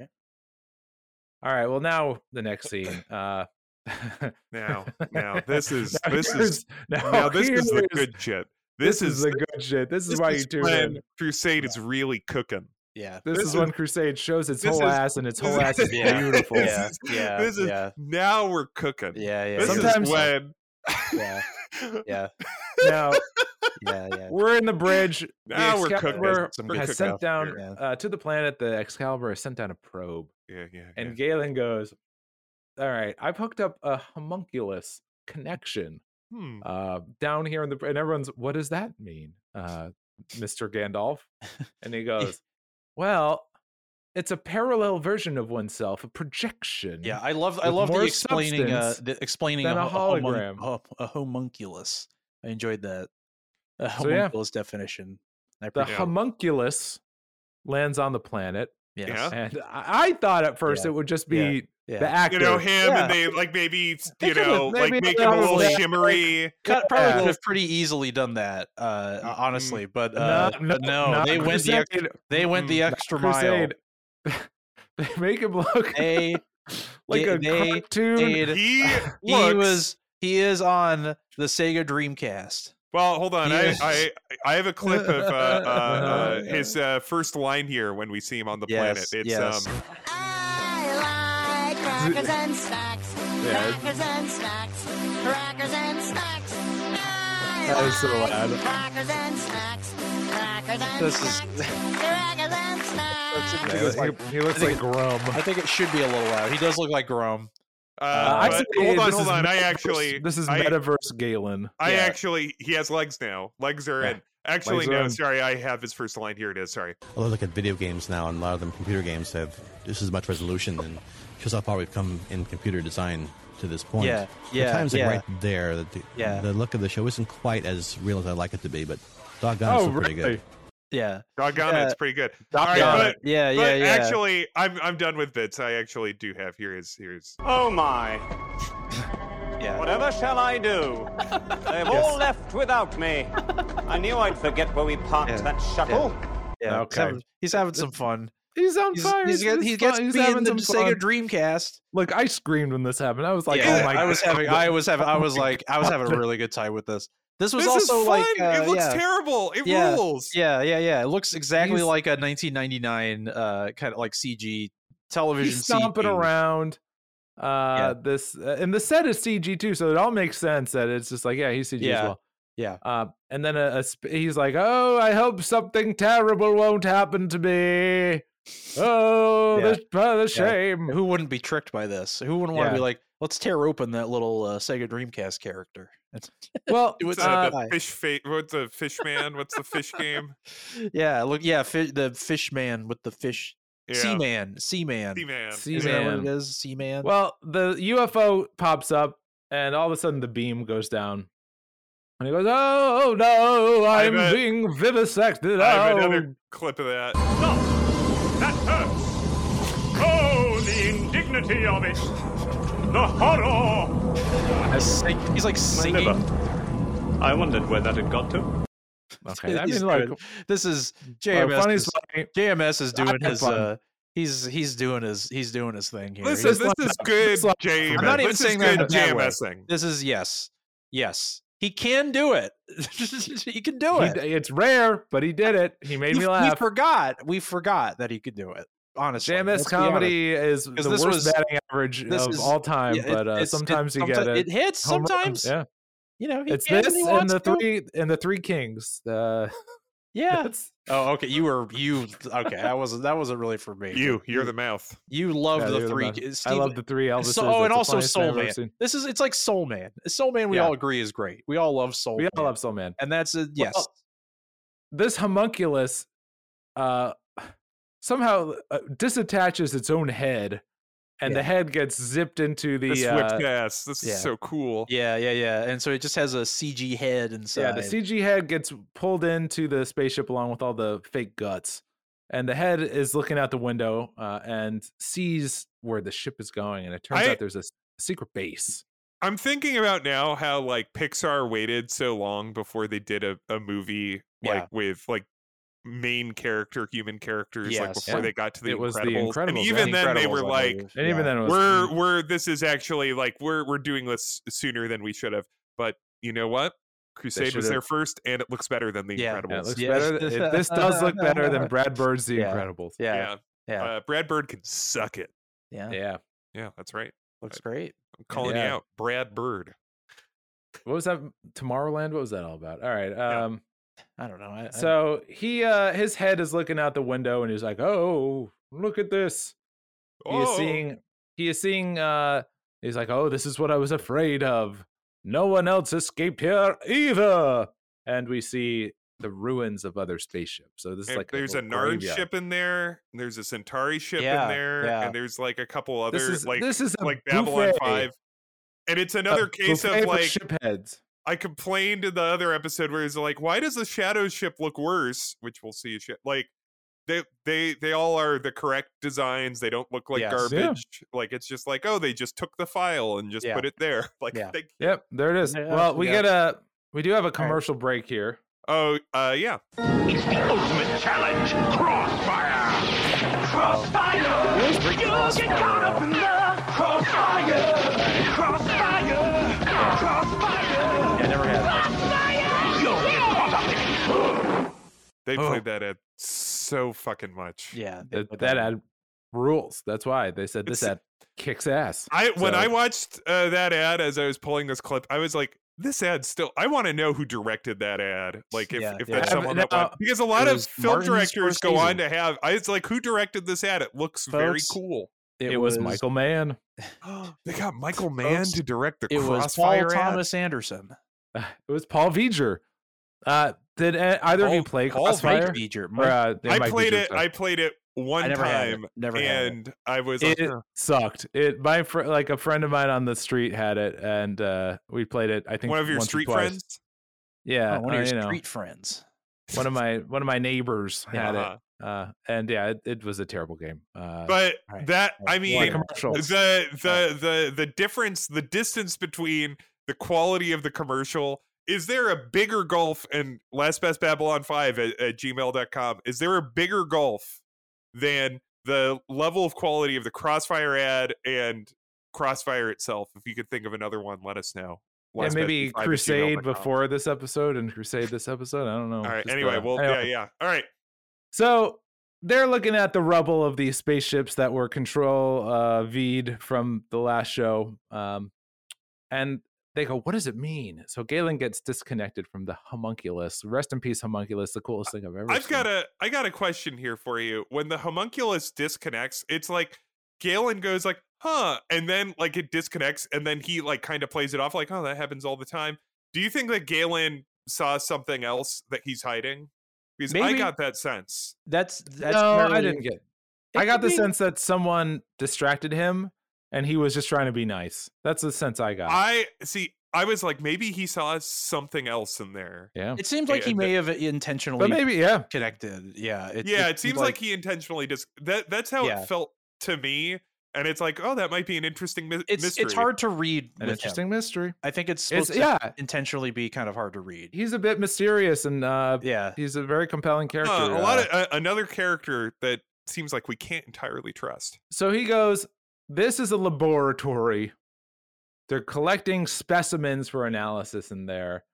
[SPEAKER 3] All right, well, now the next scene. Uh,
[SPEAKER 1] Now, now this is
[SPEAKER 3] now
[SPEAKER 1] this is
[SPEAKER 3] here's- now,
[SPEAKER 1] now this is the
[SPEAKER 3] here's-
[SPEAKER 1] good shit.
[SPEAKER 3] This,
[SPEAKER 1] This,
[SPEAKER 3] is, the good shit. This is why you do
[SPEAKER 1] when
[SPEAKER 3] it.
[SPEAKER 1] Crusade is really cooking.
[SPEAKER 2] Yeah.
[SPEAKER 3] This,
[SPEAKER 1] this
[SPEAKER 3] is
[SPEAKER 1] is-
[SPEAKER 3] when Crusade shows its
[SPEAKER 1] this
[SPEAKER 3] whole
[SPEAKER 1] is-
[SPEAKER 3] ass, and its
[SPEAKER 1] this
[SPEAKER 3] whole
[SPEAKER 1] is-
[SPEAKER 3] ass is
[SPEAKER 2] yeah.
[SPEAKER 3] beautiful.
[SPEAKER 2] Yeah.
[SPEAKER 1] This is-
[SPEAKER 2] Yeah.
[SPEAKER 1] this is
[SPEAKER 2] yeah.
[SPEAKER 1] now we're cooking.
[SPEAKER 2] Yeah. Yeah.
[SPEAKER 1] This
[SPEAKER 3] Sometimes-
[SPEAKER 1] is when
[SPEAKER 2] yeah. Yeah.
[SPEAKER 3] Now
[SPEAKER 2] Yeah. Yeah.
[SPEAKER 3] we're in the bridge. The
[SPEAKER 1] now we're cooking.
[SPEAKER 3] Excalibur
[SPEAKER 1] Some good
[SPEAKER 3] has
[SPEAKER 1] cooking
[SPEAKER 3] sent
[SPEAKER 1] out
[SPEAKER 3] down
[SPEAKER 1] there.
[SPEAKER 3] uh, to the planet. The Excalibur has sent down a probe.
[SPEAKER 1] Yeah, yeah, yeah.
[SPEAKER 3] And Galen goes, All right, I've hooked up a homunculus connection
[SPEAKER 1] Hmm.
[SPEAKER 3] uh, down here in the. And everyone's, What does that mean, uh, Mr. Gandalf? And he goes, Well, it's a parallel version of oneself, a projection.
[SPEAKER 2] Yeah, I love I
[SPEAKER 3] With
[SPEAKER 2] love the
[SPEAKER 3] more
[SPEAKER 2] explaining uh,
[SPEAKER 3] substance
[SPEAKER 2] the explaining
[SPEAKER 3] than
[SPEAKER 2] a,
[SPEAKER 3] a
[SPEAKER 2] ho- a homun-
[SPEAKER 3] hologram.
[SPEAKER 2] ho- a homunculus. I enjoyed that. A
[SPEAKER 3] So, yeah.
[SPEAKER 2] homunculus definition. I
[SPEAKER 3] The
[SPEAKER 2] appreciate-
[SPEAKER 3] homunculus lands on the planet.
[SPEAKER 2] yes.
[SPEAKER 1] Yeah.
[SPEAKER 3] And I, I thought at first
[SPEAKER 2] Uh. Yeah.
[SPEAKER 3] it would just be
[SPEAKER 2] Yeah. Yeah.
[SPEAKER 3] the actor.
[SPEAKER 1] you know him
[SPEAKER 2] Yeah.
[SPEAKER 1] and they like maybe s-
[SPEAKER 3] They
[SPEAKER 1] you
[SPEAKER 3] could've
[SPEAKER 1] know
[SPEAKER 3] maybe
[SPEAKER 1] like make him
[SPEAKER 3] done
[SPEAKER 1] a little
[SPEAKER 3] that, like-
[SPEAKER 1] shimmery
[SPEAKER 2] Cut, probably
[SPEAKER 3] Yeah.
[SPEAKER 2] could have pretty easily done that, uh,
[SPEAKER 1] Mm,
[SPEAKER 2] honestly. But uh,
[SPEAKER 3] no,
[SPEAKER 2] but no,
[SPEAKER 3] not
[SPEAKER 2] they went the ex-
[SPEAKER 3] Crusade.
[SPEAKER 2] they went the
[SPEAKER 3] Not
[SPEAKER 2] extra mile.
[SPEAKER 3] Crusade. they make him look
[SPEAKER 2] They they-
[SPEAKER 3] like a
[SPEAKER 2] they
[SPEAKER 3] cartoon.
[SPEAKER 2] did.
[SPEAKER 1] he
[SPEAKER 2] He
[SPEAKER 1] looks,
[SPEAKER 2] was he is on the Sega Dreamcast.
[SPEAKER 1] well hold on
[SPEAKER 2] he is-
[SPEAKER 1] I, I i have a clip of uh, uh, uh
[SPEAKER 2] Yeah.
[SPEAKER 1] his uh, first line here when we see him on the
[SPEAKER 2] Yes,
[SPEAKER 1] planet it's
[SPEAKER 2] yes.
[SPEAKER 1] um
[SPEAKER 13] I like crackers and snacks.
[SPEAKER 3] Yeah.
[SPEAKER 13] Crackers and snacks. Crackers and snacks. I
[SPEAKER 3] That is so
[SPEAKER 13] like
[SPEAKER 3] loud.
[SPEAKER 13] Crackers and snacks. Crackers and
[SPEAKER 2] This is-
[SPEAKER 13] snacks. Crackers and snacks.
[SPEAKER 2] That's
[SPEAKER 3] Yeah, he,
[SPEAKER 2] interesting.
[SPEAKER 3] he looks like Grum.
[SPEAKER 2] I think it should be a little loud. He does look like Grom.
[SPEAKER 1] Uh,
[SPEAKER 3] Uh,
[SPEAKER 1] but
[SPEAKER 3] actually,
[SPEAKER 1] hold on,
[SPEAKER 3] this
[SPEAKER 1] hold
[SPEAKER 3] is
[SPEAKER 1] on. I
[SPEAKER 3] metaverse-
[SPEAKER 1] actually
[SPEAKER 3] this is
[SPEAKER 1] I-
[SPEAKER 3] metaverse Galen.
[SPEAKER 1] I
[SPEAKER 3] Yeah.
[SPEAKER 1] actually he has legs now. Legs are in. Actually,
[SPEAKER 5] Legs are
[SPEAKER 1] no,
[SPEAKER 5] in.
[SPEAKER 1] sorry, I have his first line. Here it is. Sorry.
[SPEAKER 5] Although look at video games now, and a lot of them computer games have just as much resolution, and shows how far we've come in computer design to this point.
[SPEAKER 2] Yeah,
[SPEAKER 5] There are
[SPEAKER 2] yeah,
[SPEAKER 5] times like
[SPEAKER 2] yeah.
[SPEAKER 5] right there, that the,
[SPEAKER 2] Yeah.
[SPEAKER 5] the look of the show isn't quite as real as I like it to be, but doggone,
[SPEAKER 2] Oh,
[SPEAKER 1] Oh,
[SPEAKER 5] it's still pretty good.
[SPEAKER 2] Yeah.
[SPEAKER 1] Doggone it,
[SPEAKER 2] Yeah.
[SPEAKER 1] it's pretty good.
[SPEAKER 2] Doggone it. Yeah, yeah,
[SPEAKER 1] but
[SPEAKER 2] yeah.
[SPEAKER 1] Actually, I'm I'm done with bits. I actually do have here is here's.
[SPEAKER 4] Oh my. Whatever shall I do? They've all left without me. I knew I'd forget where we parked
[SPEAKER 2] Yeah.
[SPEAKER 4] that shuttle.
[SPEAKER 2] Yeah, he's
[SPEAKER 4] Okay.
[SPEAKER 2] having, he's having some fun.
[SPEAKER 3] He's on
[SPEAKER 2] He's-
[SPEAKER 3] fire.
[SPEAKER 2] he's
[SPEAKER 3] This
[SPEAKER 2] got-
[SPEAKER 3] is
[SPEAKER 2] he gets
[SPEAKER 3] fun.
[SPEAKER 2] being
[SPEAKER 3] having
[SPEAKER 2] the
[SPEAKER 3] some
[SPEAKER 2] Sega
[SPEAKER 3] fun.
[SPEAKER 2] Dreamcast.
[SPEAKER 3] Look, I screamed when this happened. I was like,
[SPEAKER 2] yeah,
[SPEAKER 3] "Oh my!"
[SPEAKER 2] I was having, I was having, I was like, I was having a really good time with this. This was also like, uh,
[SPEAKER 1] it looks
[SPEAKER 2] yeah.
[SPEAKER 1] terrible. It
[SPEAKER 2] yeah,
[SPEAKER 1] rules.
[SPEAKER 2] Yeah, yeah, yeah. It looks exactly
[SPEAKER 3] He's-
[SPEAKER 2] like a 1999 uh, kind of like CG television.
[SPEAKER 3] He's stomping
[SPEAKER 2] CG.
[SPEAKER 3] around. Uh, this uh, and the set is CG too, so it all makes sense that it's just like, yeah, he's CG as
[SPEAKER 2] Yeah.
[SPEAKER 3] well.
[SPEAKER 2] Yeah.
[SPEAKER 3] Uh, and then a, a sp- he's like, "Oh, I hope something terrible won't happen to me." Oh,
[SPEAKER 2] Yeah.
[SPEAKER 3] the, uh, the
[SPEAKER 2] Yeah.
[SPEAKER 3] shame.
[SPEAKER 2] Who wouldn't be tricked by this? Who wouldn't want to
[SPEAKER 3] Yeah.
[SPEAKER 2] be like, let's tear open that little uh, Sega Dreamcast character? That's-
[SPEAKER 3] Well,
[SPEAKER 2] do it
[SPEAKER 1] It's, uh,
[SPEAKER 2] to
[SPEAKER 1] the
[SPEAKER 2] the
[SPEAKER 1] fish fa- What's the fish man? What's the fish game?
[SPEAKER 2] guy. Yeah, look, yeah, fi- the fish man with the fish,
[SPEAKER 1] Yeah.
[SPEAKER 2] sea man, sea man,
[SPEAKER 1] Sea man.
[SPEAKER 2] Is that what
[SPEAKER 3] Seaman.
[SPEAKER 2] it is? Sea man.
[SPEAKER 3] Well, the UFO pops up, and all of a sudden the beam goes down. And he goes, "Oh, oh no,
[SPEAKER 1] I
[SPEAKER 3] I'm
[SPEAKER 1] bet-
[SPEAKER 3] being vivisected."
[SPEAKER 1] I have
[SPEAKER 3] oh."
[SPEAKER 1] another clip of that.
[SPEAKER 7] That hurts. Oh, the indignity of it. The horror.
[SPEAKER 2] he's like singing.
[SPEAKER 4] I wondered where that had got to.
[SPEAKER 3] Okay, I
[SPEAKER 2] He's
[SPEAKER 3] mean, like,
[SPEAKER 2] doing- this is
[SPEAKER 3] well,
[SPEAKER 2] JMS.
[SPEAKER 3] funny's
[SPEAKER 2] is,
[SPEAKER 3] funny.
[SPEAKER 2] JMS is
[SPEAKER 3] I
[SPEAKER 2] doing
[SPEAKER 3] had
[SPEAKER 2] his.
[SPEAKER 3] fun.
[SPEAKER 2] Uh, he's he's doing his he's doing his thing here.
[SPEAKER 1] This
[SPEAKER 2] He's-
[SPEAKER 1] is this is good JMS.
[SPEAKER 2] I'm not even
[SPEAKER 1] This is
[SPEAKER 2] saying that in a
[SPEAKER 1] good
[SPEAKER 2] bad way.
[SPEAKER 1] JMSing.
[SPEAKER 2] This is yes, yes. He can do it. he can do
[SPEAKER 3] He
[SPEAKER 2] it.
[SPEAKER 3] d- it's rare, but he did it. He made
[SPEAKER 2] We-
[SPEAKER 3] me
[SPEAKER 2] We
[SPEAKER 3] laugh.
[SPEAKER 2] forgot. We forgot that he could do it. Honestly,
[SPEAKER 3] JMS
[SPEAKER 2] let's be honest.
[SPEAKER 3] comedy is the
[SPEAKER 2] 'Cause this
[SPEAKER 3] worst
[SPEAKER 2] was-
[SPEAKER 3] batting average
[SPEAKER 2] this
[SPEAKER 3] of
[SPEAKER 2] is-
[SPEAKER 3] all time,
[SPEAKER 2] yeah, it-
[SPEAKER 3] but uh,
[SPEAKER 2] it's- it-
[SPEAKER 3] sometimes you
[SPEAKER 2] someti-
[SPEAKER 3] get it.
[SPEAKER 2] It hits
[SPEAKER 3] Home runs,
[SPEAKER 2] sometimes.
[SPEAKER 3] yeah.
[SPEAKER 2] You know, he
[SPEAKER 3] It's
[SPEAKER 2] can
[SPEAKER 3] this
[SPEAKER 2] when he
[SPEAKER 3] and
[SPEAKER 2] wants
[SPEAKER 3] the
[SPEAKER 2] to.
[SPEAKER 3] three and the three kings. Uh,
[SPEAKER 2] Yeah.
[SPEAKER 3] that's-
[SPEAKER 2] Oh, okay. You were you okay? That wasn't that wasn't really for me.
[SPEAKER 1] You, you're the mouth.
[SPEAKER 2] You love
[SPEAKER 3] yeah,
[SPEAKER 2] the
[SPEAKER 3] they're
[SPEAKER 2] three.
[SPEAKER 3] best. I
[SPEAKER 2] Steve-
[SPEAKER 3] love the three Elvises.
[SPEAKER 2] So, oh,
[SPEAKER 3] That's
[SPEAKER 2] and
[SPEAKER 3] the
[SPEAKER 2] also
[SPEAKER 3] funniest thing I've
[SPEAKER 2] Soul
[SPEAKER 3] ever
[SPEAKER 2] Man.
[SPEAKER 3] seen.
[SPEAKER 2] This is it's like Soul Man. Soul Man, we
[SPEAKER 3] Yeah.
[SPEAKER 2] all agree is great. We all love Soul.
[SPEAKER 3] We all
[SPEAKER 2] Man.
[SPEAKER 3] love Soul Man.
[SPEAKER 2] and that's a yes.
[SPEAKER 3] Well, this homunculus uh, somehow uh, disattaches its own head, and the head gets zipped into the
[SPEAKER 1] This
[SPEAKER 3] uh,
[SPEAKER 1] whipped ass. This
[SPEAKER 2] yeah.
[SPEAKER 1] is so cool.
[SPEAKER 2] yeah, yeah, yeah. And so it just has a CG head inside.
[SPEAKER 3] Yeah, the CG head gets pulled into the spaceship along with all the fake guts. And the head is looking out the window uh, and sees where the ship is going. And it turns
[SPEAKER 1] I-
[SPEAKER 3] out there's a s- secret base.
[SPEAKER 1] I'm thinking about now how like Pixar waited so long before they did a, a movie like
[SPEAKER 2] Yeah.
[SPEAKER 1] with like main character human characters like
[SPEAKER 2] Yes.
[SPEAKER 1] before
[SPEAKER 3] Yeah.
[SPEAKER 1] they got to the
[SPEAKER 3] It
[SPEAKER 1] Incredibles.
[SPEAKER 3] was The
[SPEAKER 1] and
[SPEAKER 3] Incredibles, yeah.
[SPEAKER 1] even then they
[SPEAKER 2] Incredibles,
[SPEAKER 1] were
[SPEAKER 2] I
[SPEAKER 1] like
[SPEAKER 2] believe.
[SPEAKER 3] And even
[SPEAKER 2] Yeah.
[SPEAKER 3] then, it was,
[SPEAKER 1] we're we're this is actually like we're we're doing this sooner than we should have but you know what crusade was
[SPEAKER 3] should've-
[SPEAKER 1] there first and it looks better than the
[SPEAKER 2] Yeah.
[SPEAKER 3] Yeah, it
[SPEAKER 1] incredibles
[SPEAKER 3] looks
[SPEAKER 2] Yeah.
[SPEAKER 3] better. th- it- this does look better than Brad Bird's The
[SPEAKER 2] Yeah.
[SPEAKER 3] Incredibles.
[SPEAKER 2] yeah, yeah,
[SPEAKER 1] Yeah.
[SPEAKER 2] yeah,
[SPEAKER 1] Uh, brad bird can suck it Oh.
[SPEAKER 2] yeah.
[SPEAKER 3] Yeah.
[SPEAKER 1] yeah that's right
[SPEAKER 2] Looks great.
[SPEAKER 1] i'm calling you
[SPEAKER 3] Yeah.
[SPEAKER 1] out brad bird
[SPEAKER 3] What was that? Tomorrowland? What was that all about? All right.
[SPEAKER 1] Yeah.
[SPEAKER 3] Um,
[SPEAKER 2] I don't know. I, I-
[SPEAKER 3] So he uh, his head is looking out the window and he's like, oh, look at this. He is
[SPEAKER 1] Oh,
[SPEAKER 3] seeing he is seeing uh he's like, Oh, this is what I was afraid of. No one else escaped here either. And we see the ruins of other spaceships. So this is
[SPEAKER 1] and
[SPEAKER 3] like
[SPEAKER 1] there's a
[SPEAKER 3] little
[SPEAKER 1] nard
[SPEAKER 3] graveyard.
[SPEAKER 1] ship in there and there's a centauri ship
[SPEAKER 2] Yeah,
[SPEAKER 1] in there
[SPEAKER 2] yeah.
[SPEAKER 1] and there's like a couple other
[SPEAKER 3] This is
[SPEAKER 1] like
[SPEAKER 3] this is a
[SPEAKER 1] like babylon
[SPEAKER 3] buffet,
[SPEAKER 1] 5 and it's
[SPEAKER 3] a
[SPEAKER 1] another case
[SPEAKER 3] buffet
[SPEAKER 1] of
[SPEAKER 3] for
[SPEAKER 1] like
[SPEAKER 3] ship heads.
[SPEAKER 1] I complained in the other episode where he's like, "Why does the shadow ship look worse?" Which we'll see. Shit, like they they they all are the correct designs. They don't look like
[SPEAKER 2] Yes.
[SPEAKER 1] garbage.
[SPEAKER 3] Yeah.
[SPEAKER 1] Like it's just like, oh, they just took the file and just
[SPEAKER 2] Yeah.
[SPEAKER 1] put it there. Like,
[SPEAKER 2] Yeah.
[SPEAKER 1] they,
[SPEAKER 3] Yep, there it is.
[SPEAKER 2] Yeah,
[SPEAKER 3] well, we
[SPEAKER 2] yeah.
[SPEAKER 3] get a we do have a commercial break here.
[SPEAKER 1] oh, uh, yeah.
[SPEAKER 7] It's the ultimate challenge. Crossfire. Crossfire. You'll get caught up in the crossfire. Crossfire. Crossfire.
[SPEAKER 2] I never had.
[SPEAKER 7] You'll get caught up in it.
[SPEAKER 1] They
[SPEAKER 2] Oh.
[SPEAKER 1] played that ad so fucking much.
[SPEAKER 2] Yeah, they
[SPEAKER 3] That,
[SPEAKER 2] put
[SPEAKER 3] that
[SPEAKER 2] in.
[SPEAKER 3] ad rules. That's why they said this
[SPEAKER 1] It's-
[SPEAKER 3] ad kicks ass.
[SPEAKER 1] I when
[SPEAKER 3] So-
[SPEAKER 1] I watched uh, that ad as I was pulling this clip, I was like, this ad still. I want to know who directed that ad. Like if,
[SPEAKER 2] Yeah,
[SPEAKER 1] if
[SPEAKER 2] yeah.
[SPEAKER 1] that's
[SPEAKER 3] Have-
[SPEAKER 1] someone that
[SPEAKER 3] now-
[SPEAKER 1] won. because a lot
[SPEAKER 2] it
[SPEAKER 1] of
[SPEAKER 2] was
[SPEAKER 1] film
[SPEAKER 2] Martin
[SPEAKER 1] directors go on
[SPEAKER 2] Scorsese.
[SPEAKER 1] to have. I, it's like who directed this ad? It looks very
[SPEAKER 2] Folks,
[SPEAKER 1] cool.
[SPEAKER 3] It, was, Michael Mann.
[SPEAKER 1] they got Michael Mann
[SPEAKER 3] Folks,
[SPEAKER 1] to direct the
[SPEAKER 3] it was Paul
[SPEAKER 1] Crossfire ad?
[SPEAKER 3] Thomas
[SPEAKER 2] Anderson.
[SPEAKER 3] It was Paul Viger. Uh, did uh, either of you
[SPEAKER 1] Paul-
[SPEAKER 3] play
[SPEAKER 1] Paul
[SPEAKER 3] Crossfire?
[SPEAKER 1] Mike Viger.
[SPEAKER 3] Or,
[SPEAKER 1] Mike-
[SPEAKER 3] uh, yeah,
[SPEAKER 1] I
[SPEAKER 3] Mike
[SPEAKER 1] played
[SPEAKER 3] Viger,
[SPEAKER 1] it.
[SPEAKER 3] sorry.
[SPEAKER 1] I played it one
[SPEAKER 3] I never had it.
[SPEAKER 1] time.
[SPEAKER 3] Never had it.
[SPEAKER 1] and I was
[SPEAKER 3] it
[SPEAKER 1] like,
[SPEAKER 3] sucked. It my fr- like a friend of mine on the street had it, and uh, we played it. I think
[SPEAKER 1] one of your
[SPEAKER 3] once or
[SPEAKER 1] street
[SPEAKER 3] twice.
[SPEAKER 1] friends.
[SPEAKER 3] Yeah,
[SPEAKER 2] Oh, one
[SPEAKER 3] uh,
[SPEAKER 2] of
[SPEAKER 3] you
[SPEAKER 2] your
[SPEAKER 3] know,
[SPEAKER 2] street friends.
[SPEAKER 3] one of my one of my neighbors had
[SPEAKER 1] Uh-huh.
[SPEAKER 3] it, uh, and yeah, it, it was a terrible game. Uh,
[SPEAKER 1] But that I
[SPEAKER 3] Well,
[SPEAKER 1] mean,
[SPEAKER 3] commercial.
[SPEAKER 1] the
[SPEAKER 3] Oh.
[SPEAKER 1] the the the difference, the distance between the quality of the commercial. Is there a bigger gulf and last best Babylon 5 at, at gmail.com? Is there a bigger gulf than the level of quality of the Crossfire ad and Crossfire itself? If you could think of another one, let us know.
[SPEAKER 3] yeah,
[SPEAKER 1] Last Best
[SPEAKER 3] maybe
[SPEAKER 1] 5 at
[SPEAKER 3] Crusade
[SPEAKER 1] gmail.com.
[SPEAKER 3] before this episode and Crusade this episode. I don't know.
[SPEAKER 1] um, All right.
[SPEAKER 3] Just,
[SPEAKER 1] anyway,
[SPEAKER 3] uh,
[SPEAKER 1] well,
[SPEAKER 3] anyway.
[SPEAKER 1] yeah, yeah. All right.
[SPEAKER 3] So they're looking at the rubble of these spaceships that were control uh Veed from the last show. Um and they go, What does it mean? So Galen gets disconnected from the homunculus. Rest in peace, homunculus, the coolest thing I've ever
[SPEAKER 1] I've
[SPEAKER 3] seen.
[SPEAKER 1] got a I got a question here for you. When the homunculus disconnects, it's like Galen goes like, "Huh," and then like it disconnects, and then he like kind of plays it off like, "Oh, that happens all the time." Do you think that Galen saw something else that he's hiding? Because I
[SPEAKER 3] Maybe.
[SPEAKER 1] got that sense.
[SPEAKER 2] That's that's
[SPEAKER 3] no, I
[SPEAKER 2] very-
[SPEAKER 3] didn't get
[SPEAKER 2] It
[SPEAKER 3] I got
[SPEAKER 2] could
[SPEAKER 3] the
[SPEAKER 2] be-
[SPEAKER 3] sense that someone distracted him and he was just trying to be nice. That's the sense I got.
[SPEAKER 1] I see. I was like, maybe he saw something else in there.
[SPEAKER 3] Oh, yeah.
[SPEAKER 2] It seems like he
[SPEAKER 1] Yeah,
[SPEAKER 2] may
[SPEAKER 1] the-
[SPEAKER 2] have intentionally
[SPEAKER 3] maybe, yeah.
[SPEAKER 2] connected. Yeah.
[SPEAKER 1] yeah, it, seems like, he intentionally just that. That's how
[SPEAKER 2] Yeah.
[SPEAKER 1] it felt to me, and it's like, oh, that might be an interesting mi-
[SPEAKER 2] it's
[SPEAKER 1] mystery.
[SPEAKER 2] it's hard to read.
[SPEAKER 3] An
[SPEAKER 2] with him.
[SPEAKER 3] interesting mystery.
[SPEAKER 2] I think it's
[SPEAKER 3] It's-
[SPEAKER 2] supposed to
[SPEAKER 3] yeah.
[SPEAKER 2] intentionally be kind of hard to read.
[SPEAKER 3] He's a bit mysterious and uh
[SPEAKER 2] Yeah.
[SPEAKER 3] he's a very compelling character.
[SPEAKER 1] Uh, a lot
[SPEAKER 3] uh,
[SPEAKER 1] of uh, another character that seems like we can't entirely trust.
[SPEAKER 3] So he goes, This is a laboratory. They're collecting specimens for analysis in there.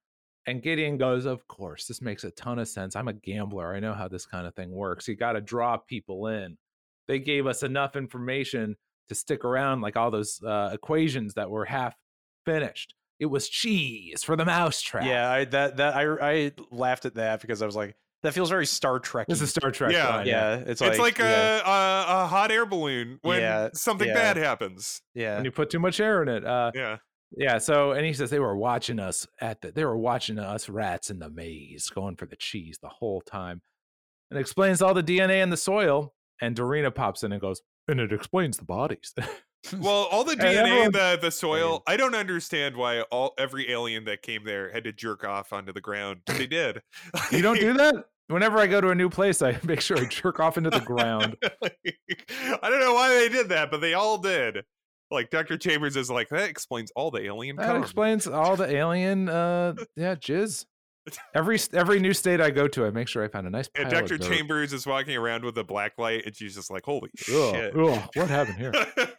[SPEAKER 3] And Gideon goes, Of course, this makes a ton of sense. I'm a gambler. I know how this kind of thing works. You got to draw people in. They gave us enough information to stick around, like all those uh, equations that were half finished. It was cheese for the mousetrap.
[SPEAKER 2] Yeah, I that that I I laughed at that because I was like, that feels very Star Trek.
[SPEAKER 3] This is Star Trek.
[SPEAKER 1] Yeah.
[SPEAKER 3] line,
[SPEAKER 2] Yeah, it's like
[SPEAKER 1] it's like
[SPEAKER 2] yeah,
[SPEAKER 1] a, a a hot air balloon when
[SPEAKER 2] Yeah,
[SPEAKER 1] something
[SPEAKER 2] yeah.
[SPEAKER 1] bad happens.
[SPEAKER 2] yeah.
[SPEAKER 3] When you put too much air in it. Uh,
[SPEAKER 1] Yeah,
[SPEAKER 3] Yeah. So, and he says they were watching us at the, they were watching us rats in the maze going for the cheese the whole time and explains all the DNA in the soil. And Dorina pops in and goes, and it explains the bodies.
[SPEAKER 1] well, all the
[SPEAKER 3] And
[SPEAKER 1] DNA in
[SPEAKER 3] everyone-
[SPEAKER 1] the the soil. I don't understand why all every alien that came there had to jerk off onto the ground. but They did.
[SPEAKER 3] you don't do that? Whenever I go to a new place, I make sure I jerk off into the ground.
[SPEAKER 1] I don't know why they did that, but they all did. Like Dr. Chambers is like that explains all the alien.
[SPEAKER 3] That
[SPEAKER 1] cum."
[SPEAKER 3] explains all the alien, uh, yeah, jizz. Every every new state I go to, I make sure I find a nice.
[SPEAKER 1] And
[SPEAKER 3] pile of
[SPEAKER 1] Dr.
[SPEAKER 3] dirt.
[SPEAKER 1] Chambers is walking around with a black light, and she's just like, "Holy
[SPEAKER 3] Ugh,
[SPEAKER 1] shit!"
[SPEAKER 3] ugh, what happened here?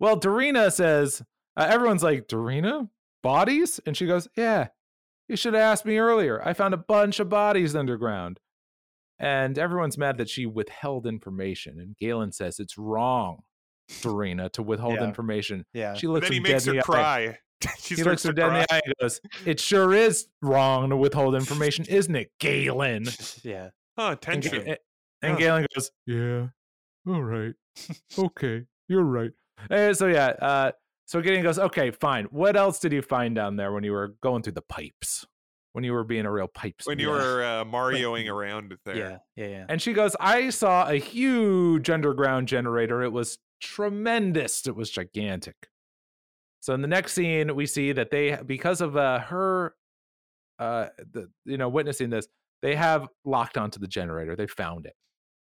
[SPEAKER 3] Well, Dorina says, uh, everyone's like, Dorina? Bodies? And she goes, Yeah, you should have asked me earlier. I found a bunch of bodies underground. And everyone's mad that she withheld information. And Galen says, It's wrong, Dorina, to withhold
[SPEAKER 2] Yeah.
[SPEAKER 3] information.
[SPEAKER 2] Yeah.
[SPEAKER 3] She looks
[SPEAKER 1] then he
[SPEAKER 3] him dead
[SPEAKER 1] makes her
[SPEAKER 3] in the eye.
[SPEAKER 1] cry. she
[SPEAKER 3] He
[SPEAKER 1] starts
[SPEAKER 3] looks her
[SPEAKER 1] to
[SPEAKER 3] dead in
[SPEAKER 1] cry.
[SPEAKER 3] the eye and goes, It sure is wrong to withhold information, isn't it, Galen?
[SPEAKER 2] yeah.
[SPEAKER 1] Oh,
[SPEAKER 3] And,
[SPEAKER 1] tension.
[SPEAKER 3] Ga- and
[SPEAKER 1] Huh.
[SPEAKER 3] Galen goes, Yeah, all right. Okay, you're right. Eh, so yeah, uh, so Gideon goes, okay, fine. What else did you find down there when you were going through the pipes? When you were being a real pipes?
[SPEAKER 1] when you were uh, Marioing around there.
[SPEAKER 2] Yeah, yeah, yeah.
[SPEAKER 3] And she goes, I saw a huge underground generator. It was tremendous. It was gigantic. So in the next scene, we see that they, because of uh, her, uh, the, you know, witnessing this, they have locked onto the generator. They found it,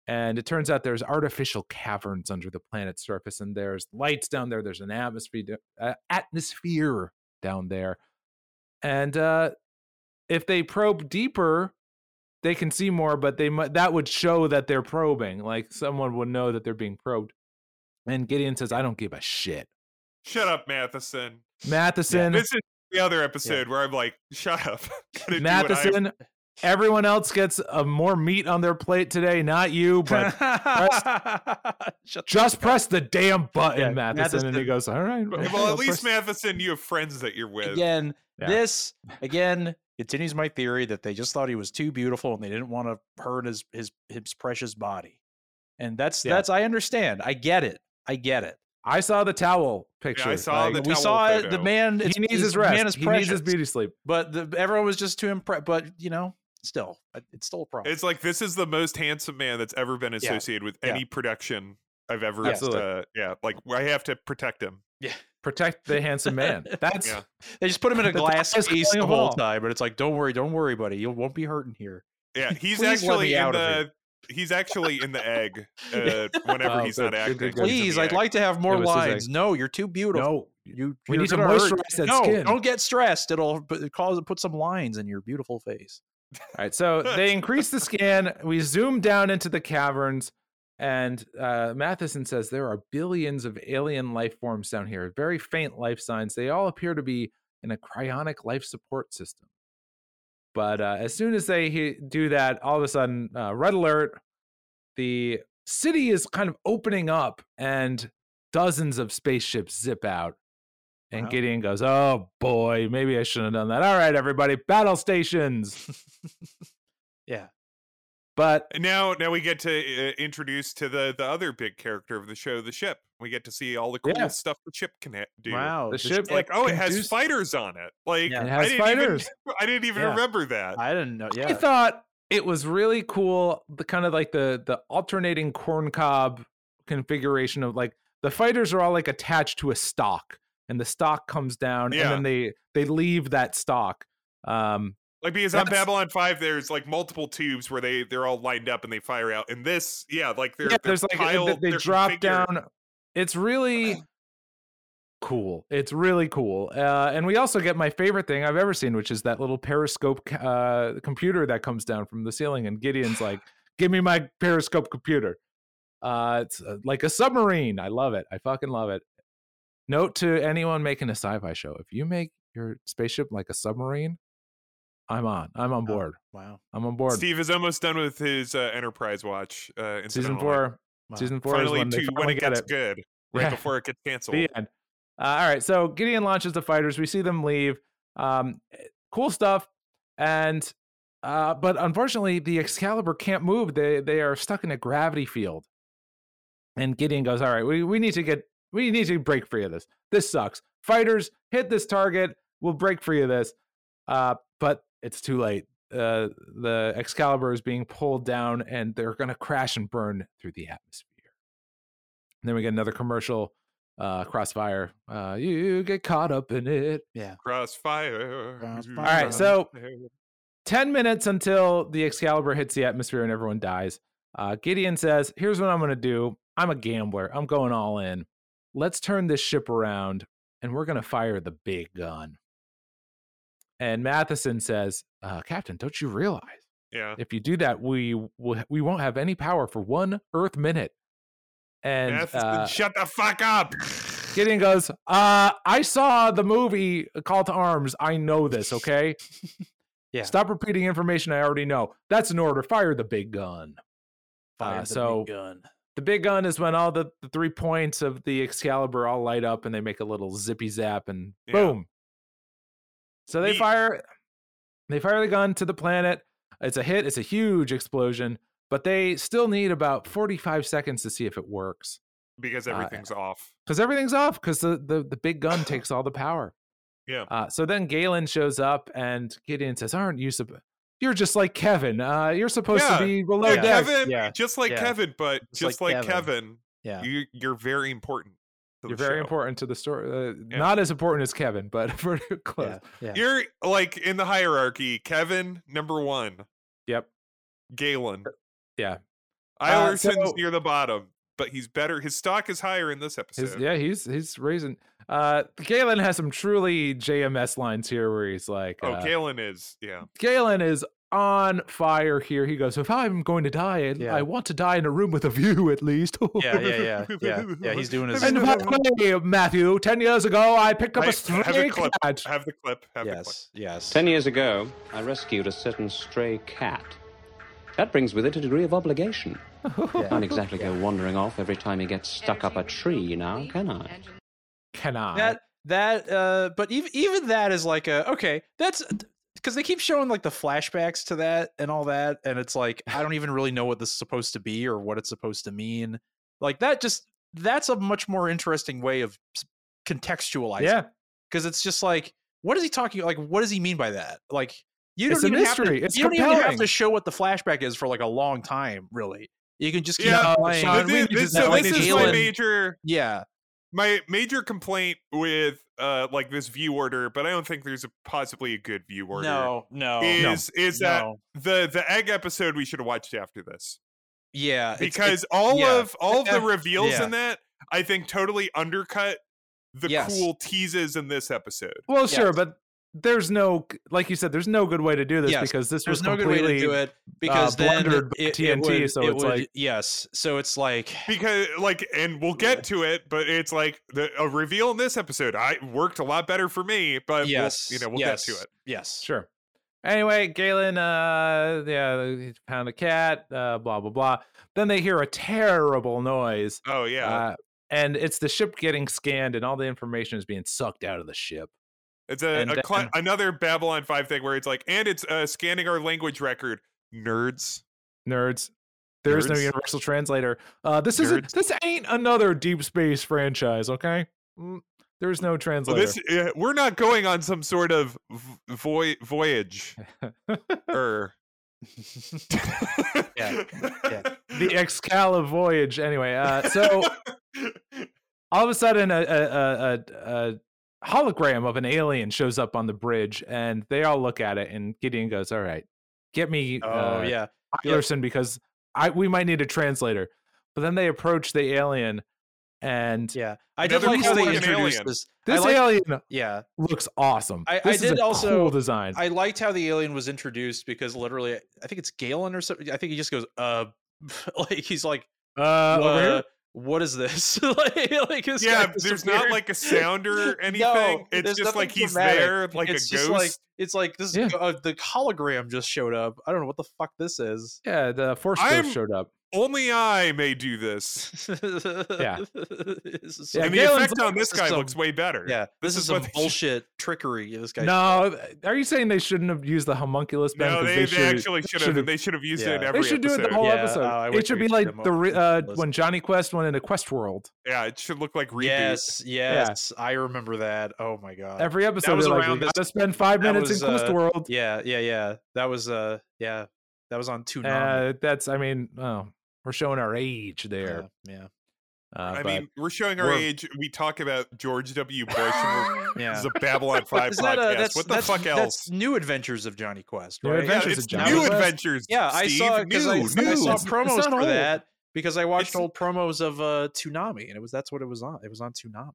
[SPEAKER 3] and it turns out there's artificial caverns under the planet's surface, and there's lights down there. There's an atmosphere, d- uh, atmosphere down there, and uh, if they probe deeper, they can see more, but they mu- that would show that they're probing. Like someone would know that they're being probed. And Gideon says, "I don't give a shit."
[SPEAKER 1] Shut up, Matheson.
[SPEAKER 3] Matheson,
[SPEAKER 1] This is the other episode where I'm like, "Shut up, Gotta do what I-
[SPEAKER 3] Matheson, everyone else gets uh, more meat on their plate today. Not you, but
[SPEAKER 2] Shut the
[SPEAKER 3] just
[SPEAKER 2] fuck up.
[SPEAKER 3] press the damn button,
[SPEAKER 2] Yeah,
[SPEAKER 3] Matheson. And he
[SPEAKER 2] Matheson.
[SPEAKER 3] goes, "All right."
[SPEAKER 1] Well,
[SPEAKER 3] I'll
[SPEAKER 1] at least
[SPEAKER 3] press-
[SPEAKER 1] Matheson, you have friends that you're with.
[SPEAKER 2] again.
[SPEAKER 3] Yeah.
[SPEAKER 2] This again continues my theory that they just thought he was too beautiful and they didn't want to hurt his his his precious body. And that's
[SPEAKER 3] Yeah.
[SPEAKER 2] that's I understand. I get it. I get it.
[SPEAKER 3] I saw the towel picture.
[SPEAKER 1] Yeah, I saw the
[SPEAKER 2] Like, we
[SPEAKER 1] towel
[SPEAKER 2] saw it.
[SPEAKER 1] photo.
[SPEAKER 2] The man.
[SPEAKER 3] he
[SPEAKER 2] it's-
[SPEAKER 3] needs his
[SPEAKER 2] the
[SPEAKER 3] rest.
[SPEAKER 2] Man is
[SPEAKER 3] he needs
[SPEAKER 2] precious.
[SPEAKER 3] his beauty sleep.
[SPEAKER 2] But the, everyone was just too impressed. But you know, still, uh, it's still a problem.
[SPEAKER 1] It's like this is the most handsome man that's ever been associated with
[SPEAKER 2] Yeah.
[SPEAKER 1] any production I've ever.
[SPEAKER 3] Absolutely.
[SPEAKER 1] Uh, yeah, like I have to protect him.
[SPEAKER 3] Protect the handsome man. That's
[SPEAKER 1] Yeah.
[SPEAKER 2] they just put him in a
[SPEAKER 3] That's
[SPEAKER 2] glass
[SPEAKER 3] eyes
[SPEAKER 2] case the
[SPEAKER 3] killing them
[SPEAKER 2] whole
[SPEAKER 3] all.
[SPEAKER 2] time, but it's like, don't worry, don't worry, buddy. You won't be hurting here.
[SPEAKER 1] Yeah, he's
[SPEAKER 2] Please let
[SPEAKER 1] actually
[SPEAKER 2] me
[SPEAKER 1] in
[SPEAKER 2] out of
[SPEAKER 1] the. He's actually in the egg uh, whenever
[SPEAKER 3] Oh,
[SPEAKER 1] he's
[SPEAKER 3] good,
[SPEAKER 1] not
[SPEAKER 3] good,
[SPEAKER 1] acting.
[SPEAKER 3] good, good.
[SPEAKER 1] he's in
[SPEAKER 2] Please,
[SPEAKER 1] the
[SPEAKER 2] I'd
[SPEAKER 1] egg.
[SPEAKER 2] like to have more
[SPEAKER 3] It was his
[SPEAKER 2] lines.
[SPEAKER 3] ex-
[SPEAKER 2] No, you're too beautiful.
[SPEAKER 3] no.
[SPEAKER 2] You,
[SPEAKER 3] We
[SPEAKER 2] you're
[SPEAKER 3] need to
[SPEAKER 2] gonna hurt-
[SPEAKER 3] moisturize that
[SPEAKER 2] no,
[SPEAKER 3] skin.
[SPEAKER 2] don't get stressed. It'll p- cause put some lines in your beautiful face.
[SPEAKER 3] All right, so they increase the scan. We zoom down into the caverns, and uh, Matheson says there are billions of alien life forms down here, very faint life signs. They all appear to be in a cryonic life support system. But uh, as soon as they he- do that, all of a sudden, uh, red alert, the city is kind of opening up, and dozens of spaceships zip out. And
[SPEAKER 2] Wow.
[SPEAKER 3] Gideon goes, Oh boy, maybe I shouldn't have done that. All right, everybody, battle stations.
[SPEAKER 2] Yeah.
[SPEAKER 3] But
[SPEAKER 1] Now, now we get to uh, introduce to the the other big character of the show, the ship. We get to see all the cool
[SPEAKER 3] Yeah.
[SPEAKER 1] stuff the ship can ha- do.
[SPEAKER 2] Wow.
[SPEAKER 3] the ship
[SPEAKER 1] Like, oh, it has
[SPEAKER 3] induced-
[SPEAKER 1] fighters on it. Like,
[SPEAKER 2] Yeah.
[SPEAKER 3] It
[SPEAKER 1] I
[SPEAKER 3] has
[SPEAKER 1] didn't
[SPEAKER 3] fighters.
[SPEAKER 1] even, I didn't even
[SPEAKER 2] Yeah.
[SPEAKER 1] remember that.
[SPEAKER 2] I didn't know.
[SPEAKER 3] I
[SPEAKER 2] Yeah.
[SPEAKER 3] thought it was really cool, the kind of like the the alternating corn cob configuration of like the fighters are all like attached to a stock, and the stock comes down,
[SPEAKER 1] Yeah.
[SPEAKER 3] and then they they leave that stock. Um,
[SPEAKER 1] Like because on
[SPEAKER 3] That's-
[SPEAKER 1] Babylon Five, there's like multiple tubes where they they're all lined up and they fire out. And this, yeah, like they're,
[SPEAKER 3] yeah,
[SPEAKER 1] they're
[SPEAKER 3] there's like uh,
[SPEAKER 1] piled,
[SPEAKER 3] they, they
[SPEAKER 1] they're
[SPEAKER 3] drop
[SPEAKER 1] configured.
[SPEAKER 3] down. It's really cool. It's really cool. Uh, and we also get my favorite thing I've ever seen, which is that little periscope c- uh, computer that comes down from the ceiling, and Gideon's like, "Give me my periscope computer." Uh, it's uh, like a submarine. I love it. I fucking love it. Note to anyone making a sci-fi show: if you make your spaceship like a submarine, I'm on. I'm
[SPEAKER 1] Oh.
[SPEAKER 3] on board.
[SPEAKER 2] Wow.
[SPEAKER 3] I'm on board.
[SPEAKER 1] Steve is almost done with his uh, Enterprise watch. Uh,
[SPEAKER 3] season
[SPEAKER 1] incidentally.
[SPEAKER 3] four.
[SPEAKER 2] Wow.
[SPEAKER 3] Season four.
[SPEAKER 1] Finally,
[SPEAKER 3] is when, they
[SPEAKER 1] two when
[SPEAKER 3] finally
[SPEAKER 1] it
[SPEAKER 3] get
[SPEAKER 1] gets
[SPEAKER 3] it.
[SPEAKER 1] good, right
[SPEAKER 3] Yeah.
[SPEAKER 1] before it gets canceled.
[SPEAKER 3] The end. Uh, all right. So Gideon launches the fighters. We see them leave. Um, eh, cool stuff. And uh, but unfortunately, the Excalibur can't move. They they are stuck in a gravity field. And Gideon goes, "All right, we we need to get we need to break free of this. This sucks. Fighters hit this target. We'll break free of this." Uh, but it's too late. Uh, the Excalibur is being pulled down, and they're going to crash and burn through the atmosphere. And then we get another commercial, uh, Crossfire. Uh, you get caught up in it.
[SPEAKER 1] Crossfire.
[SPEAKER 2] Crossfire.
[SPEAKER 3] All right, so 10 minutes until the Excalibur hits the atmosphere and everyone dies. Uh, Gideon says, Here's what I'm going to do. I'm a gambler. I'm going all in. Let's turn this ship around and we're going to fire the big gun. And Matheson says, uh, Captain, don't you realize
[SPEAKER 1] yeah,
[SPEAKER 3] if you do that, we, will- we won't have any power for one Earth minute? And
[SPEAKER 1] Matheson,
[SPEAKER 3] uh,
[SPEAKER 1] shut the fuck up.
[SPEAKER 3] Gideon goes, uh, I saw the movie Call to Arms. I know this, okay?
[SPEAKER 2] Yeah.
[SPEAKER 3] Stop repeating information I already know. That's an order. Fire the big gun.
[SPEAKER 2] Fire
[SPEAKER 3] uh,
[SPEAKER 2] the big
[SPEAKER 3] so-
[SPEAKER 2] gun.
[SPEAKER 3] The big gun is when all the, the three points of the Excalibur all light up and they make a little zippy zap and
[SPEAKER 1] Yeah.
[SPEAKER 3] boom. So they
[SPEAKER 1] Neat.
[SPEAKER 3] fire they fire the gun to the planet. It's a hit, it's a huge explosion, but they still need about 45 seconds to see if it works
[SPEAKER 1] Because
[SPEAKER 3] Uh,
[SPEAKER 1] everything's off.
[SPEAKER 3] because everything's off because the, the the big gun takes all the power.
[SPEAKER 1] Yeah.
[SPEAKER 3] Uh, so then Galen shows up and Gideon says, "Aren't you sub? You're just like Kevin. Uh, you're supposed
[SPEAKER 1] Yeah,
[SPEAKER 3] to be below
[SPEAKER 1] Like
[SPEAKER 3] deck."
[SPEAKER 1] Kevin,
[SPEAKER 2] yeah,
[SPEAKER 1] just like
[SPEAKER 2] yeah.
[SPEAKER 1] Kevin, but
[SPEAKER 2] Just
[SPEAKER 1] just
[SPEAKER 2] like
[SPEAKER 1] like, Kevin,
[SPEAKER 2] Kevin. Yeah.
[SPEAKER 1] you, you're very important. to the
[SPEAKER 3] You're very
[SPEAKER 1] show.
[SPEAKER 3] important to the story. Uh,
[SPEAKER 1] Yeah.
[SPEAKER 3] Not as important as Kevin, but pretty close.
[SPEAKER 2] Yeah. Yeah.
[SPEAKER 1] You're like in the hierarchy, Kevin number one,
[SPEAKER 3] Yep.
[SPEAKER 1] Galen.
[SPEAKER 3] yeah. Uh,
[SPEAKER 1] Iverson's
[SPEAKER 3] so-
[SPEAKER 1] near the bottom, but he's better. His stock is higher in this episode.
[SPEAKER 3] His, yeah, he's he's raising. Uh, Galen has some truly JMS lines here, where he's like,
[SPEAKER 1] Oh,
[SPEAKER 3] uh,
[SPEAKER 1] Galen is. Yeah.
[SPEAKER 3] Galen is on fire here. He goes, "If I'm going to die, I-
[SPEAKER 2] Yeah.
[SPEAKER 3] I want to die in a room with a view, at least."
[SPEAKER 2] yeah, yeah, yeah, yeah, yeah. He's doing his.
[SPEAKER 3] And by the way, Matthew, ten years ago, I picked up
[SPEAKER 1] I-
[SPEAKER 3] a
[SPEAKER 1] have
[SPEAKER 3] stray
[SPEAKER 1] the clip.
[SPEAKER 3] cat.
[SPEAKER 1] Have the clip. Have the clip.
[SPEAKER 2] Yes, yes.
[SPEAKER 7] Ten years ago, I rescued a certain stray cat. That brings with it a degree of obligation. Can't exactly go wandering off every time he gets stuck up a tree now, can I?
[SPEAKER 3] Can I?
[SPEAKER 2] that that uh but even even that is like a okay that's because they keep showing like the flashbacks to that and all that and it's like i don't even really know what this is supposed to be or what it's supposed to mean like that just that's a much more interesting way of s- contextualizing.
[SPEAKER 3] Yeah.
[SPEAKER 2] because it's just like, what is he talking? Like, what does he mean by that? Like, you
[SPEAKER 3] It's
[SPEAKER 2] don't
[SPEAKER 3] a
[SPEAKER 2] even have
[SPEAKER 3] mystery.
[SPEAKER 2] to.
[SPEAKER 3] It's
[SPEAKER 2] you don't even have
[SPEAKER 3] compelling.
[SPEAKER 2] to show what the flashback is for like a long time, really. You can just keep
[SPEAKER 1] Yeah,
[SPEAKER 2] playing.
[SPEAKER 1] so thi- this, so this is my major
[SPEAKER 2] yeah
[SPEAKER 1] my major complaint with uh like this view order, but I don't think there's a possibly a good view order.
[SPEAKER 2] No, no, no,
[SPEAKER 1] is is
[SPEAKER 2] no.
[SPEAKER 1] that the the egg episode we should have watched after this
[SPEAKER 2] yeah, it's-
[SPEAKER 1] because
[SPEAKER 2] it's-
[SPEAKER 1] all
[SPEAKER 2] yeah.
[SPEAKER 1] of all of the reveals
[SPEAKER 2] Yeah.
[SPEAKER 1] in that I think totally undercut the
[SPEAKER 3] Yes.
[SPEAKER 1] cool teases in this episode.
[SPEAKER 3] Well, sure, but there's no, like you said, there's no good way to do this
[SPEAKER 2] Yes,
[SPEAKER 3] because this
[SPEAKER 2] there's
[SPEAKER 3] was
[SPEAKER 2] no good way
[SPEAKER 3] completely
[SPEAKER 2] to do it because
[SPEAKER 3] uh,
[SPEAKER 2] then
[SPEAKER 3] blundered by
[SPEAKER 2] it- it
[SPEAKER 3] TNT.
[SPEAKER 2] would-
[SPEAKER 3] so
[SPEAKER 2] it
[SPEAKER 3] it's
[SPEAKER 2] would-
[SPEAKER 3] like
[SPEAKER 2] yes, so it's like
[SPEAKER 1] because like and we'll get to it but it's like the a reveal in this episode i worked a lot better for me but
[SPEAKER 2] Yes,
[SPEAKER 1] Uh, we'll, you know we'll get
[SPEAKER 2] yes,
[SPEAKER 1] to it
[SPEAKER 2] yes
[SPEAKER 3] Sure. Anyway, Galen, uh, yeah, he found a cat, uh, blah blah blah. Then they hear a terrible noise.
[SPEAKER 1] Oh yeah,
[SPEAKER 3] uh, and it's the ship getting scanned, and all the information is being sucked out of the ship.
[SPEAKER 1] it's a,
[SPEAKER 3] And
[SPEAKER 1] a
[SPEAKER 3] then-
[SPEAKER 1] cla- another babylon 5 thing where it's like and it's uh, scanning our language record nerds
[SPEAKER 3] Nerds, there is no
[SPEAKER 1] Nerds.
[SPEAKER 3] universal translator. Uh, this isn't.
[SPEAKER 1] Nerds.
[SPEAKER 3] This ain't another Deep Space franchise, okay? Mm, There's no
[SPEAKER 1] so
[SPEAKER 3] translator.
[SPEAKER 1] this uh, we're not going on some sort of v- voy- voyage Er. or
[SPEAKER 2] yeah,
[SPEAKER 3] the Excalibur voyage. Anyway, uh, so all of a sudden, a, a, a, a, a hologram of an alien shows up on the bridge, and they all look at it. And Gideon goes, "All right, get me,
[SPEAKER 2] Oh,
[SPEAKER 3] uh,
[SPEAKER 2] yeah. Yep.
[SPEAKER 3] Eilerson, because I we might need a translator." But then they approach the alien, and
[SPEAKER 2] yeah, I did like how they introduced this. I
[SPEAKER 3] This
[SPEAKER 2] like-
[SPEAKER 3] alien
[SPEAKER 2] yeah
[SPEAKER 3] looks awesome.
[SPEAKER 2] I, I
[SPEAKER 3] This is
[SPEAKER 2] did
[SPEAKER 3] a
[SPEAKER 2] also
[SPEAKER 3] cool design.
[SPEAKER 2] I liked how the alien was introduced because literally, I think it's Galen or something. I think he just goes, "Uh," like he's like,
[SPEAKER 3] uh, over
[SPEAKER 2] "Wha-
[SPEAKER 3] here?
[SPEAKER 2] what is this?" like, like this
[SPEAKER 1] yeah
[SPEAKER 2] guy is
[SPEAKER 1] there's
[SPEAKER 2] weird.
[SPEAKER 1] not like a sound or anything it's
[SPEAKER 2] there's
[SPEAKER 1] just
[SPEAKER 2] nothing
[SPEAKER 1] like he's
[SPEAKER 2] dramatic.
[SPEAKER 1] there like
[SPEAKER 2] it's
[SPEAKER 1] a ghost
[SPEAKER 2] just like it's like this. Uh, the hologram just showed up. I don't know what the fuck this is.
[SPEAKER 3] yeah, the force ghost
[SPEAKER 1] I'm-
[SPEAKER 3] showed up.
[SPEAKER 1] only i may do this
[SPEAKER 2] yeah, this is
[SPEAKER 3] Yeah,
[SPEAKER 2] some-
[SPEAKER 1] and the
[SPEAKER 3] Galen's
[SPEAKER 1] effect
[SPEAKER 3] like,
[SPEAKER 1] on this
[SPEAKER 2] "This is
[SPEAKER 1] guy
[SPEAKER 2] some-
[SPEAKER 1] looks way better.
[SPEAKER 2] yeah, this, is,
[SPEAKER 1] what
[SPEAKER 2] some
[SPEAKER 1] they should-
[SPEAKER 2] bullshit trickery. This guy.
[SPEAKER 3] No, are you saying they shouldn't have used the homunculus? Ben,
[SPEAKER 1] No,
[SPEAKER 3] 'Cause
[SPEAKER 1] they, they,
[SPEAKER 3] should've-
[SPEAKER 1] actually
[SPEAKER 3] they
[SPEAKER 1] should have. They should have used it in
[SPEAKER 2] Yeah.
[SPEAKER 1] every
[SPEAKER 3] they should
[SPEAKER 1] episode.
[SPEAKER 3] do it the whole
[SPEAKER 2] Yeah,
[SPEAKER 3] episode.
[SPEAKER 2] uh, I
[SPEAKER 3] it
[SPEAKER 2] wish
[SPEAKER 3] should
[SPEAKER 2] we
[SPEAKER 3] be
[SPEAKER 2] should
[SPEAKER 3] like
[SPEAKER 2] have
[SPEAKER 3] the re-
[SPEAKER 2] multiple
[SPEAKER 3] uh,
[SPEAKER 2] lists.
[SPEAKER 3] when Johnny Quest went into Quest World.
[SPEAKER 1] Yeah, it should look like reboot.
[SPEAKER 2] Yes, yes, I remember that. Oh my god,
[SPEAKER 3] Every episode,
[SPEAKER 2] was
[SPEAKER 3] they're like,
[SPEAKER 2] around
[SPEAKER 3] we
[SPEAKER 2] this-
[SPEAKER 3] gotta spend five
[SPEAKER 2] that
[SPEAKER 3] minutes
[SPEAKER 2] was,
[SPEAKER 3] in Quest
[SPEAKER 2] uh,
[SPEAKER 3] World.
[SPEAKER 2] Yeah, yeah, yeah. That was uh, yeah, that was on two.
[SPEAKER 3] Uh, that's, I mean, oh, we're showing our age there.
[SPEAKER 2] yeah,
[SPEAKER 3] Uh,
[SPEAKER 1] I
[SPEAKER 3] but-
[SPEAKER 1] mean, we're showing our
[SPEAKER 3] we're-
[SPEAKER 1] age. We talk about George W. Bush. and we're,
[SPEAKER 2] yeah.
[SPEAKER 1] This is a Babylon
[SPEAKER 2] But
[SPEAKER 1] Five
[SPEAKER 2] is
[SPEAKER 1] podcast.
[SPEAKER 2] that, uh, that's-
[SPEAKER 1] what the
[SPEAKER 2] that's-
[SPEAKER 1] fuck
[SPEAKER 2] that's
[SPEAKER 1] else?
[SPEAKER 2] New Adventures of Johnny Quest.
[SPEAKER 3] New
[SPEAKER 2] Right?
[SPEAKER 1] Yeah,
[SPEAKER 3] Adventures
[SPEAKER 1] it's
[SPEAKER 3] of Johnny
[SPEAKER 1] new
[SPEAKER 3] Quest.
[SPEAKER 1] adventures.
[SPEAKER 2] Yeah, I
[SPEAKER 1] Steve.
[SPEAKER 2] saw
[SPEAKER 1] new,
[SPEAKER 2] because I, I
[SPEAKER 1] new.
[SPEAKER 2] saw
[SPEAKER 3] It's- it's
[SPEAKER 2] promos
[SPEAKER 3] not
[SPEAKER 2] for
[SPEAKER 3] old.
[SPEAKER 2] that because I watched
[SPEAKER 1] It's-
[SPEAKER 2] old promos of uh Toonami and it was that's what it was on. It was on Toonami.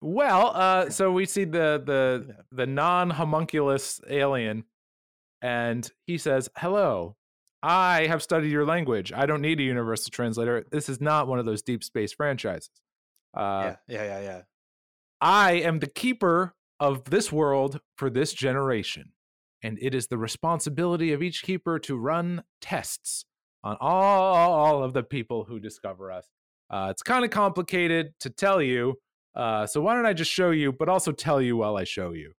[SPEAKER 3] well, uh, so we see the the
[SPEAKER 2] Yeah.
[SPEAKER 3] the non homunculus alien, and he says, "Hello." I have studied your language. I don't need a universal translator. This is not one of those deep space franchises. Uh,
[SPEAKER 2] yeah, yeah, yeah, yeah.
[SPEAKER 3] I am the keeper of this world for this generation, and it is the responsibility of each keeper to run tests on all, all of the people who discover us. Uh, it's kind of complicated to tell you, uh, so why don't I just show you, but also tell you while I show you?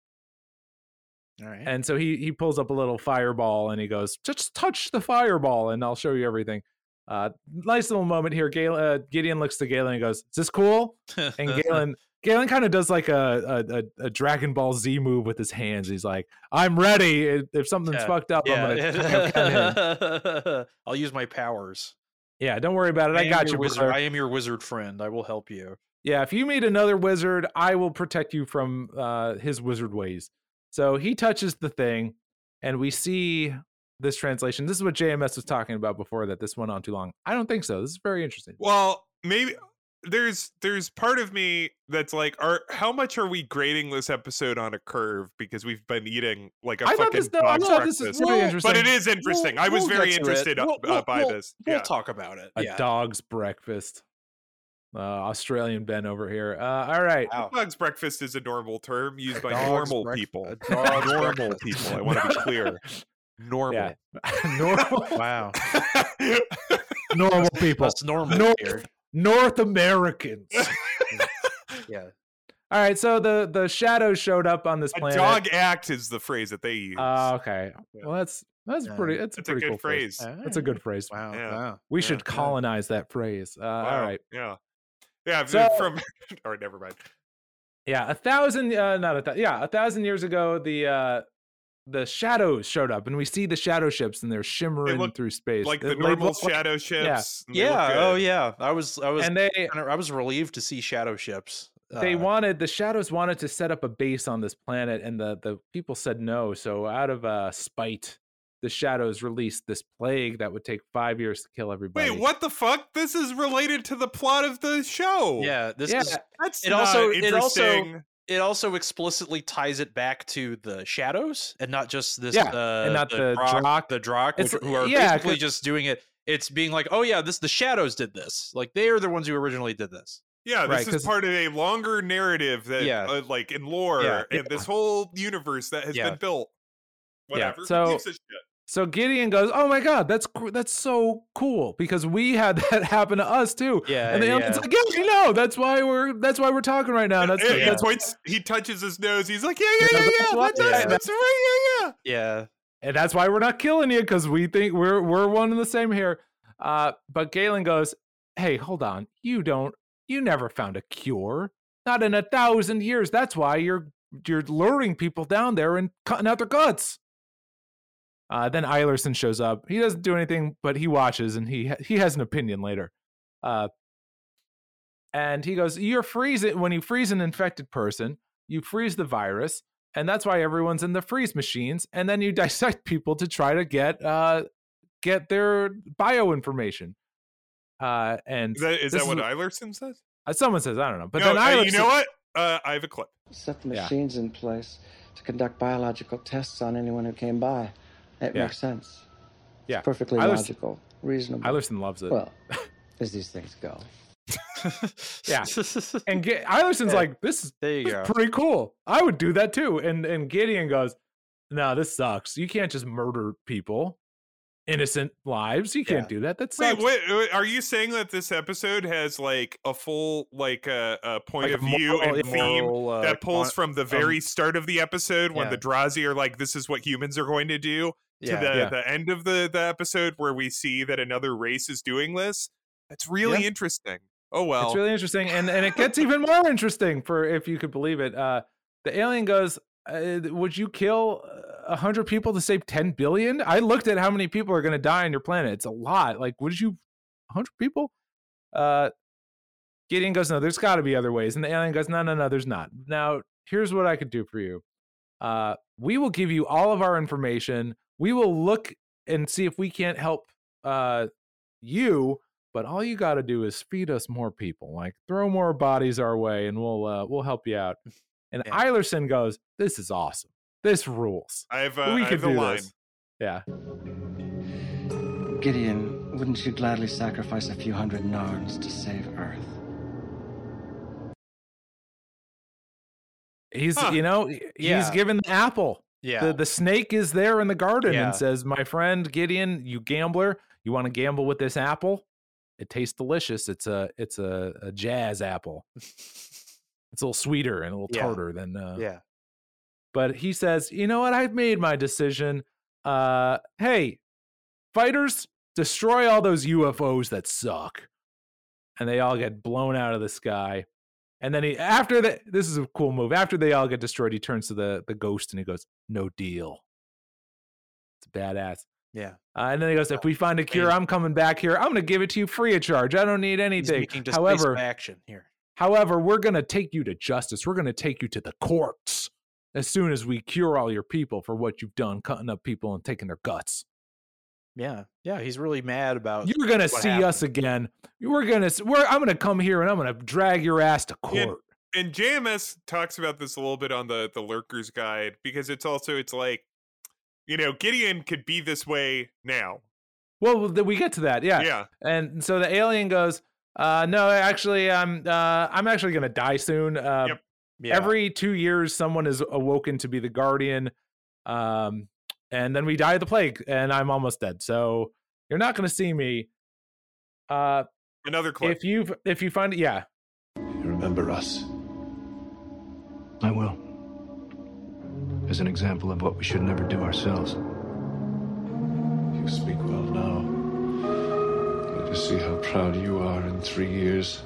[SPEAKER 2] All right.
[SPEAKER 3] And so he he pulls up a little fireball and he goes, "Just touch the fireball, and I'll show you everything." Uh, nice little moment here. Galen, uh, Gideon looks to Galen and goes, "Is this cool?" and Galen Galen kind of does like a, a a- a Dragon Ball Z move with his hands. He's like, "I'm ready. If- If something's
[SPEAKER 2] Yeah,
[SPEAKER 3] fucked up, I'm gonna I'm coming."
[SPEAKER 2] I'll use my powers.
[SPEAKER 3] Yeah, don't worry about it. I,
[SPEAKER 2] am
[SPEAKER 3] got
[SPEAKER 2] your
[SPEAKER 3] you,
[SPEAKER 2] wizard.
[SPEAKER 3] brother.
[SPEAKER 2] I am your wizard friend. I will help you.
[SPEAKER 3] Yeah, if you meet another wizard, I will protect you from uh, his wizard ways. So he touches the thing, and we see this translation. This is what JMS was talking about before that this went on too long. I don't think so. This is very interesting.
[SPEAKER 1] Well, maybe there's there's part of me that's like, are how much are we grading this episode on a curve because we've been eating like a
[SPEAKER 3] I
[SPEAKER 1] fucking
[SPEAKER 3] thought this. No, I
[SPEAKER 1] dog's
[SPEAKER 3] thought this is
[SPEAKER 1] breakfast.
[SPEAKER 3] really
[SPEAKER 2] Well,
[SPEAKER 3] interesting.
[SPEAKER 1] but it is interesting. I was
[SPEAKER 2] We'll
[SPEAKER 1] very
[SPEAKER 2] get to it.
[SPEAKER 1] interested uh,
[SPEAKER 2] We'll-
[SPEAKER 1] uh,
[SPEAKER 2] we'll-
[SPEAKER 1] by
[SPEAKER 2] we'll-
[SPEAKER 1] this.
[SPEAKER 2] We'll
[SPEAKER 1] yeah.
[SPEAKER 2] talk about it.
[SPEAKER 3] a
[SPEAKER 2] yeah.
[SPEAKER 3] dog's breakfast. Uh, Australian Ben over here. Uh, all right.
[SPEAKER 2] Wow.
[SPEAKER 1] Dog's breakfast is a normal term used by
[SPEAKER 2] Dog's
[SPEAKER 1] normal
[SPEAKER 2] breakf-
[SPEAKER 1] people.
[SPEAKER 2] a dog's
[SPEAKER 1] normal
[SPEAKER 2] breakfast.
[SPEAKER 1] people. I want to be clear. Normal.
[SPEAKER 3] normal,
[SPEAKER 2] Wow.
[SPEAKER 3] normal people.
[SPEAKER 2] That's normal
[SPEAKER 3] North,
[SPEAKER 2] here.
[SPEAKER 3] North Americans.
[SPEAKER 2] Yeah.
[SPEAKER 3] All right. So the the shadows showed up on this
[SPEAKER 1] A
[SPEAKER 3] planet.
[SPEAKER 1] dog act is the phrase that they use.
[SPEAKER 3] Uh, okay.
[SPEAKER 1] Yeah.
[SPEAKER 3] Well, that's that's
[SPEAKER 2] Yeah.
[SPEAKER 3] pretty. That's a
[SPEAKER 1] It's a
[SPEAKER 3] pretty
[SPEAKER 1] good
[SPEAKER 3] cool
[SPEAKER 1] phrase.
[SPEAKER 3] That's a good phrase.
[SPEAKER 2] Wow.
[SPEAKER 1] Yeah.
[SPEAKER 2] Wow.
[SPEAKER 3] We
[SPEAKER 1] Yeah.
[SPEAKER 3] should colonize that phrase. Uh,
[SPEAKER 1] Wow.
[SPEAKER 3] All right.
[SPEAKER 1] Yeah. Yeah,
[SPEAKER 3] So-
[SPEAKER 1] from or never mind.
[SPEAKER 3] Yeah, a thousand, uh, not a thousand. Yeah, a thousand years ago, the uh, the shadows showed up, and we see the shadow ships, and they're shimmering
[SPEAKER 1] look
[SPEAKER 3] through space,
[SPEAKER 1] like
[SPEAKER 3] They-
[SPEAKER 1] the
[SPEAKER 3] they
[SPEAKER 1] normal
[SPEAKER 3] look like-
[SPEAKER 1] shadow
[SPEAKER 3] yeah.
[SPEAKER 1] ships. and they look
[SPEAKER 15] Yeah.
[SPEAKER 1] good.
[SPEAKER 15] Oh, yeah. I was. I was.
[SPEAKER 3] And they
[SPEAKER 15] kinda- I was relieved to see shadow ships.
[SPEAKER 3] they
[SPEAKER 15] Uh,
[SPEAKER 3] wanted the shadows wanted to set up a base on this planet, and the the people said no. So out of uh, spite, the shadows released this plague that would take five years to kill everybody.
[SPEAKER 1] Wait, what the fuck? This is related to the plot of the show.
[SPEAKER 15] Yeah. This
[SPEAKER 3] Yeah.
[SPEAKER 15] is.
[SPEAKER 1] that's
[SPEAKER 15] It
[SPEAKER 1] not
[SPEAKER 15] also. It
[SPEAKER 1] interesting.
[SPEAKER 15] also. It also explicitly ties it back to the shadows and not just this.
[SPEAKER 3] Yeah,
[SPEAKER 15] Uh,
[SPEAKER 3] and not the
[SPEAKER 15] Drock-
[SPEAKER 3] Drock.
[SPEAKER 15] The Drock, which,
[SPEAKER 3] It's-
[SPEAKER 15] who are
[SPEAKER 3] yeah,
[SPEAKER 15] basically
[SPEAKER 3] 'cause-
[SPEAKER 15] just doing it. It's being like, oh yeah, this the shadows did this. Like they are the ones who originally did this.
[SPEAKER 1] yeah, this
[SPEAKER 3] Right,
[SPEAKER 1] is
[SPEAKER 3] 'cause-
[SPEAKER 1] part of a longer narrative that,
[SPEAKER 15] Yeah.
[SPEAKER 1] uh, like, in lore
[SPEAKER 15] Yeah.
[SPEAKER 1] and this whole universe that has
[SPEAKER 15] Yeah.
[SPEAKER 1] been built. Whatever. Who
[SPEAKER 3] So-
[SPEAKER 1] gives a shit?
[SPEAKER 3] So Gideon goes, "Oh my god, that's cr- that's so cool because we had that happen to us too."
[SPEAKER 15] Yeah,
[SPEAKER 3] and the alien's
[SPEAKER 15] Uh, yeah. Uh,
[SPEAKER 3] like, "Yeah, we know. That's why we're that's why we're talking right now. That's
[SPEAKER 1] And he
[SPEAKER 3] that's
[SPEAKER 1] points. He touches his nose. He's like, yeah, yeah, yeah, yeah.
[SPEAKER 3] that's what-
[SPEAKER 1] That's, us,
[SPEAKER 3] yeah.
[SPEAKER 1] that's right. Yeah, yeah.
[SPEAKER 15] Yeah.
[SPEAKER 3] and that's why we're not killing you because we think we're we're one and the same here. Uh, but Galen goes, "Hey, hold on. You don't. You never found a cure. Not in a thousand years. That's why you're you're luring people down there and cutting out their guts." Uh, then Eilerson shows up. He doesn't do anything, but he watches and he he has an opinion later. Uh, and he goes, "You're freezing when you freeze an infected person. You freeze the virus." and that's why everyone's in the freeze machines and then you dissect people to try to get uh get their bio information uh and
[SPEAKER 1] Is that, is
[SPEAKER 3] this
[SPEAKER 1] that what
[SPEAKER 3] is-
[SPEAKER 1] Eilerson says?
[SPEAKER 3] uh, someone says i don't know but
[SPEAKER 1] no,
[SPEAKER 3] then
[SPEAKER 1] uh,
[SPEAKER 3] I
[SPEAKER 1] you know what? Uh, I have a clip.
[SPEAKER 16] set the
[SPEAKER 3] Yeah.
[SPEAKER 16] machines in place to conduct biological tests on anyone who came by. It
[SPEAKER 3] Yeah.
[SPEAKER 16] makes sense.
[SPEAKER 3] yeah
[SPEAKER 16] It's perfectly
[SPEAKER 3] Eilerson-
[SPEAKER 16] logical, reasonable.
[SPEAKER 3] Eilerson loves it
[SPEAKER 16] Well, as these things go.
[SPEAKER 3] yeah and G- Eilerson's
[SPEAKER 15] Yeah.
[SPEAKER 3] like this is
[SPEAKER 15] There you
[SPEAKER 3] this is
[SPEAKER 15] go.
[SPEAKER 3] pretty cool i would do that too and and gideon goes no this sucks you can't just murder people innocent lives you can't do that that
[SPEAKER 1] Wait,
[SPEAKER 3] sucks
[SPEAKER 1] wait, wait, are you saying that this episode has like a full like uh, a point
[SPEAKER 3] Like
[SPEAKER 1] of
[SPEAKER 3] a
[SPEAKER 1] view
[SPEAKER 3] moral-
[SPEAKER 1] and
[SPEAKER 3] yeah.
[SPEAKER 1] theme
[SPEAKER 3] moral, uh,
[SPEAKER 1] that pulls
[SPEAKER 3] con-
[SPEAKER 1] from the
[SPEAKER 3] um,
[SPEAKER 1] very start of the episode when
[SPEAKER 15] yeah.
[SPEAKER 1] the Drazi are like, "This is what humans are going to do," to
[SPEAKER 15] Yeah.
[SPEAKER 1] the
[SPEAKER 3] Yeah.
[SPEAKER 1] the end of the the episode where we see that another race is doing this? That's really
[SPEAKER 3] Yeah.
[SPEAKER 1] interesting. Oh well,
[SPEAKER 3] It's really interesting, and and it gets even more interesting for if you could believe it. Uh, the alien goes, uh, "Would you kill uh, a hundred people to save ten billion? I looked at how many people are going to die on your planet. It's a lot. Like, would you hundred people?" Uh, Gideon goes, "No, there's got to be other ways." And the alien goes, "No, no, no, there's not. Now, here's what I could do for you. Uh, we will give you all of our information. We will look and see if we can't help uh, you." but all you got to do is feed us more people like throw more bodies our way and we'll uh, we'll help you out and eilerson goes this is awesome this rules
[SPEAKER 1] I've uh,
[SPEAKER 3] we
[SPEAKER 1] I have
[SPEAKER 3] could
[SPEAKER 1] the
[SPEAKER 3] do
[SPEAKER 1] line.
[SPEAKER 3] this yeah
[SPEAKER 16] Gideon, wouldn't you gladly sacrifice a few hundred Narns to save Earth?
[SPEAKER 3] he's
[SPEAKER 1] Huh.
[SPEAKER 3] you know he- he's
[SPEAKER 15] Yeah.
[SPEAKER 3] given the apple
[SPEAKER 15] Yeah.
[SPEAKER 3] the, the snake is there in the garden
[SPEAKER 15] Yeah.
[SPEAKER 3] and says my friend gideon you gambler you want to gamble with this apple it tastes delicious it's a it's a, a jazz apple it's a little sweeter and a little
[SPEAKER 15] Yeah.
[SPEAKER 3] tartar than uh,
[SPEAKER 15] yeah.
[SPEAKER 3] but he says, "You know what? I've made my decision. Uh, hey, fighters, destroy all those UFOs that suck." And they all get blown out of the sky. And then he, after that, this is a cool move. After they all get destroyed, he turns to the the ghost and he goes, "No deal." It's badass.
[SPEAKER 15] Yeah.
[SPEAKER 3] Uh, and then he goes,
[SPEAKER 15] Oh,
[SPEAKER 3] "If we find a cure, I'm coming back here. I'm going to give it to you free of charge. I don't need
[SPEAKER 15] He's
[SPEAKER 3] anything."
[SPEAKER 15] making decisive
[SPEAKER 3] However,
[SPEAKER 15] action here.
[SPEAKER 3] However, we're going to take you to justice. We're going to take you to the courts as soon as we cure all your people for what you've done, cutting up people and taking their guts.
[SPEAKER 15] Yeah. Yeah. He's really mad about.
[SPEAKER 3] You're going to
[SPEAKER 15] Oh, what
[SPEAKER 3] see
[SPEAKER 15] happened.
[SPEAKER 3] us again. We're going to, we're, I'm going to come here and I'm going to drag your ass to
[SPEAKER 1] Yeah.
[SPEAKER 3] court.
[SPEAKER 1] and JMS talks about this a little bit on the the Lurkers Guide because it's also it's like, you know, Gideon could be this way now.
[SPEAKER 3] Well, th- we get to that. Yeah.
[SPEAKER 1] yeah.
[SPEAKER 3] And so the alien goes, uh, no, actually, I'm, uh, I'm actually going to die soon. Uh,
[SPEAKER 1] Yep.
[SPEAKER 15] Yeah.
[SPEAKER 3] Every two years, someone is awoken to be the guardian. Um, and then we die of the plague, and I'm almost dead. So you're not going to see me. Uh,
[SPEAKER 1] Another clip.
[SPEAKER 3] if you if you find it, yeah,
[SPEAKER 17] You remember us. I will. As an example of what we should never do ourselves. You speak well now. Let us see how proud you are in three years.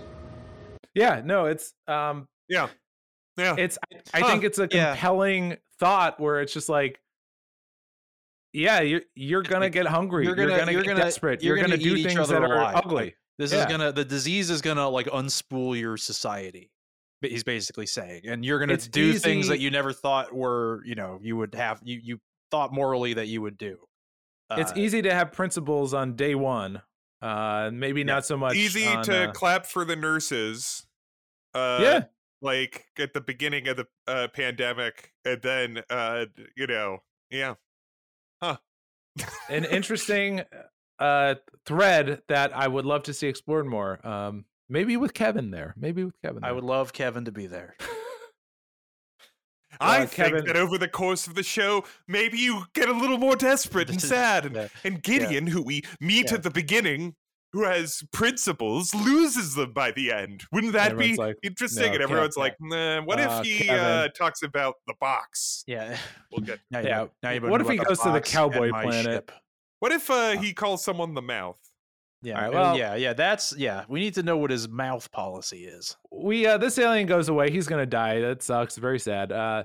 [SPEAKER 3] Yeah, no, it's um
[SPEAKER 1] yeah. Yeah.
[SPEAKER 3] It's I, I think it's a compelling thought where it's just like yeah, you're you're gonna get hungry. You're gonna you're gonna, get desperate. You're, gonna, do
[SPEAKER 2] eat each
[SPEAKER 3] things
[SPEAKER 2] other
[SPEAKER 3] that are
[SPEAKER 2] alive. Like,
[SPEAKER 3] ugly.
[SPEAKER 2] this
[SPEAKER 3] Yeah.
[SPEAKER 2] is gonna the disease is gonna like unspool your society. ba- He's basically saying, and you're gonna
[SPEAKER 3] It's
[SPEAKER 2] do things that
[SPEAKER 3] easy-
[SPEAKER 2] you never thought were you know you would have you you thought morally that you would do.
[SPEAKER 3] it's
[SPEAKER 2] Uh,
[SPEAKER 3] easy to have principles on day one. Uh, maybe not so much.
[SPEAKER 1] Easy
[SPEAKER 3] on,
[SPEAKER 1] to
[SPEAKER 3] uh,
[SPEAKER 1] clap for the nurses. Uh,
[SPEAKER 3] Yeah.
[SPEAKER 1] Like at the beginning of the uh, pandemic, and then uh, you know, yeah,
[SPEAKER 3] an interesting uh, thread that I would love to see explored more. Um, maybe with Kevin there. Maybe with Kevin.
[SPEAKER 2] I would love Kevin to be there.
[SPEAKER 1] I
[SPEAKER 3] Uh,
[SPEAKER 1] think
[SPEAKER 3] Kevin-
[SPEAKER 1] that over the course of the show, maybe you get a little more desperate and sad. And, and Gideon, who we meet at the beginning, who has principles, loses them by the end. Wouldn't that
[SPEAKER 3] Everyone's
[SPEAKER 1] be
[SPEAKER 3] like,
[SPEAKER 1] interesting?
[SPEAKER 3] "No,
[SPEAKER 1] and
[SPEAKER 3] can't-
[SPEAKER 1] everyone's like, nah, what
[SPEAKER 3] Uh,
[SPEAKER 1] if he
[SPEAKER 3] Kevin."
[SPEAKER 1] uh, talks about the box?
[SPEAKER 2] Yeah.
[SPEAKER 1] We'll get
[SPEAKER 2] Now you
[SPEAKER 3] Yeah.
[SPEAKER 2] know- now you know
[SPEAKER 3] What if he
[SPEAKER 2] about
[SPEAKER 3] goes to the
[SPEAKER 2] box and
[SPEAKER 3] cowboy
[SPEAKER 2] my
[SPEAKER 3] planet?
[SPEAKER 2] ship.
[SPEAKER 1] What if
[SPEAKER 3] Ah.
[SPEAKER 1] uh, he calls someone the mouth?
[SPEAKER 2] Yeah.
[SPEAKER 3] All right,
[SPEAKER 2] uh,
[SPEAKER 3] well-
[SPEAKER 2] yeah. Yeah. That's yeah. We need to know what his mouth policy is.
[SPEAKER 3] we uh, this alien goes away. He's gonna die. That sucks. Very sad. Uh,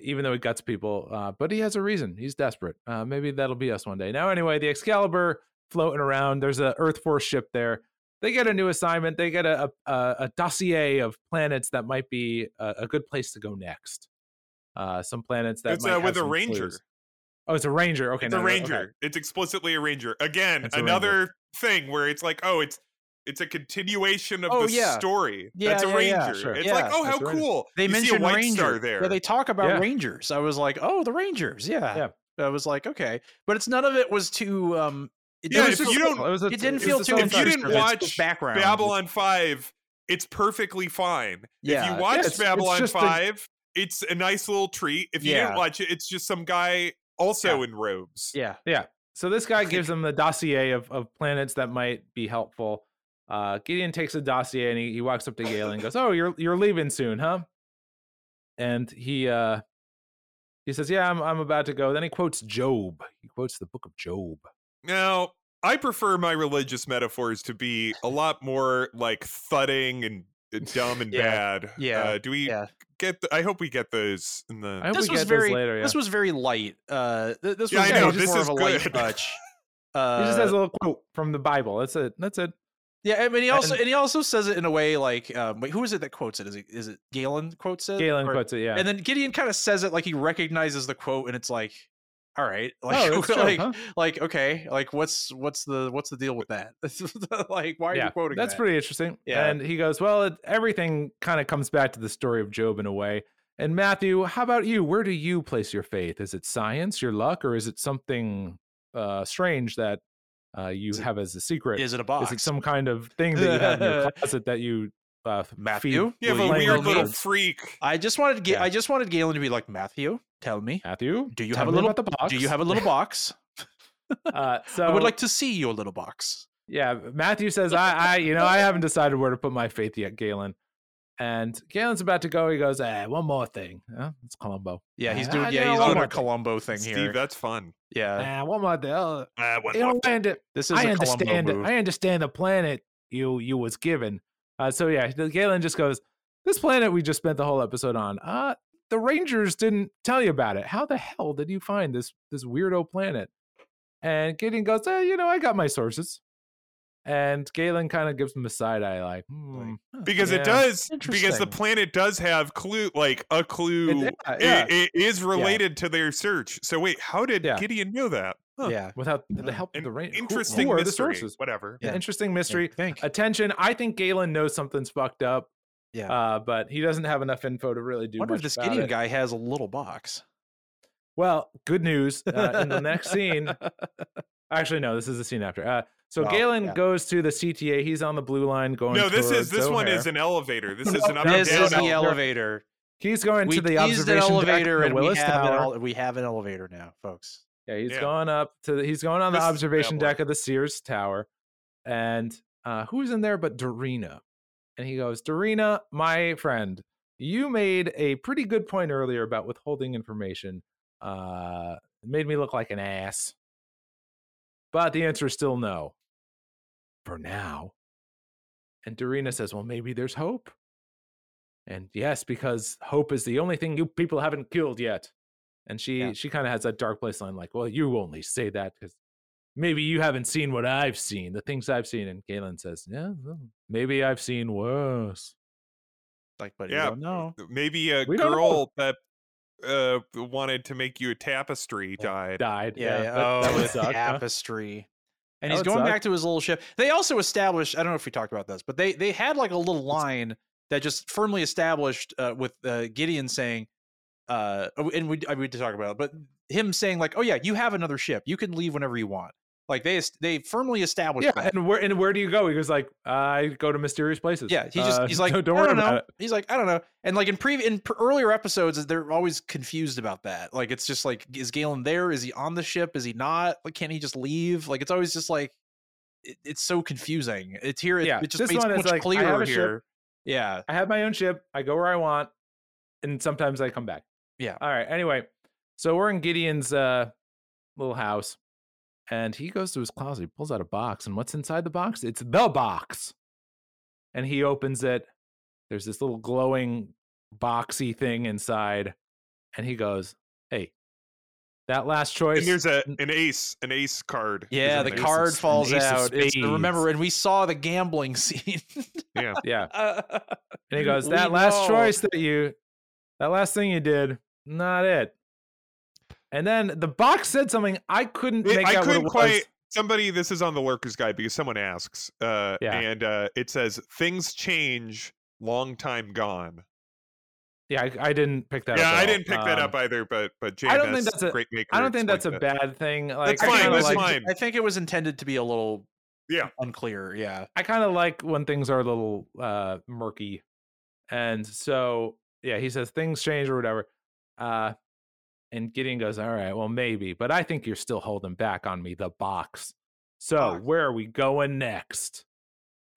[SPEAKER 3] even though it guts people, uh, but he has a reason. He's desperate. Uh, maybe that'll be us one day. Now, anyway, the Excalibur floating around. There's a Earth Force ship there. They get a new assignment. They get a a, a a dossier of planets that might be a, a good place to go next. Uh, some planets that
[SPEAKER 1] It's,
[SPEAKER 3] might
[SPEAKER 1] uh,
[SPEAKER 3] have
[SPEAKER 1] with a
[SPEAKER 3] some
[SPEAKER 1] ranger.
[SPEAKER 3] clues. Oh, it's a ranger. Okay,
[SPEAKER 1] it's a
[SPEAKER 3] no, no, okay.
[SPEAKER 1] ranger. It's explicitly a ranger. Again,
[SPEAKER 3] It's a ranger.
[SPEAKER 1] another thing where it's like, oh, it's it's a continuation of
[SPEAKER 2] Oh,
[SPEAKER 1] the
[SPEAKER 2] yeah.
[SPEAKER 1] story.
[SPEAKER 2] Yeah,
[SPEAKER 1] That's a
[SPEAKER 2] yeah, yeah,
[SPEAKER 1] ranger.
[SPEAKER 2] sure.
[SPEAKER 1] It's
[SPEAKER 2] Yeah,
[SPEAKER 1] like, oh, how
[SPEAKER 2] that's a ranger.
[SPEAKER 1] cool.
[SPEAKER 2] They
[SPEAKER 1] you see a
[SPEAKER 2] mentioned
[SPEAKER 1] white
[SPEAKER 2] Ranger.
[SPEAKER 1] star there.
[SPEAKER 2] Yeah, they talk about
[SPEAKER 3] Yeah.
[SPEAKER 2] Rangers. I was like, oh, the Rangers. Yeah. I was like, okay, but it's none of it was too. um It
[SPEAKER 1] Yeah,
[SPEAKER 2] didn't
[SPEAKER 1] if
[SPEAKER 2] feel-
[SPEAKER 1] you don't-
[SPEAKER 3] It was a-
[SPEAKER 2] it didn't
[SPEAKER 3] it's
[SPEAKER 2] feel
[SPEAKER 3] a
[SPEAKER 2] too.
[SPEAKER 1] if you didn't
[SPEAKER 2] intrusive. It's
[SPEAKER 1] watch
[SPEAKER 2] background,
[SPEAKER 1] Babylon 5, it's perfectly fine. if
[SPEAKER 2] Yeah.
[SPEAKER 1] you watched
[SPEAKER 3] It's- it's
[SPEAKER 1] Babylon
[SPEAKER 3] just a-
[SPEAKER 1] 5, it's a nice little treat. If you
[SPEAKER 2] Yeah.
[SPEAKER 1] didn't watch it, it's just some guy also in robes.
[SPEAKER 2] yeah.
[SPEAKER 3] Yeah. So this guy gives him the dossier of, of planets that might be helpful. Uh, Gideon takes a dossier and he, he walks up to Galen and goes, "Oh, you're you're leaving soon, huh?" And he uh, he says, "Yeah, I'm I'm about to go." Then he quotes Job. He quotes the book of Job.
[SPEAKER 1] Now, I prefer my religious metaphors to be a lot more like thudding and uh, dumb and
[SPEAKER 2] Yeah.
[SPEAKER 1] bad.
[SPEAKER 2] Yeah.
[SPEAKER 1] Uh, do we
[SPEAKER 2] Yeah.
[SPEAKER 1] get? th- I hope we get those in the.
[SPEAKER 3] I hope
[SPEAKER 2] this
[SPEAKER 3] we
[SPEAKER 2] was
[SPEAKER 3] get those
[SPEAKER 2] very
[SPEAKER 3] later. Yeah.
[SPEAKER 2] this was very light. Uh, th- this
[SPEAKER 1] Yeah,
[SPEAKER 2] was
[SPEAKER 1] I
[SPEAKER 2] very
[SPEAKER 1] know,
[SPEAKER 2] just
[SPEAKER 1] this
[SPEAKER 2] more
[SPEAKER 1] is
[SPEAKER 2] of a light
[SPEAKER 1] good.
[SPEAKER 2] touch.
[SPEAKER 3] he
[SPEAKER 2] Uh,
[SPEAKER 3] just has a little quote from the Bible. That's it. That's it.
[SPEAKER 2] yeah, I mean, he also
[SPEAKER 3] and-
[SPEAKER 2] and he also says it in a way like, um, wait, who is it that quotes it? Is it is it Galen quotes it?
[SPEAKER 3] Galen
[SPEAKER 2] uh, Or-
[SPEAKER 3] quotes it. Yeah.
[SPEAKER 2] And then Gideon kind of says it like he recognizes the quote, and it's like, all right, like,
[SPEAKER 3] Oh, that's Job,
[SPEAKER 2] like,
[SPEAKER 3] huh?
[SPEAKER 2] like, okay, like, what's what's the what's the deal with that? like, why are you quoting?
[SPEAKER 3] That's
[SPEAKER 2] that?
[SPEAKER 3] pretty interesting.
[SPEAKER 2] Yeah.
[SPEAKER 3] And he goes, Well, it, everything kind of comes back to the story of Job in a way. And Matthew, how about you? Where do you place your faith? Is it science, your luck, or is it something uh, strange that uh, you
[SPEAKER 2] it-
[SPEAKER 3] have as a secret?
[SPEAKER 2] Is it a
[SPEAKER 3] Is
[SPEAKER 2] box?
[SPEAKER 3] it some kind of thing that you have in your closet that you uh, f- feed
[SPEAKER 2] Matthew?
[SPEAKER 1] You have
[SPEAKER 2] Will
[SPEAKER 1] a
[SPEAKER 2] you
[SPEAKER 3] flaming
[SPEAKER 1] weird little
[SPEAKER 3] birds?
[SPEAKER 1] freak.
[SPEAKER 2] I just wanted to get.
[SPEAKER 3] Yeah.
[SPEAKER 2] I just wanted Galen to be like Matthew. Tell me,
[SPEAKER 3] Matthew,
[SPEAKER 2] do you
[SPEAKER 3] tell
[SPEAKER 2] have a
[SPEAKER 3] me
[SPEAKER 2] little?
[SPEAKER 3] about the box?
[SPEAKER 2] Do you have a little box?
[SPEAKER 3] Uh, so
[SPEAKER 2] I would like to see your little box.
[SPEAKER 3] Yeah, Matthew says, I, I, you know, I haven't decided where to put my faith yet, Galen. And Galen's about to go. He goes, eh, one more thing. Huh? it's Columbo.
[SPEAKER 2] Yeah, he's
[SPEAKER 3] Ah,
[SPEAKER 2] doing.
[SPEAKER 3] you know,
[SPEAKER 2] Yeah, he's
[SPEAKER 3] one
[SPEAKER 2] doing
[SPEAKER 3] more
[SPEAKER 2] a Columbo thing
[SPEAKER 1] Steve,
[SPEAKER 2] here.
[SPEAKER 1] that's fun.
[SPEAKER 2] Yeah,
[SPEAKER 3] Ah, one more thing. Oh,
[SPEAKER 1] Uh, one
[SPEAKER 3] you
[SPEAKER 1] more
[SPEAKER 3] don't
[SPEAKER 1] thing.
[SPEAKER 3] land it.
[SPEAKER 2] this is
[SPEAKER 3] I
[SPEAKER 2] a
[SPEAKER 3] understand.
[SPEAKER 2] Columbo
[SPEAKER 3] it.
[SPEAKER 2] move.
[SPEAKER 3] I understand the planet you you was given. Uh, so yeah, the- Galen just goes. This planet we just spent the whole episode on. Uh, the Rangers didn't tell you about it. How the hell did you find this this weirdo planet? And Gideon goes, eh, you know, I got my sources. And Galen kind of gives him a side eye, like, hmm,
[SPEAKER 1] because
[SPEAKER 3] yeah.
[SPEAKER 1] it does because the
[SPEAKER 2] Uh, Interesting.
[SPEAKER 1] planet does have clue like a clue
[SPEAKER 3] yeah,
[SPEAKER 1] i-
[SPEAKER 3] yeah.
[SPEAKER 1] i- is related to their search so wait how did
[SPEAKER 3] Yeah.
[SPEAKER 1] gideon know that Huh.
[SPEAKER 2] yeah.
[SPEAKER 3] without the help of
[SPEAKER 1] An
[SPEAKER 3] the Rangers.
[SPEAKER 1] interesting
[SPEAKER 3] who, are the
[SPEAKER 1] mystery
[SPEAKER 3] sources?
[SPEAKER 1] whatever
[SPEAKER 3] An interesting mystery.
[SPEAKER 2] Thank.
[SPEAKER 3] Attention, I think Galen knows something's fucked up.
[SPEAKER 2] Yeah.
[SPEAKER 3] Uh, but he doesn't have enough info to really do
[SPEAKER 2] wonder
[SPEAKER 3] much
[SPEAKER 2] if this
[SPEAKER 3] about
[SPEAKER 2] Gideon
[SPEAKER 3] it.
[SPEAKER 2] guy has a little box.
[SPEAKER 3] Well, good news. Uh, in the next scene, actually, no, this is the scene after. Uh, so
[SPEAKER 2] Oh,
[SPEAKER 3] Galen
[SPEAKER 2] yeah.
[SPEAKER 3] goes to the CTA. He's on the blue line going.
[SPEAKER 1] no this is
[SPEAKER 3] towards
[SPEAKER 1] this one
[SPEAKER 3] O'Hare.
[SPEAKER 1] is an elevator this is an up and
[SPEAKER 2] This
[SPEAKER 1] down
[SPEAKER 2] is the
[SPEAKER 1] elevator.
[SPEAKER 2] elevator.
[SPEAKER 3] He's going to
[SPEAKER 2] we
[SPEAKER 3] the
[SPEAKER 2] used an
[SPEAKER 3] observation
[SPEAKER 2] elevator,
[SPEAKER 3] deck in
[SPEAKER 2] and we
[SPEAKER 3] the Willis
[SPEAKER 2] have, an
[SPEAKER 3] Tower.
[SPEAKER 2] ele- we have an elevator now, folks.
[SPEAKER 3] Yeah, he's
[SPEAKER 1] Yeah.
[SPEAKER 3] going up to the, he's going on
[SPEAKER 1] This
[SPEAKER 3] the
[SPEAKER 1] is
[SPEAKER 3] observation
[SPEAKER 1] Babylon.
[SPEAKER 3] deck of the Sears Tower, and uh, who's in there but Dorina? And he goes, Dorina, my friend, you made a pretty good point earlier about withholding information. Uh, it made me look like an ass, but the answer is still no. For now. And Dorina says, Well, maybe there's hope. And yes, because hope is the only thing you people haven't killed yet. And she she kind of has that dark place line, like, well, you only say that because maybe you haven't seen what I've seen, the things I've seen. And Galen says, yeah, well, maybe I've seen worse.
[SPEAKER 2] Like, but
[SPEAKER 1] yeah,
[SPEAKER 2] no.
[SPEAKER 1] Maybe a
[SPEAKER 3] We don't
[SPEAKER 1] girl that uh wanted to make you a tapestry died.
[SPEAKER 3] Died.
[SPEAKER 2] Yeah. yeah.
[SPEAKER 3] that- that
[SPEAKER 2] Oh,
[SPEAKER 3] would
[SPEAKER 2] the
[SPEAKER 3] suck, huh?
[SPEAKER 2] tapestry. And
[SPEAKER 3] That
[SPEAKER 2] he's
[SPEAKER 3] would
[SPEAKER 2] going
[SPEAKER 3] suck.
[SPEAKER 2] back to his little ship. They also established, I don't know if we talked about this, but they they had like a little line that just firmly established uh, with uh, Gideon saying, uh, oh, and we, I- we did talk about it, but him saying like, oh yeah, you have another ship. You can leave whenever you want. Like they est- they firmly established
[SPEAKER 3] Yeah,
[SPEAKER 2] that.
[SPEAKER 3] and where and where do you go? He goes like, I go to mysterious places.
[SPEAKER 2] Yeah, he just
[SPEAKER 3] Uh,
[SPEAKER 2] he's like
[SPEAKER 3] don't,
[SPEAKER 2] don't,
[SPEAKER 3] don't
[SPEAKER 2] I
[SPEAKER 3] worry
[SPEAKER 2] don't know.
[SPEAKER 3] about it.
[SPEAKER 2] He's like I don't know. And like in pre in pr- earlier episodes, they're always confused about that. Like it's just like is Galen there? Is he on the ship? Is he not? Like can he just leave? Like it's always just like it, it's so confusing. It's here. It,
[SPEAKER 3] yeah,
[SPEAKER 2] it just
[SPEAKER 3] this
[SPEAKER 2] makes
[SPEAKER 3] one
[SPEAKER 2] so much
[SPEAKER 3] is like I have
[SPEAKER 2] clearer
[SPEAKER 3] a
[SPEAKER 2] here.
[SPEAKER 3] ship.
[SPEAKER 2] Yeah,
[SPEAKER 3] I have my own ship. I go where I want, and sometimes I come back.
[SPEAKER 2] yeah.
[SPEAKER 3] All right. Anyway, so we're in Gideon's uh, little house, and he goes to his closet. He pulls out a box, and what's inside the box? It's the box. And he opens it. There's this little glowing boxy thing inside, and he goes, "Hey, that last choice."
[SPEAKER 1] And there's a an ace, an ace card. is
[SPEAKER 2] Yeah,
[SPEAKER 1] in
[SPEAKER 2] the
[SPEAKER 1] there.
[SPEAKER 2] card
[SPEAKER 3] of-
[SPEAKER 2] falls
[SPEAKER 3] an ace of
[SPEAKER 2] out. It's,
[SPEAKER 3] spades.
[SPEAKER 2] remember, and we saw the gambling scene.
[SPEAKER 1] Yeah.
[SPEAKER 3] yeah.
[SPEAKER 2] and
[SPEAKER 3] And he goes, That last choice that you, that last thing you did, not it. And then the box said something I couldn't
[SPEAKER 1] It-
[SPEAKER 3] make
[SPEAKER 1] I
[SPEAKER 3] out what it
[SPEAKER 1] couldn't
[SPEAKER 3] was.
[SPEAKER 1] quite. Somebody, this is on the lurkers guide because someone asks, uh,
[SPEAKER 3] Yeah.
[SPEAKER 1] and uh, it says things change, long time gone.
[SPEAKER 3] Yeah, I, I didn't pick that
[SPEAKER 1] yeah,
[SPEAKER 3] up. at
[SPEAKER 1] I
[SPEAKER 3] all.
[SPEAKER 1] didn't pick that
[SPEAKER 3] Um,
[SPEAKER 1] up either, but but JMS,
[SPEAKER 3] I don't think that's a-
[SPEAKER 1] great maker.
[SPEAKER 3] I don't think that's a
[SPEAKER 1] explained that.
[SPEAKER 3] bad thing. Like,
[SPEAKER 1] That's
[SPEAKER 3] I
[SPEAKER 1] fine,
[SPEAKER 3] kinda
[SPEAKER 1] that's
[SPEAKER 3] like-
[SPEAKER 1] fine.
[SPEAKER 2] I think it was intended to be a little
[SPEAKER 1] Yeah.
[SPEAKER 2] unclear. Yeah.
[SPEAKER 3] I kind of like when things are a little uh, murky. And so, yeah, he says things change or whatever. Uh, and Gideon goes, All right, well, maybe, but I think you're still holding back on me, the box. So, where are we going next?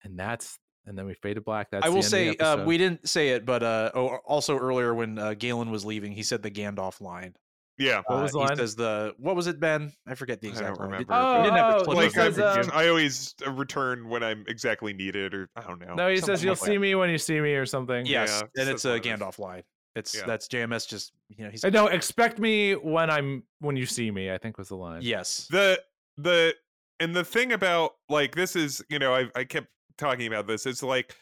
[SPEAKER 3] And that's, and then we fade to black. That's
[SPEAKER 2] I
[SPEAKER 3] the
[SPEAKER 2] will
[SPEAKER 3] end of the
[SPEAKER 2] say uh,
[SPEAKER 3] episode.
[SPEAKER 2] we didn't say it, but uh, oh, also earlier when uh, Galen was leaving, he said the Gandalf line.
[SPEAKER 1] Yeah,
[SPEAKER 3] What
[SPEAKER 2] Uh,
[SPEAKER 3] was the line?
[SPEAKER 2] He says the what was it, Ben? I forget the
[SPEAKER 1] I
[SPEAKER 2] exact.
[SPEAKER 1] don't
[SPEAKER 2] line.
[SPEAKER 1] remember.
[SPEAKER 2] It- we didn't have
[SPEAKER 3] Oh,
[SPEAKER 2] the
[SPEAKER 3] oh,
[SPEAKER 2] clip
[SPEAKER 3] he
[SPEAKER 1] like
[SPEAKER 2] of it.
[SPEAKER 3] says,
[SPEAKER 1] I'm,
[SPEAKER 3] um,
[SPEAKER 1] I always uh, return when I'm exactly needed, or I don't know.
[SPEAKER 3] no, he says,
[SPEAKER 1] something
[SPEAKER 3] You'll
[SPEAKER 1] like
[SPEAKER 3] see me when you see me or something.
[SPEAKER 2] yes,
[SPEAKER 1] yeah,
[SPEAKER 2] and
[SPEAKER 1] so
[SPEAKER 2] it's
[SPEAKER 1] one
[SPEAKER 2] a
[SPEAKER 1] of those.
[SPEAKER 2] Gandalf line. It's
[SPEAKER 1] Yeah.
[SPEAKER 2] that's JMS. Just you know, he's
[SPEAKER 3] Uh, No, expect me when I'm, when you see me, I think was the line.
[SPEAKER 2] yes,
[SPEAKER 1] the the and the thing about like this is you know I I kept talking about this. It's like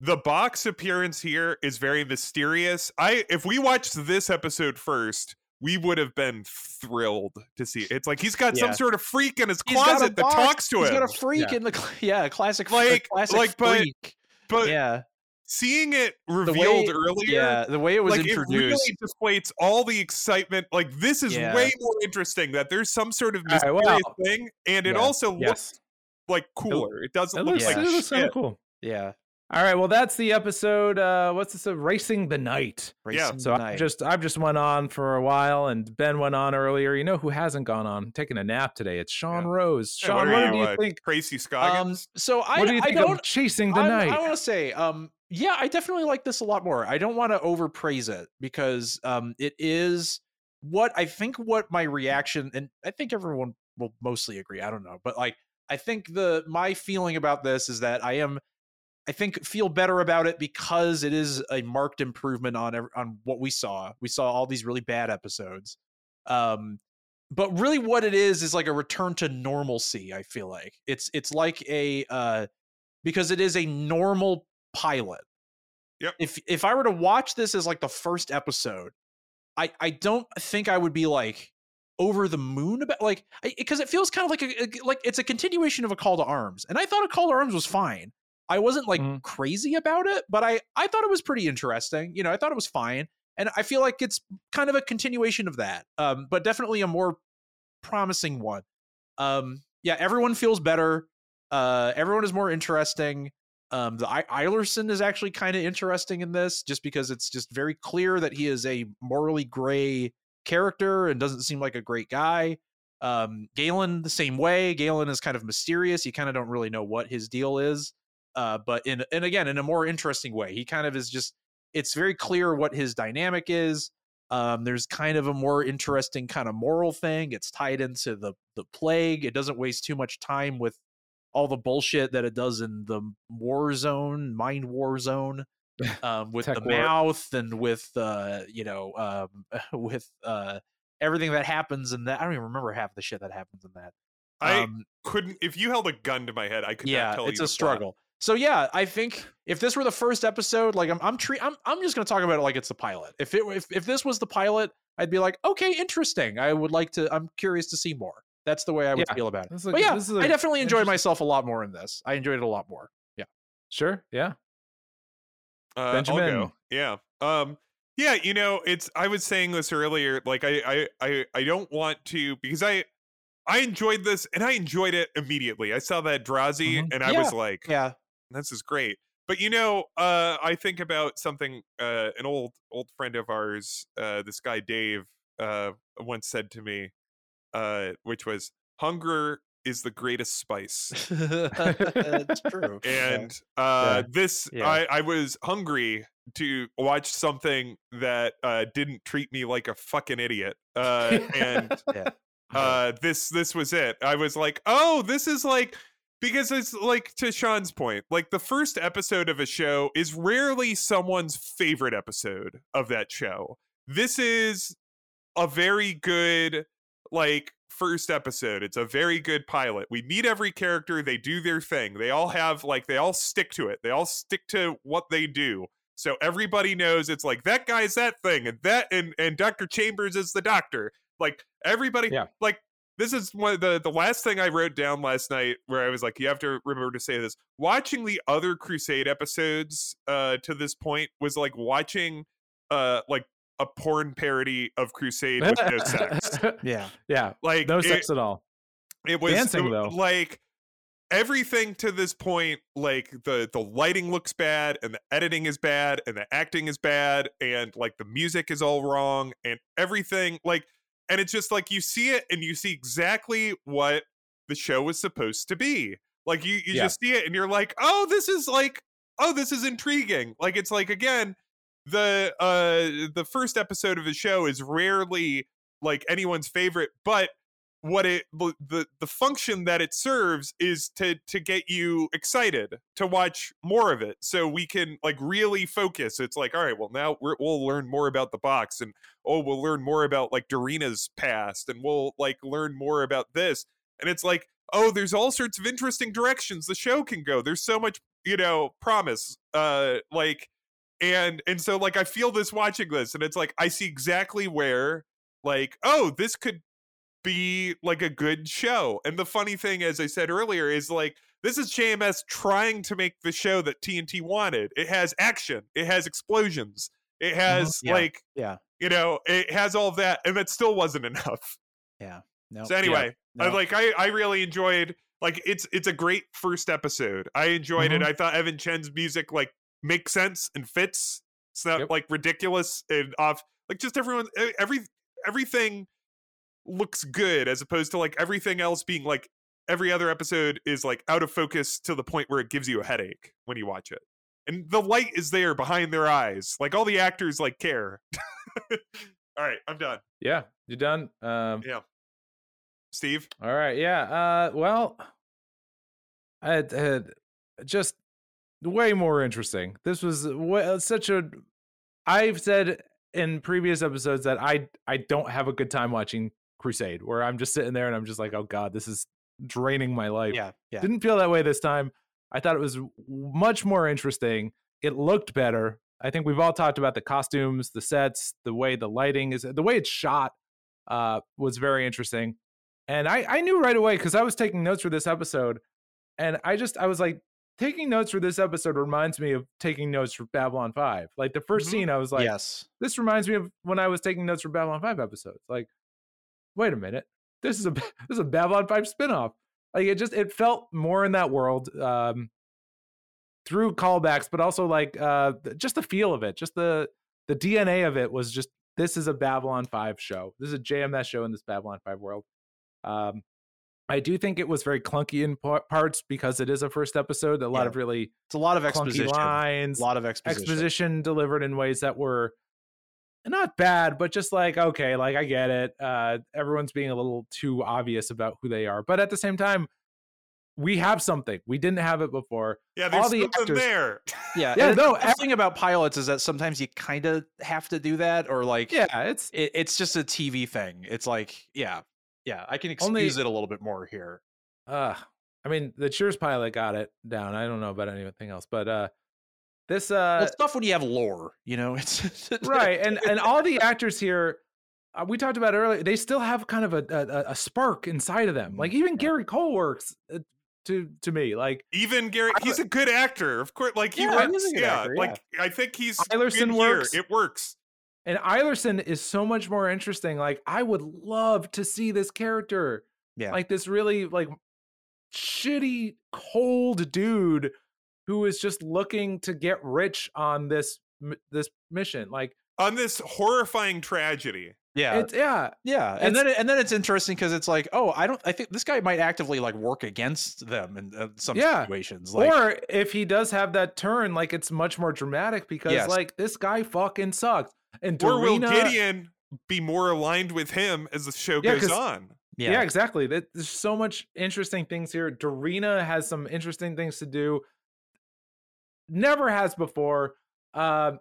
[SPEAKER 1] the box appearance here is very mysterious. I if we watched this episode first, we would have been thrilled to see. It. It's like he's got
[SPEAKER 2] Yeah.
[SPEAKER 1] some sort of freak in his
[SPEAKER 2] He's got a
[SPEAKER 1] closet that
[SPEAKER 2] box,
[SPEAKER 1] talks to
[SPEAKER 2] He's
[SPEAKER 1] him.
[SPEAKER 2] got a freak
[SPEAKER 3] Yeah.
[SPEAKER 2] in the cl- yeah, a classic a
[SPEAKER 1] Like-
[SPEAKER 2] classic
[SPEAKER 1] like, but-
[SPEAKER 2] freak.
[SPEAKER 1] but
[SPEAKER 2] yeah,
[SPEAKER 1] seeing it
[SPEAKER 2] the
[SPEAKER 1] revealed
[SPEAKER 2] way
[SPEAKER 1] earlier,
[SPEAKER 2] yeah, the way it was
[SPEAKER 1] like it
[SPEAKER 2] introduced.
[SPEAKER 1] really deflates all the excitement. Like this is
[SPEAKER 2] Yeah.
[SPEAKER 1] way more interesting that there's some sort of
[SPEAKER 3] All right,
[SPEAKER 1] mysterious
[SPEAKER 3] well,
[SPEAKER 1] thing, and it
[SPEAKER 3] yeah,
[SPEAKER 1] also looks
[SPEAKER 3] Yes.
[SPEAKER 1] like cooler. It, doesn't
[SPEAKER 3] It
[SPEAKER 1] look
[SPEAKER 3] looks,
[SPEAKER 1] like
[SPEAKER 3] it looks kind
[SPEAKER 1] shit.
[SPEAKER 3] of cool.
[SPEAKER 2] yeah,
[SPEAKER 3] All right, well, that's the episode. Uh, what's this? Uh, Racing the night.
[SPEAKER 1] Yeah,
[SPEAKER 2] Racing
[SPEAKER 3] So I
[SPEAKER 2] Night.
[SPEAKER 3] just I've just went on for a while, and Ben went on earlier. You know who hasn't gone on? Taking a nap today. It's Sean
[SPEAKER 1] Yeah.
[SPEAKER 3] Rose.
[SPEAKER 1] Hey,
[SPEAKER 3] Sean,
[SPEAKER 1] what,
[SPEAKER 3] what
[SPEAKER 1] are
[SPEAKER 3] do
[SPEAKER 1] you,
[SPEAKER 3] you
[SPEAKER 1] uh,
[SPEAKER 3] think?
[SPEAKER 1] Tracy
[SPEAKER 2] um,
[SPEAKER 1] Scoggins?
[SPEAKER 2] so I
[SPEAKER 3] What do you think
[SPEAKER 2] I don't
[SPEAKER 3] of chasing the
[SPEAKER 2] I'm-
[SPEAKER 3] night?
[SPEAKER 2] I want to say, um, yeah, I definitely like this a lot more. I don't want to overpraise it because um, it is what I think. What my reaction, and I think everyone will mostly agree. I don't know, but like, I think the my feeling about this is that I am, I think, feel better about it because it is a marked improvement on ev- on what we saw. We saw all these really bad episodes. Um, but really what it is is like a return to normalcy i feel like it's it's like a uh because it is a normal pilot
[SPEAKER 1] Yep.
[SPEAKER 2] if if i were to watch this as like the first episode i i don't think i would be like over the moon about like because it feels kind of like a, a- like it's a continuation of a call to arms and i thought a call to arms was fine i wasn't like
[SPEAKER 3] Mhm.
[SPEAKER 2] crazy about it but i i thought it was pretty interesting you know i thought it was fine and i feel like it's kind of a continuation of that um but definitely a more promising one. Um, yeah, everyone feels better. Uh, everyone is more interesting. Um, the I- Eilerson is actually kind of interesting in this, just because it's just very clear that he is a morally gray character and doesn't seem like a great guy. Um, Galen the same way. Galen is kind of mysterious. You kind of don't really know what his deal is. Uh, but in and again in a more interesting way, he kind of is just. It's very clear what his dynamic is. Um, there's kind of a more interesting kind of moral thing. It's tied into the the plague. It doesn't waste too much time with all the bullshit that it does in the war zone, mind war zone. um, with
[SPEAKER 15] Tech
[SPEAKER 2] the
[SPEAKER 15] work.
[SPEAKER 2] mouth and with uh, you know um, with uh, everything that happens in that. I don't even remember half the shit that happens in that.
[SPEAKER 1] I
[SPEAKER 2] Um,
[SPEAKER 1] couldn't. If you held a gun to my head, I could
[SPEAKER 2] yeah,
[SPEAKER 1] not tell you.
[SPEAKER 2] it's
[SPEAKER 1] the
[SPEAKER 2] a
[SPEAKER 1] plot.
[SPEAKER 2] struggle. So yeah, I think if this were the first episode, like I'm, I'm tre- I'm, I'm just gonna talk about it like it's the pilot. If it, were- if, if this was the pilot, I'd be like, okay, interesting. I would like to. I'm curious to see more. That's the way I would
[SPEAKER 3] Yeah,
[SPEAKER 2] feel about it.
[SPEAKER 3] this is a
[SPEAKER 2] But
[SPEAKER 3] good-
[SPEAKER 2] yeah,
[SPEAKER 3] this is a
[SPEAKER 2] I definitely enjoyed
[SPEAKER 3] interest-
[SPEAKER 2] myself a lot more in this. I enjoyed it a lot more. Yeah,
[SPEAKER 3] Sure. Yeah.
[SPEAKER 1] Uh,
[SPEAKER 3] Benjamin.
[SPEAKER 1] I'll go. Yeah. Um. Yeah. You know, it's. I was saying this earlier. Like, I, I, I, I don't want to because I, I enjoyed this and I enjoyed it immediately. I saw that Drazi and I
[SPEAKER 2] Mm-hmm. Yeah.
[SPEAKER 1] was like,
[SPEAKER 2] yeah.
[SPEAKER 1] this is great. But you know, uh, I think about something uh, an old old friend of ours, uh, this guy Dave, uh, once said to me, uh, which was, "Hunger is the greatest spice."
[SPEAKER 2] it's true.
[SPEAKER 1] and uh
[SPEAKER 2] Yeah.
[SPEAKER 1] this
[SPEAKER 2] Yeah.
[SPEAKER 1] i i was hungry to watch something that uh didn't treat me like a fucking idiot uh and
[SPEAKER 2] Yeah.
[SPEAKER 1] uh this this was it i was like oh this is like because it's like to sean's point like the first episode of a show is rarely someone's favorite episode of that show this is a very good like first episode. It's a very good pilot. We meet every character, they do their thing. They all have like they all stick to it. They all stick to what they do. So everybody knows it's like that guy's that thing and that and and Dr. Chambers is the doctor. Like everybody
[SPEAKER 3] Yeah.
[SPEAKER 1] like this is one of the the last thing I wrote down last night where I was like you have to remember to say this. Watching the other Crusade episodes uh to this point was like watching uh like a porn parody of Crusade with no sex
[SPEAKER 2] yeah.
[SPEAKER 3] Yeah.
[SPEAKER 1] like
[SPEAKER 3] No
[SPEAKER 1] it-
[SPEAKER 3] sex at all.
[SPEAKER 1] It was
[SPEAKER 3] Dancing,
[SPEAKER 1] it-
[SPEAKER 3] though.
[SPEAKER 1] like everything to this point. Like the the lighting looks bad, and the editing is bad, and the acting is bad, and like the music is all wrong, and everything like, and it's just like you see it, and you see exactly what the show was supposed to be. Like you you
[SPEAKER 3] Yeah.
[SPEAKER 1] just see it, and you're like, oh, this is like, oh, this is intriguing. Like it's like again the uh the first episode of a show is rarely like anyone's favorite but what it the the- the function that it serves is to to get you excited to watch more of it so we can like really focus it's like all right well now we're, we'll learn more about the box and oh we'll learn more about like Dorina's past and we'll like learn more about this and it's like oh there's all sorts of interesting directions the show can go there's so much you know promise uh like and and so like i feel this watching this and it's like i see exactly where like oh this could be like a good show and the funny thing as i said earlier is like this is jms trying to make the show that tnt wanted it has action it has explosions it has
[SPEAKER 2] Mm-hmm, Yeah.
[SPEAKER 1] like
[SPEAKER 2] Yeah.
[SPEAKER 1] you know it has all that and that still wasn't enough
[SPEAKER 2] Yeah. No.
[SPEAKER 1] so anyway,
[SPEAKER 2] Yeah.
[SPEAKER 1] I,
[SPEAKER 2] No.
[SPEAKER 1] like I, I really enjoyed like it's it's a great first episode. I enjoyed it. I thought Evan Chen's music like makes sense and fits. It's not like ridiculous and off. Like just everyone, e- every everything looks good as opposed to like everything else being like every other episode is like out of focus to the point where it gives you a headache when you watch it. And the light is there behind their eyes. Like all the actors like care. all right, I'm done.
[SPEAKER 3] Yeah. You done? Um,
[SPEAKER 1] Yeah. Steve?
[SPEAKER 3] All right. Yeah. Uh, well, I had- had just way more interesting. This was wa- such a. I've said in previous episodes that I I don't have a good time watching Crusade, where I'm just sitting there and I'm just like, oh god, this is draining my life.
[SPEAKER 2] Yeah, yeah.
[SPEAKER 3] Didn't feel that way this time. I thought it was w- much more interesting. It looked better. I think we've all talked about the costumes, the sets, the way the lighting is, the way it's shot uh, was very interesting. And I, I knew right away because I was taking notes for this episode. And I just, I was like, taking notes for this episode reminds me of taking notes for Babylon 5. Like the 1st scene, I was like,
[SPEAKER 2] yes.
[SPEAKER 3] this reminds me of when I was taking notes for Babylon 5 episodes. Like, wait a minute. This is a this is a Babylon 5 spinoff. Like it just it felt more in that world um through callbacks, but also like uh th- just the feel of it, just the the DNA of it was just this is a Babylon 5 show. This is a JMS show in this Babylon 5 world. Um I do think it was very clunky in par- parts because it is a first episode. A lot
[SPEAKER 2] Yeah.
[SPEAKER 3] of really
[SPEAKER 2] It's a lot of
[SPEAKER 3] clunky
[SPEAKER 2] exposition.
[SPEAKER 3] lines,
[SPEAKER 2] A lot of exposition.
[SPEAKER 3] exposition delivered in ways that were not bad, but just like, okay, like I get it. Uh, everyone's being a little too obvious about who they are. But at the same time, we have something. We didn't have it before.
[SPEAKER 1] Yeah, there's something there.
[SPEAKER 2] Yeah,
[SPEAKER 3] Yeah,
[SPEAKER 2] And
[SPEAKER 3] no,
[SPEAKER 2] The best thing about pilots is that sometimes you kind of have to do that, or like,
[SPEAKER 3] yeah, it's
[SPEAKER 2] it, it's just a TV thing. It's like, yeah, yeah, I can excuse
[SPEAKER 3] Only-
[SPEAKER 2] it a little bit more here.
[SPEAKER 3] uh I mean the Cheers pilot got it down. I don't know about anything else, but uh this uh
[SPEAKER 2] Well, stuff when you have lore, you know, it's
[SPEAKER 3] right and and all the actors here uh, we talked about earlier they still have kind of a a, a spark inside of them like even gary cole works uh, to to me like
[SPEAKER 1] Even Gary, he's a good actor, of course. Like he
[SPEAKER 3] Yeah, he
[SPEAKER 1] works,
[SPEAKER 3] is a good
[SPEAKER 1] yeah.
[SPEAKER 3] actor, yeah.
[SPEAKER 1] Like I think he's
[SPEAKER 3] Eilerson
[SPEAKER 1] in here.
[SPEAKER 3] works.
[SPEAKER 1] It works.
[SPEAKER 3] and eilerson is so much more interesting like i would love to see this character
[SPEAKER 2] Yeah.
[SPEAKER 3] like this really like shitty cold dude who is just looking to get rich on this m- this mission like
[SPEAKER 1] On this horrifying tragedy,
[SPEAKER 2] yeah,
[SPEAKER 3] it's yeah
[SPEAKER 2] yeah, and then it- and then it's interesting because it's like, oh, I don't, I think this guy might actively like work against them in uh, some
[SPEAKER 3] Yeah.
[SPEAKER 2] situations, like,
[SPEAKER 3] or if he does have that turn, like it's much more dramatic because
[SPEAKER 2] Yes.
[SPEAKER 3] like this guy fucking sucks. And
[SPEAKER 1] or will
[SPEAKER 3] Dorina,
[SPEAKER 1] Gideon be more aligned with him as the show
[SPEAKER 3] Yeah,
[SPEAKER 1] goes
[SPEAKER 3] 'cause-
[SPEAKER 1] on?
[SPEAKER 3] Yeah. exactly. That there's so much interesting things here. Dorina has some interesting things to do. Never has before. Um,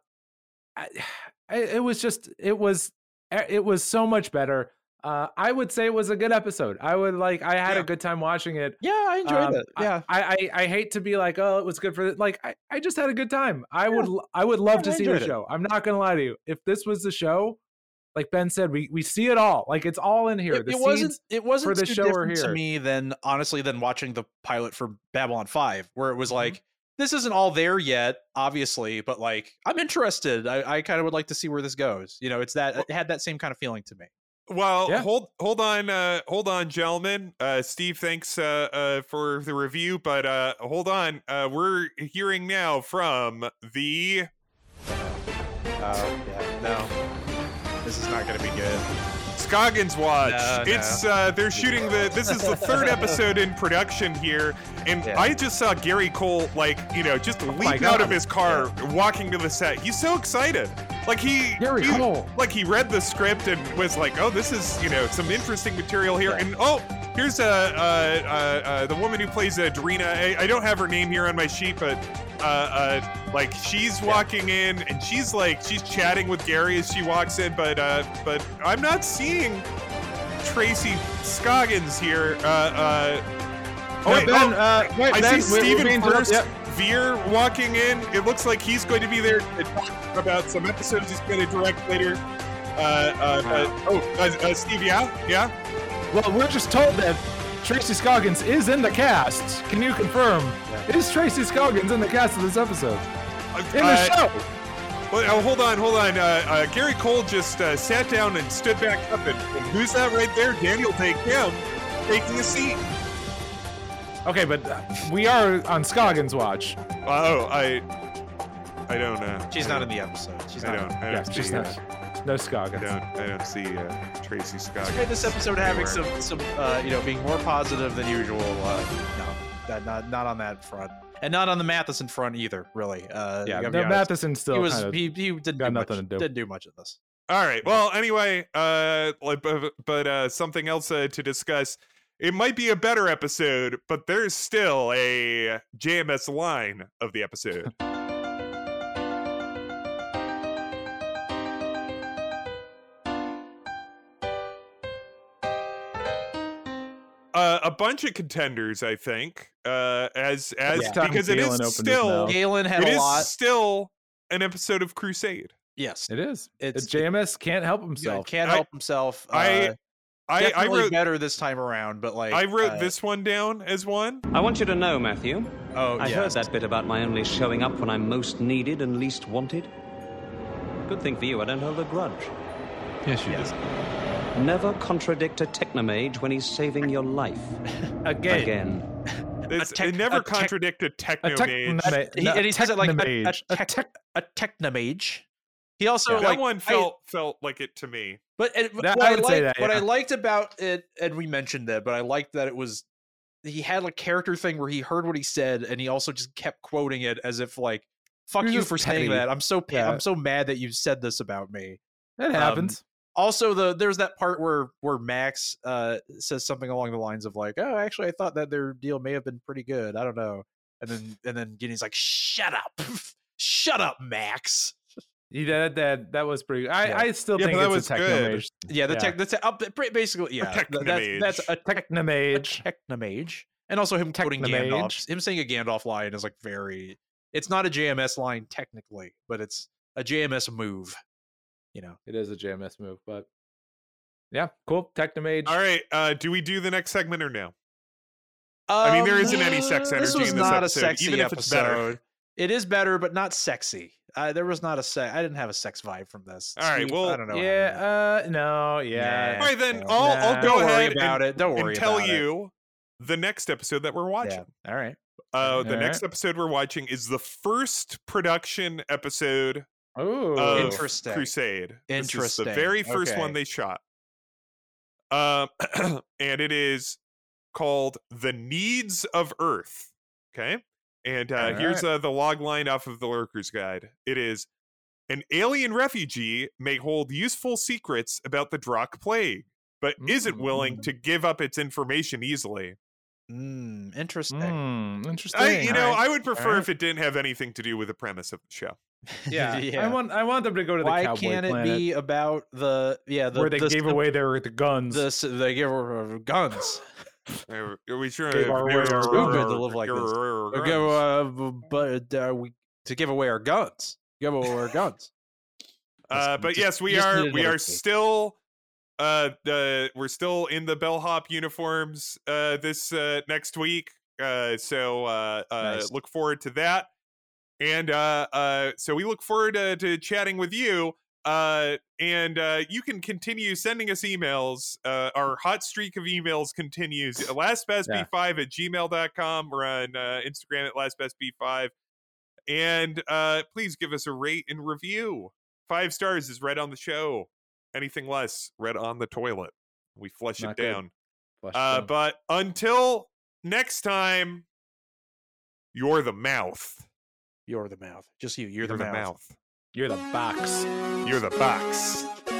[SPEAKER 3] I, I- it was just it was eh, it was so much better. Uh, I would say it was a good episode. I would like I had a good time watching it.
[SPEAKER 2] Yeah, I enjoyed
[SPEAKER 3] Um,
[SPEAKER 2] it.
[SPEAKER 3] I-
[SPEAKER 2] Yeah,
[SPEAKER 3] I, I I hate to be like, oh, it was good for th-" like I, I just had a good time. I would l- I would love
[SPEAKER 2] Yeah,
[SPEAKER 3] to
[SPEAKER 2] I
[SPEAKER 3] see the
[SPEAKER 2] enjoyed it.
[SPEAKER 3] show. I'm not gonna lie to you. If this was the show, like Ben said, we we see it all. Like it's all in here.
[SPEAKER 2] It,
[SPEAKER 3] The
[SPEAKER 2] it wasn't.
[SPEAKER 3] seeds
[SPEAKER 2] It wasn't
[SPEAKER 3] for the
[SPEAKER 2] too
[SPEAKER 3] show are
[SPEAKER 2] different
[SPEAKER 3] here.
[SPEAKER 2] to me than honestly than watching the pilot for Babylon Five, where it was
[SPEAKER 3] Mm-hmm.
[SPEAKER 2] like this isn't all there yet, obviously, but like I'm interested. I, I kind of would like to see where this goes. You know, it's that it had that same kind of feeling to me.
[SPEAKER 1] Well,
[SPEAKER 2] Yeah.
[SPEAKER 1] hold hold on, uh, hold on, gentlemen. Uh, Steve, thanks uh, uh, for the review, but uh, hold on. Uh, we're hearing now from the.
[SPEAKER 2] Oh yeah, no, this is not going to be good.
[SPEAKER 1] Scoggins Watch.
[SPEAKER 2] No, no.
[SPEAKER 1] It's uh, they're shooting the. This is the third episode in production here, and I just saw Gary Cole like you know
[SPEAKER 2] Oh
[SPEAKER 1] just leap out
[SPEAKER 3] God.
[SPEAKER 1] of his car, walking to the set. He's so excited, like he Gary
[SPEAKER 3] Cole,
[SPEAKER 1] like he read the script and was like, oh, this is you know some interesting material here, and oh. Here's uh, uh, uh, uh, the woman who plays uh, Dorina. I, I don't have her name here on my sheet, but uh, uh, like she's walking in and she's like she's chatting with Gary as she walks in, but uh, but I'm not seeing Tracy Scoggins here. Uh, uh, oh,
[SPEAKER 3] Yeah,
[SPEAKER 1] wait,
[SPEAKER 3] Ben,
[SPEAKER 1] oh,
[SPEAKER 3] uh, wait,
[SPEAKER 1] I
[SPEAKER 3] Ben,
[SPEAKER 1] see
[SPEAKER 3] we- we're
[SPEAKER 1] Stephen
[SPEAKER 3] being interrupt-
[SPEAKER 1] First
[SPEAKER 3] yep.
[SPEAKER 1] Veer walking in. It looks like he's going to be there to talk about some episodes he's going to direct later. Uh, uh, uh, oh, uh, uh, Steve, yeah, yeah.
[SPEAKER 3] Well, we're just told that Tracy Scoggins is in the cast. Can you confirm? Is Tracy Scoggins in the cast of this episode? In the
[SPEAKER 1] uh,
[SPEAKER 3] show.
[SPEAKER 1] Well, oh, hold on, hold on. Uh, uh, Gary Cole just uh, sat down and stood back up, and, and who's that right there? Daniel Day Kim taking a seat.
[SPEAKER 3] Okay, but uh, we are on Scoggins watch.
[SPEAKER 1] Oh, I, I don't know.
[SPEAKER 2] She's not in the episode. She's
[SPEAKER 1] I
[SPEAKER 2] not.
[SPEAKER 1] don't. I don't
[SPEAKER 3] Yeah,
[SPEAKER 1] see,
[SPEAKER 3] she's
[SPEAKER 1] uh,
[SPEAKER 3] not. No Scoggins.
[SPEAKER 1] I don't. I don't see uh, Tracy Scoggins.
[SPEAKER 2] Despite this episode having some
[SPEAKER 1] anywhere.
[SPEAKER 2] some uh, you know being more positive than usual, uh, no, that not not on that front, and not on the Matheson front either, really. Uh,
[SPEAKER 3] Yeah,
[SPEAKER 2] I gotta be
[SPEAKER 3] no,
[SPEAKER 2] honest.
[SPEAKER 3] Matheson still
[SPEAKER 2] he was
[SPEAKER 3] kinda
[SPEAKER 2] he, he didn't
[SPEAKER 3] got
[SPEAKER 2] do
[SPEAKER 3] nothing
[SPEAKER 2] much,
[SPEAKER 3] to do.
[SPEAKER 2] didn't do much of this.
[SPEAKER 1] All right. Well, anyway, uh, like, but, but uh, something else uh, to discuss. It might be a better episode, but there's still a JMS line of the episode. Uh, a bunch of contenders, I think. Uh, as as
[SPEAKER 3] Yeah. Time
[SPEAKER 1] because it is
[SPEAKER 3] Galen opened his
[SPEAKER 1] still
[SPEAKER 3] mouth. Galen had
[SPEAKER 1] it
[SPEAKER 3] a
[SPEAKER 1] is
[SPEAKER 3] lot.
[SPEAKER 1] still an episode of Crusade.
[SPEAKER 2] Yes,
[SPEAKER 3] It is. Uh,
[SPEAKER 2] It's-
[SPEAKER 3] JMS can't help
[SPEAKER 2] Yeah,
[SPEAKER 3] himself.
[SPEAKER 2] can't
[SPEAKER 1] I-
[SPEAKER 2] help himself.
[SPEAKER 1] I-
[SPEAKER 2] uh,
[SPEAKER 1] I- I
[SPEAKER 2] definitely
[SPEAKER 1] wrote-
[SPEAKER 2] better this time around, but like
[SPEAKER 1] I wrote
[SPEAKER 2] uh,
[SPEAKER 1] this one down as one.
[SPEAKER 7] I want you to know, Matthew.
[SPEAKER 2] Oh,
[SPEAKER 7] I heard that bit about my only showing up when I'm most needed and least wanted. Good thing for you, I don't hold a grudge.
[SPEAKER 17] Yes, you
[SPEAKER 7] do. Never contradict a technomage when he's saving your life.
[SPEAKER 3] Again.
[SPEAKER 7] Again.
[SPEAKER 1] It's, it never
[SPEAKER 2] a tech-
[SPEAKER 1] contradict a techno mage.
[SPEAKER 2] a- he, and he says it like a, a,
[SPEAKER 3] technomage.
[SPEAKER 2] tech, a technomage. He also
[SPEAKER 1] that
[SPEAKER 2] like
[SPEAKER 1] one
[SPEAKER 2] I-
[SPEAKER 1] felt felt like it to me.
[SPEAKER 2] But it,
[SPEAKER 3] That-
[SPEAKER 2] what
[SPEAKER 3] I
[SPEAKER 2] I,
[SPEAKER 3] would
[SPEAKER 2] liked,
[SPEAKER 3] say that,
[SPEAKER 2] what I
[SPEAKER 3] yeah.
[SPEAKER 2] liked about it, and we mentioned that, but I liked that it was he had a character thing where he heard what he said, and he also just kept quoting it as if like, "Fuck
[SPEAKER 3] You're
[SPEAKER 2] you
[SPEAKER 3] just
[SPEAKER 2] for
[SPEAKER 3] petty.
[SPEAKER 2] saying that. I'm so pa-
[SPEAKER 3] Yeah.
[SPEAKER 2] I'm so mad that you said this about me."
[SPEAKER 3] That
[SPEAKER 2] Um,
[SPEAKER 3] happens.
[SPEAKER 2] also the there's that part where where max uh says something along the lines of like oh actually i thought that their deal may have been pretty good i don't know and then and then Guinea's like shut up shut up max
[SPEAKER 3] Yeah, that that that was pretty. I
[SPEAKER 2] Yeah.
[SPEAKER 3] I still
[SPEAKER 2] Yeah,
[SPEAKER 3] think
[SPEAKER 2] but
[SPEAKER 3] it's
[SPEAKER 2] that
[SPEAKER 3] a
[SPEAKER 2] was good.
[SPEAKER 3] technomage.
[SPEAKER 2] yeah the tech the te- up, basically yeah th-
[SPEAKER 3] technomage.
[SPEAKER 2] that's, that's a
[SPEAKER 3] technomage
[SPEAKER 2] technomage and also him quoting
[SPEAKER 3] Technomage.
[SPEAKER 2] gandalf him saying a gandalf line is like very it's not a jms line technically but it's a jms move you know
[SPEAKER 3] it is a jms move but yeah cool technomage
[SPEAKER 1] All right. Uh, do we do the next segment or no? I mean, there isn't any sex energy
[SPEAKER 2] Um, This was
[SPEAKER 1] in this
[SPEAKER 2] not
[SPEAKER 1] episode,
[SPEAKER 2] a sexy
[SPEAKER 1] even if
[SPEAKER 2] episode.
[SPEAKER 1] it's better.
[SPEAKER 2] It is better, but not sexy. Uh, there was not a sex. I didn't have a sex vibe from this.
[SPEAKER 1] All right,
[SPEAKER 2] Steve,
[SPEAKER 1] well,
[SPEAKER 2] I don't know.
[SPEAKER 3] Yeah. Uh. No. Yeah.
[SPEAKER 1] All right, then
[SPEAKER 2] Yeah.
[SPEAKER 1] I'll, I'll
[SPEAKER 2] Nah,
[SPEAKER 1] uh, go
[SPEAKER 2] don't worry
[SPEAKER 1] ahead
[SPEAKER 2] about
[SPEAKER 1] and,
[SPEAKER 2] it. Don't
[SPEAKER 1] and
[SPEAKER 2] worry
[SPEAKER 1] tell
[SPEAKER 2] about it.
[SPEAKER 1] you the next episode that we're watching.
[SPEAKER 2] All right.
[SPEAKER 1] Uh, the
[SPEAKER 2] All
[SPEAKER 1] next
[SPEAKER 2] right.
[SPEAKER 1] episode we're watching is the first production episode
[SPEAKER 3] Oh.
[SPEAKER 1] of
[SPEAKER 2] Interesting.
[SPEAKER 1] Crusade. which is
[SPEAKER 2] Interesting.
[SPEAKER 1] the very first one
[SPEAKER 2] Okay.
[SPEAKER 1] they shot. Um, and it is called "The Needs of Earth." Okay, and uh,
[SPEAKER 3] All
[SPEAKER 1] here's
[SPEAKER 3] right.
[SPEAKER 1] uh, the log line off of the Lurker's Guide. It is. An alien refugee may hold useful secrets about the Drak plague, but isn't
[SPEAKER 2] Mm-hmm.
[SPEAKER 1] willing to give up its information easily.
[SPEAKER 2] Mm, interesting.
[SPEAKER 3] Hmm, interesting.
[SPEAKER 1] I, you know, I would prefer
[SPEAKER 3] Alright.
[SPEAKER 1] if it didn't have anything to do with the premise of the show.
[SPEAKER 3] Yeah.
[SPEAKER 2] Yeah.
[SPEAKER 3] I want I want them to go to the
[SPEAKER 2] Why
[SPEAKER 3] cowboy
[SPEAKER 2] can't it
[SPEAKER 3] planet
[SPEAKER 2] be about the yeah the,
[SPEAKER 3] where they
[SPEAKER 2] the-
[SPEAKER 3] gave away their the guns.
[SPEAKER 2] the, the they gave away guns.
[SPEAKER 1] Are are we sure?
[SPEAKER 2] Gave our way our movement to live like this. Or give,
[SPEAKER 1] this.
[SPEAKER 2] uh, b- but uh, we to give away our guns. Give away our guns.
[SPEAKER 1] Uh, but
[SPEAKER 2] just-
[SPEAKER 1] yes, we
[SPEAKER 2] just
[SPEAKER 1] are.
[SPEAKER 2] needed
[SPEAKER 1] We
[SPEAKER 2] another
[SPEAKER 1] are
[SPEAKER 2] take.
[SPEAKER 1] still. Uh, uh, we're still in the bellhop uniforms. Uh, this uh next week. Uh, so uh, uh,
[SPEAKER 2] Nice.
[SPEAKER 1] look forward to that. And uh, uh, so we look forward to, to chatting with you. Uh, and uh, you can continue sending us emails. Uh, our hot streak of emails continues. LastBestB5 at gmail.com. We're on uh, Instagram at LastBestB5. And uh, please give us a rate and review. Five stars is read on the show. Anything less, read on the toilet. We flush
[SPEAKER 3] Not
[SPEAKER 1] it
[SPEAKER 3] good.
[SPEAKER 1] down.
[SPEAKER 3] Flush
[SPEAKER 1] Uh,
[SPEAKER 3] them.
[SPEAKER 1] but until next time, you're the mouth.
[SPEAKER 2] You're the mouth. Just you. You're,
[SPEAKER 1] You're the
[SPEAKER 2] the mouth.
[SPEAKER 1] mouth.
[SPEAKER 3] You're the box.
[SPEAKER 1] You're the box.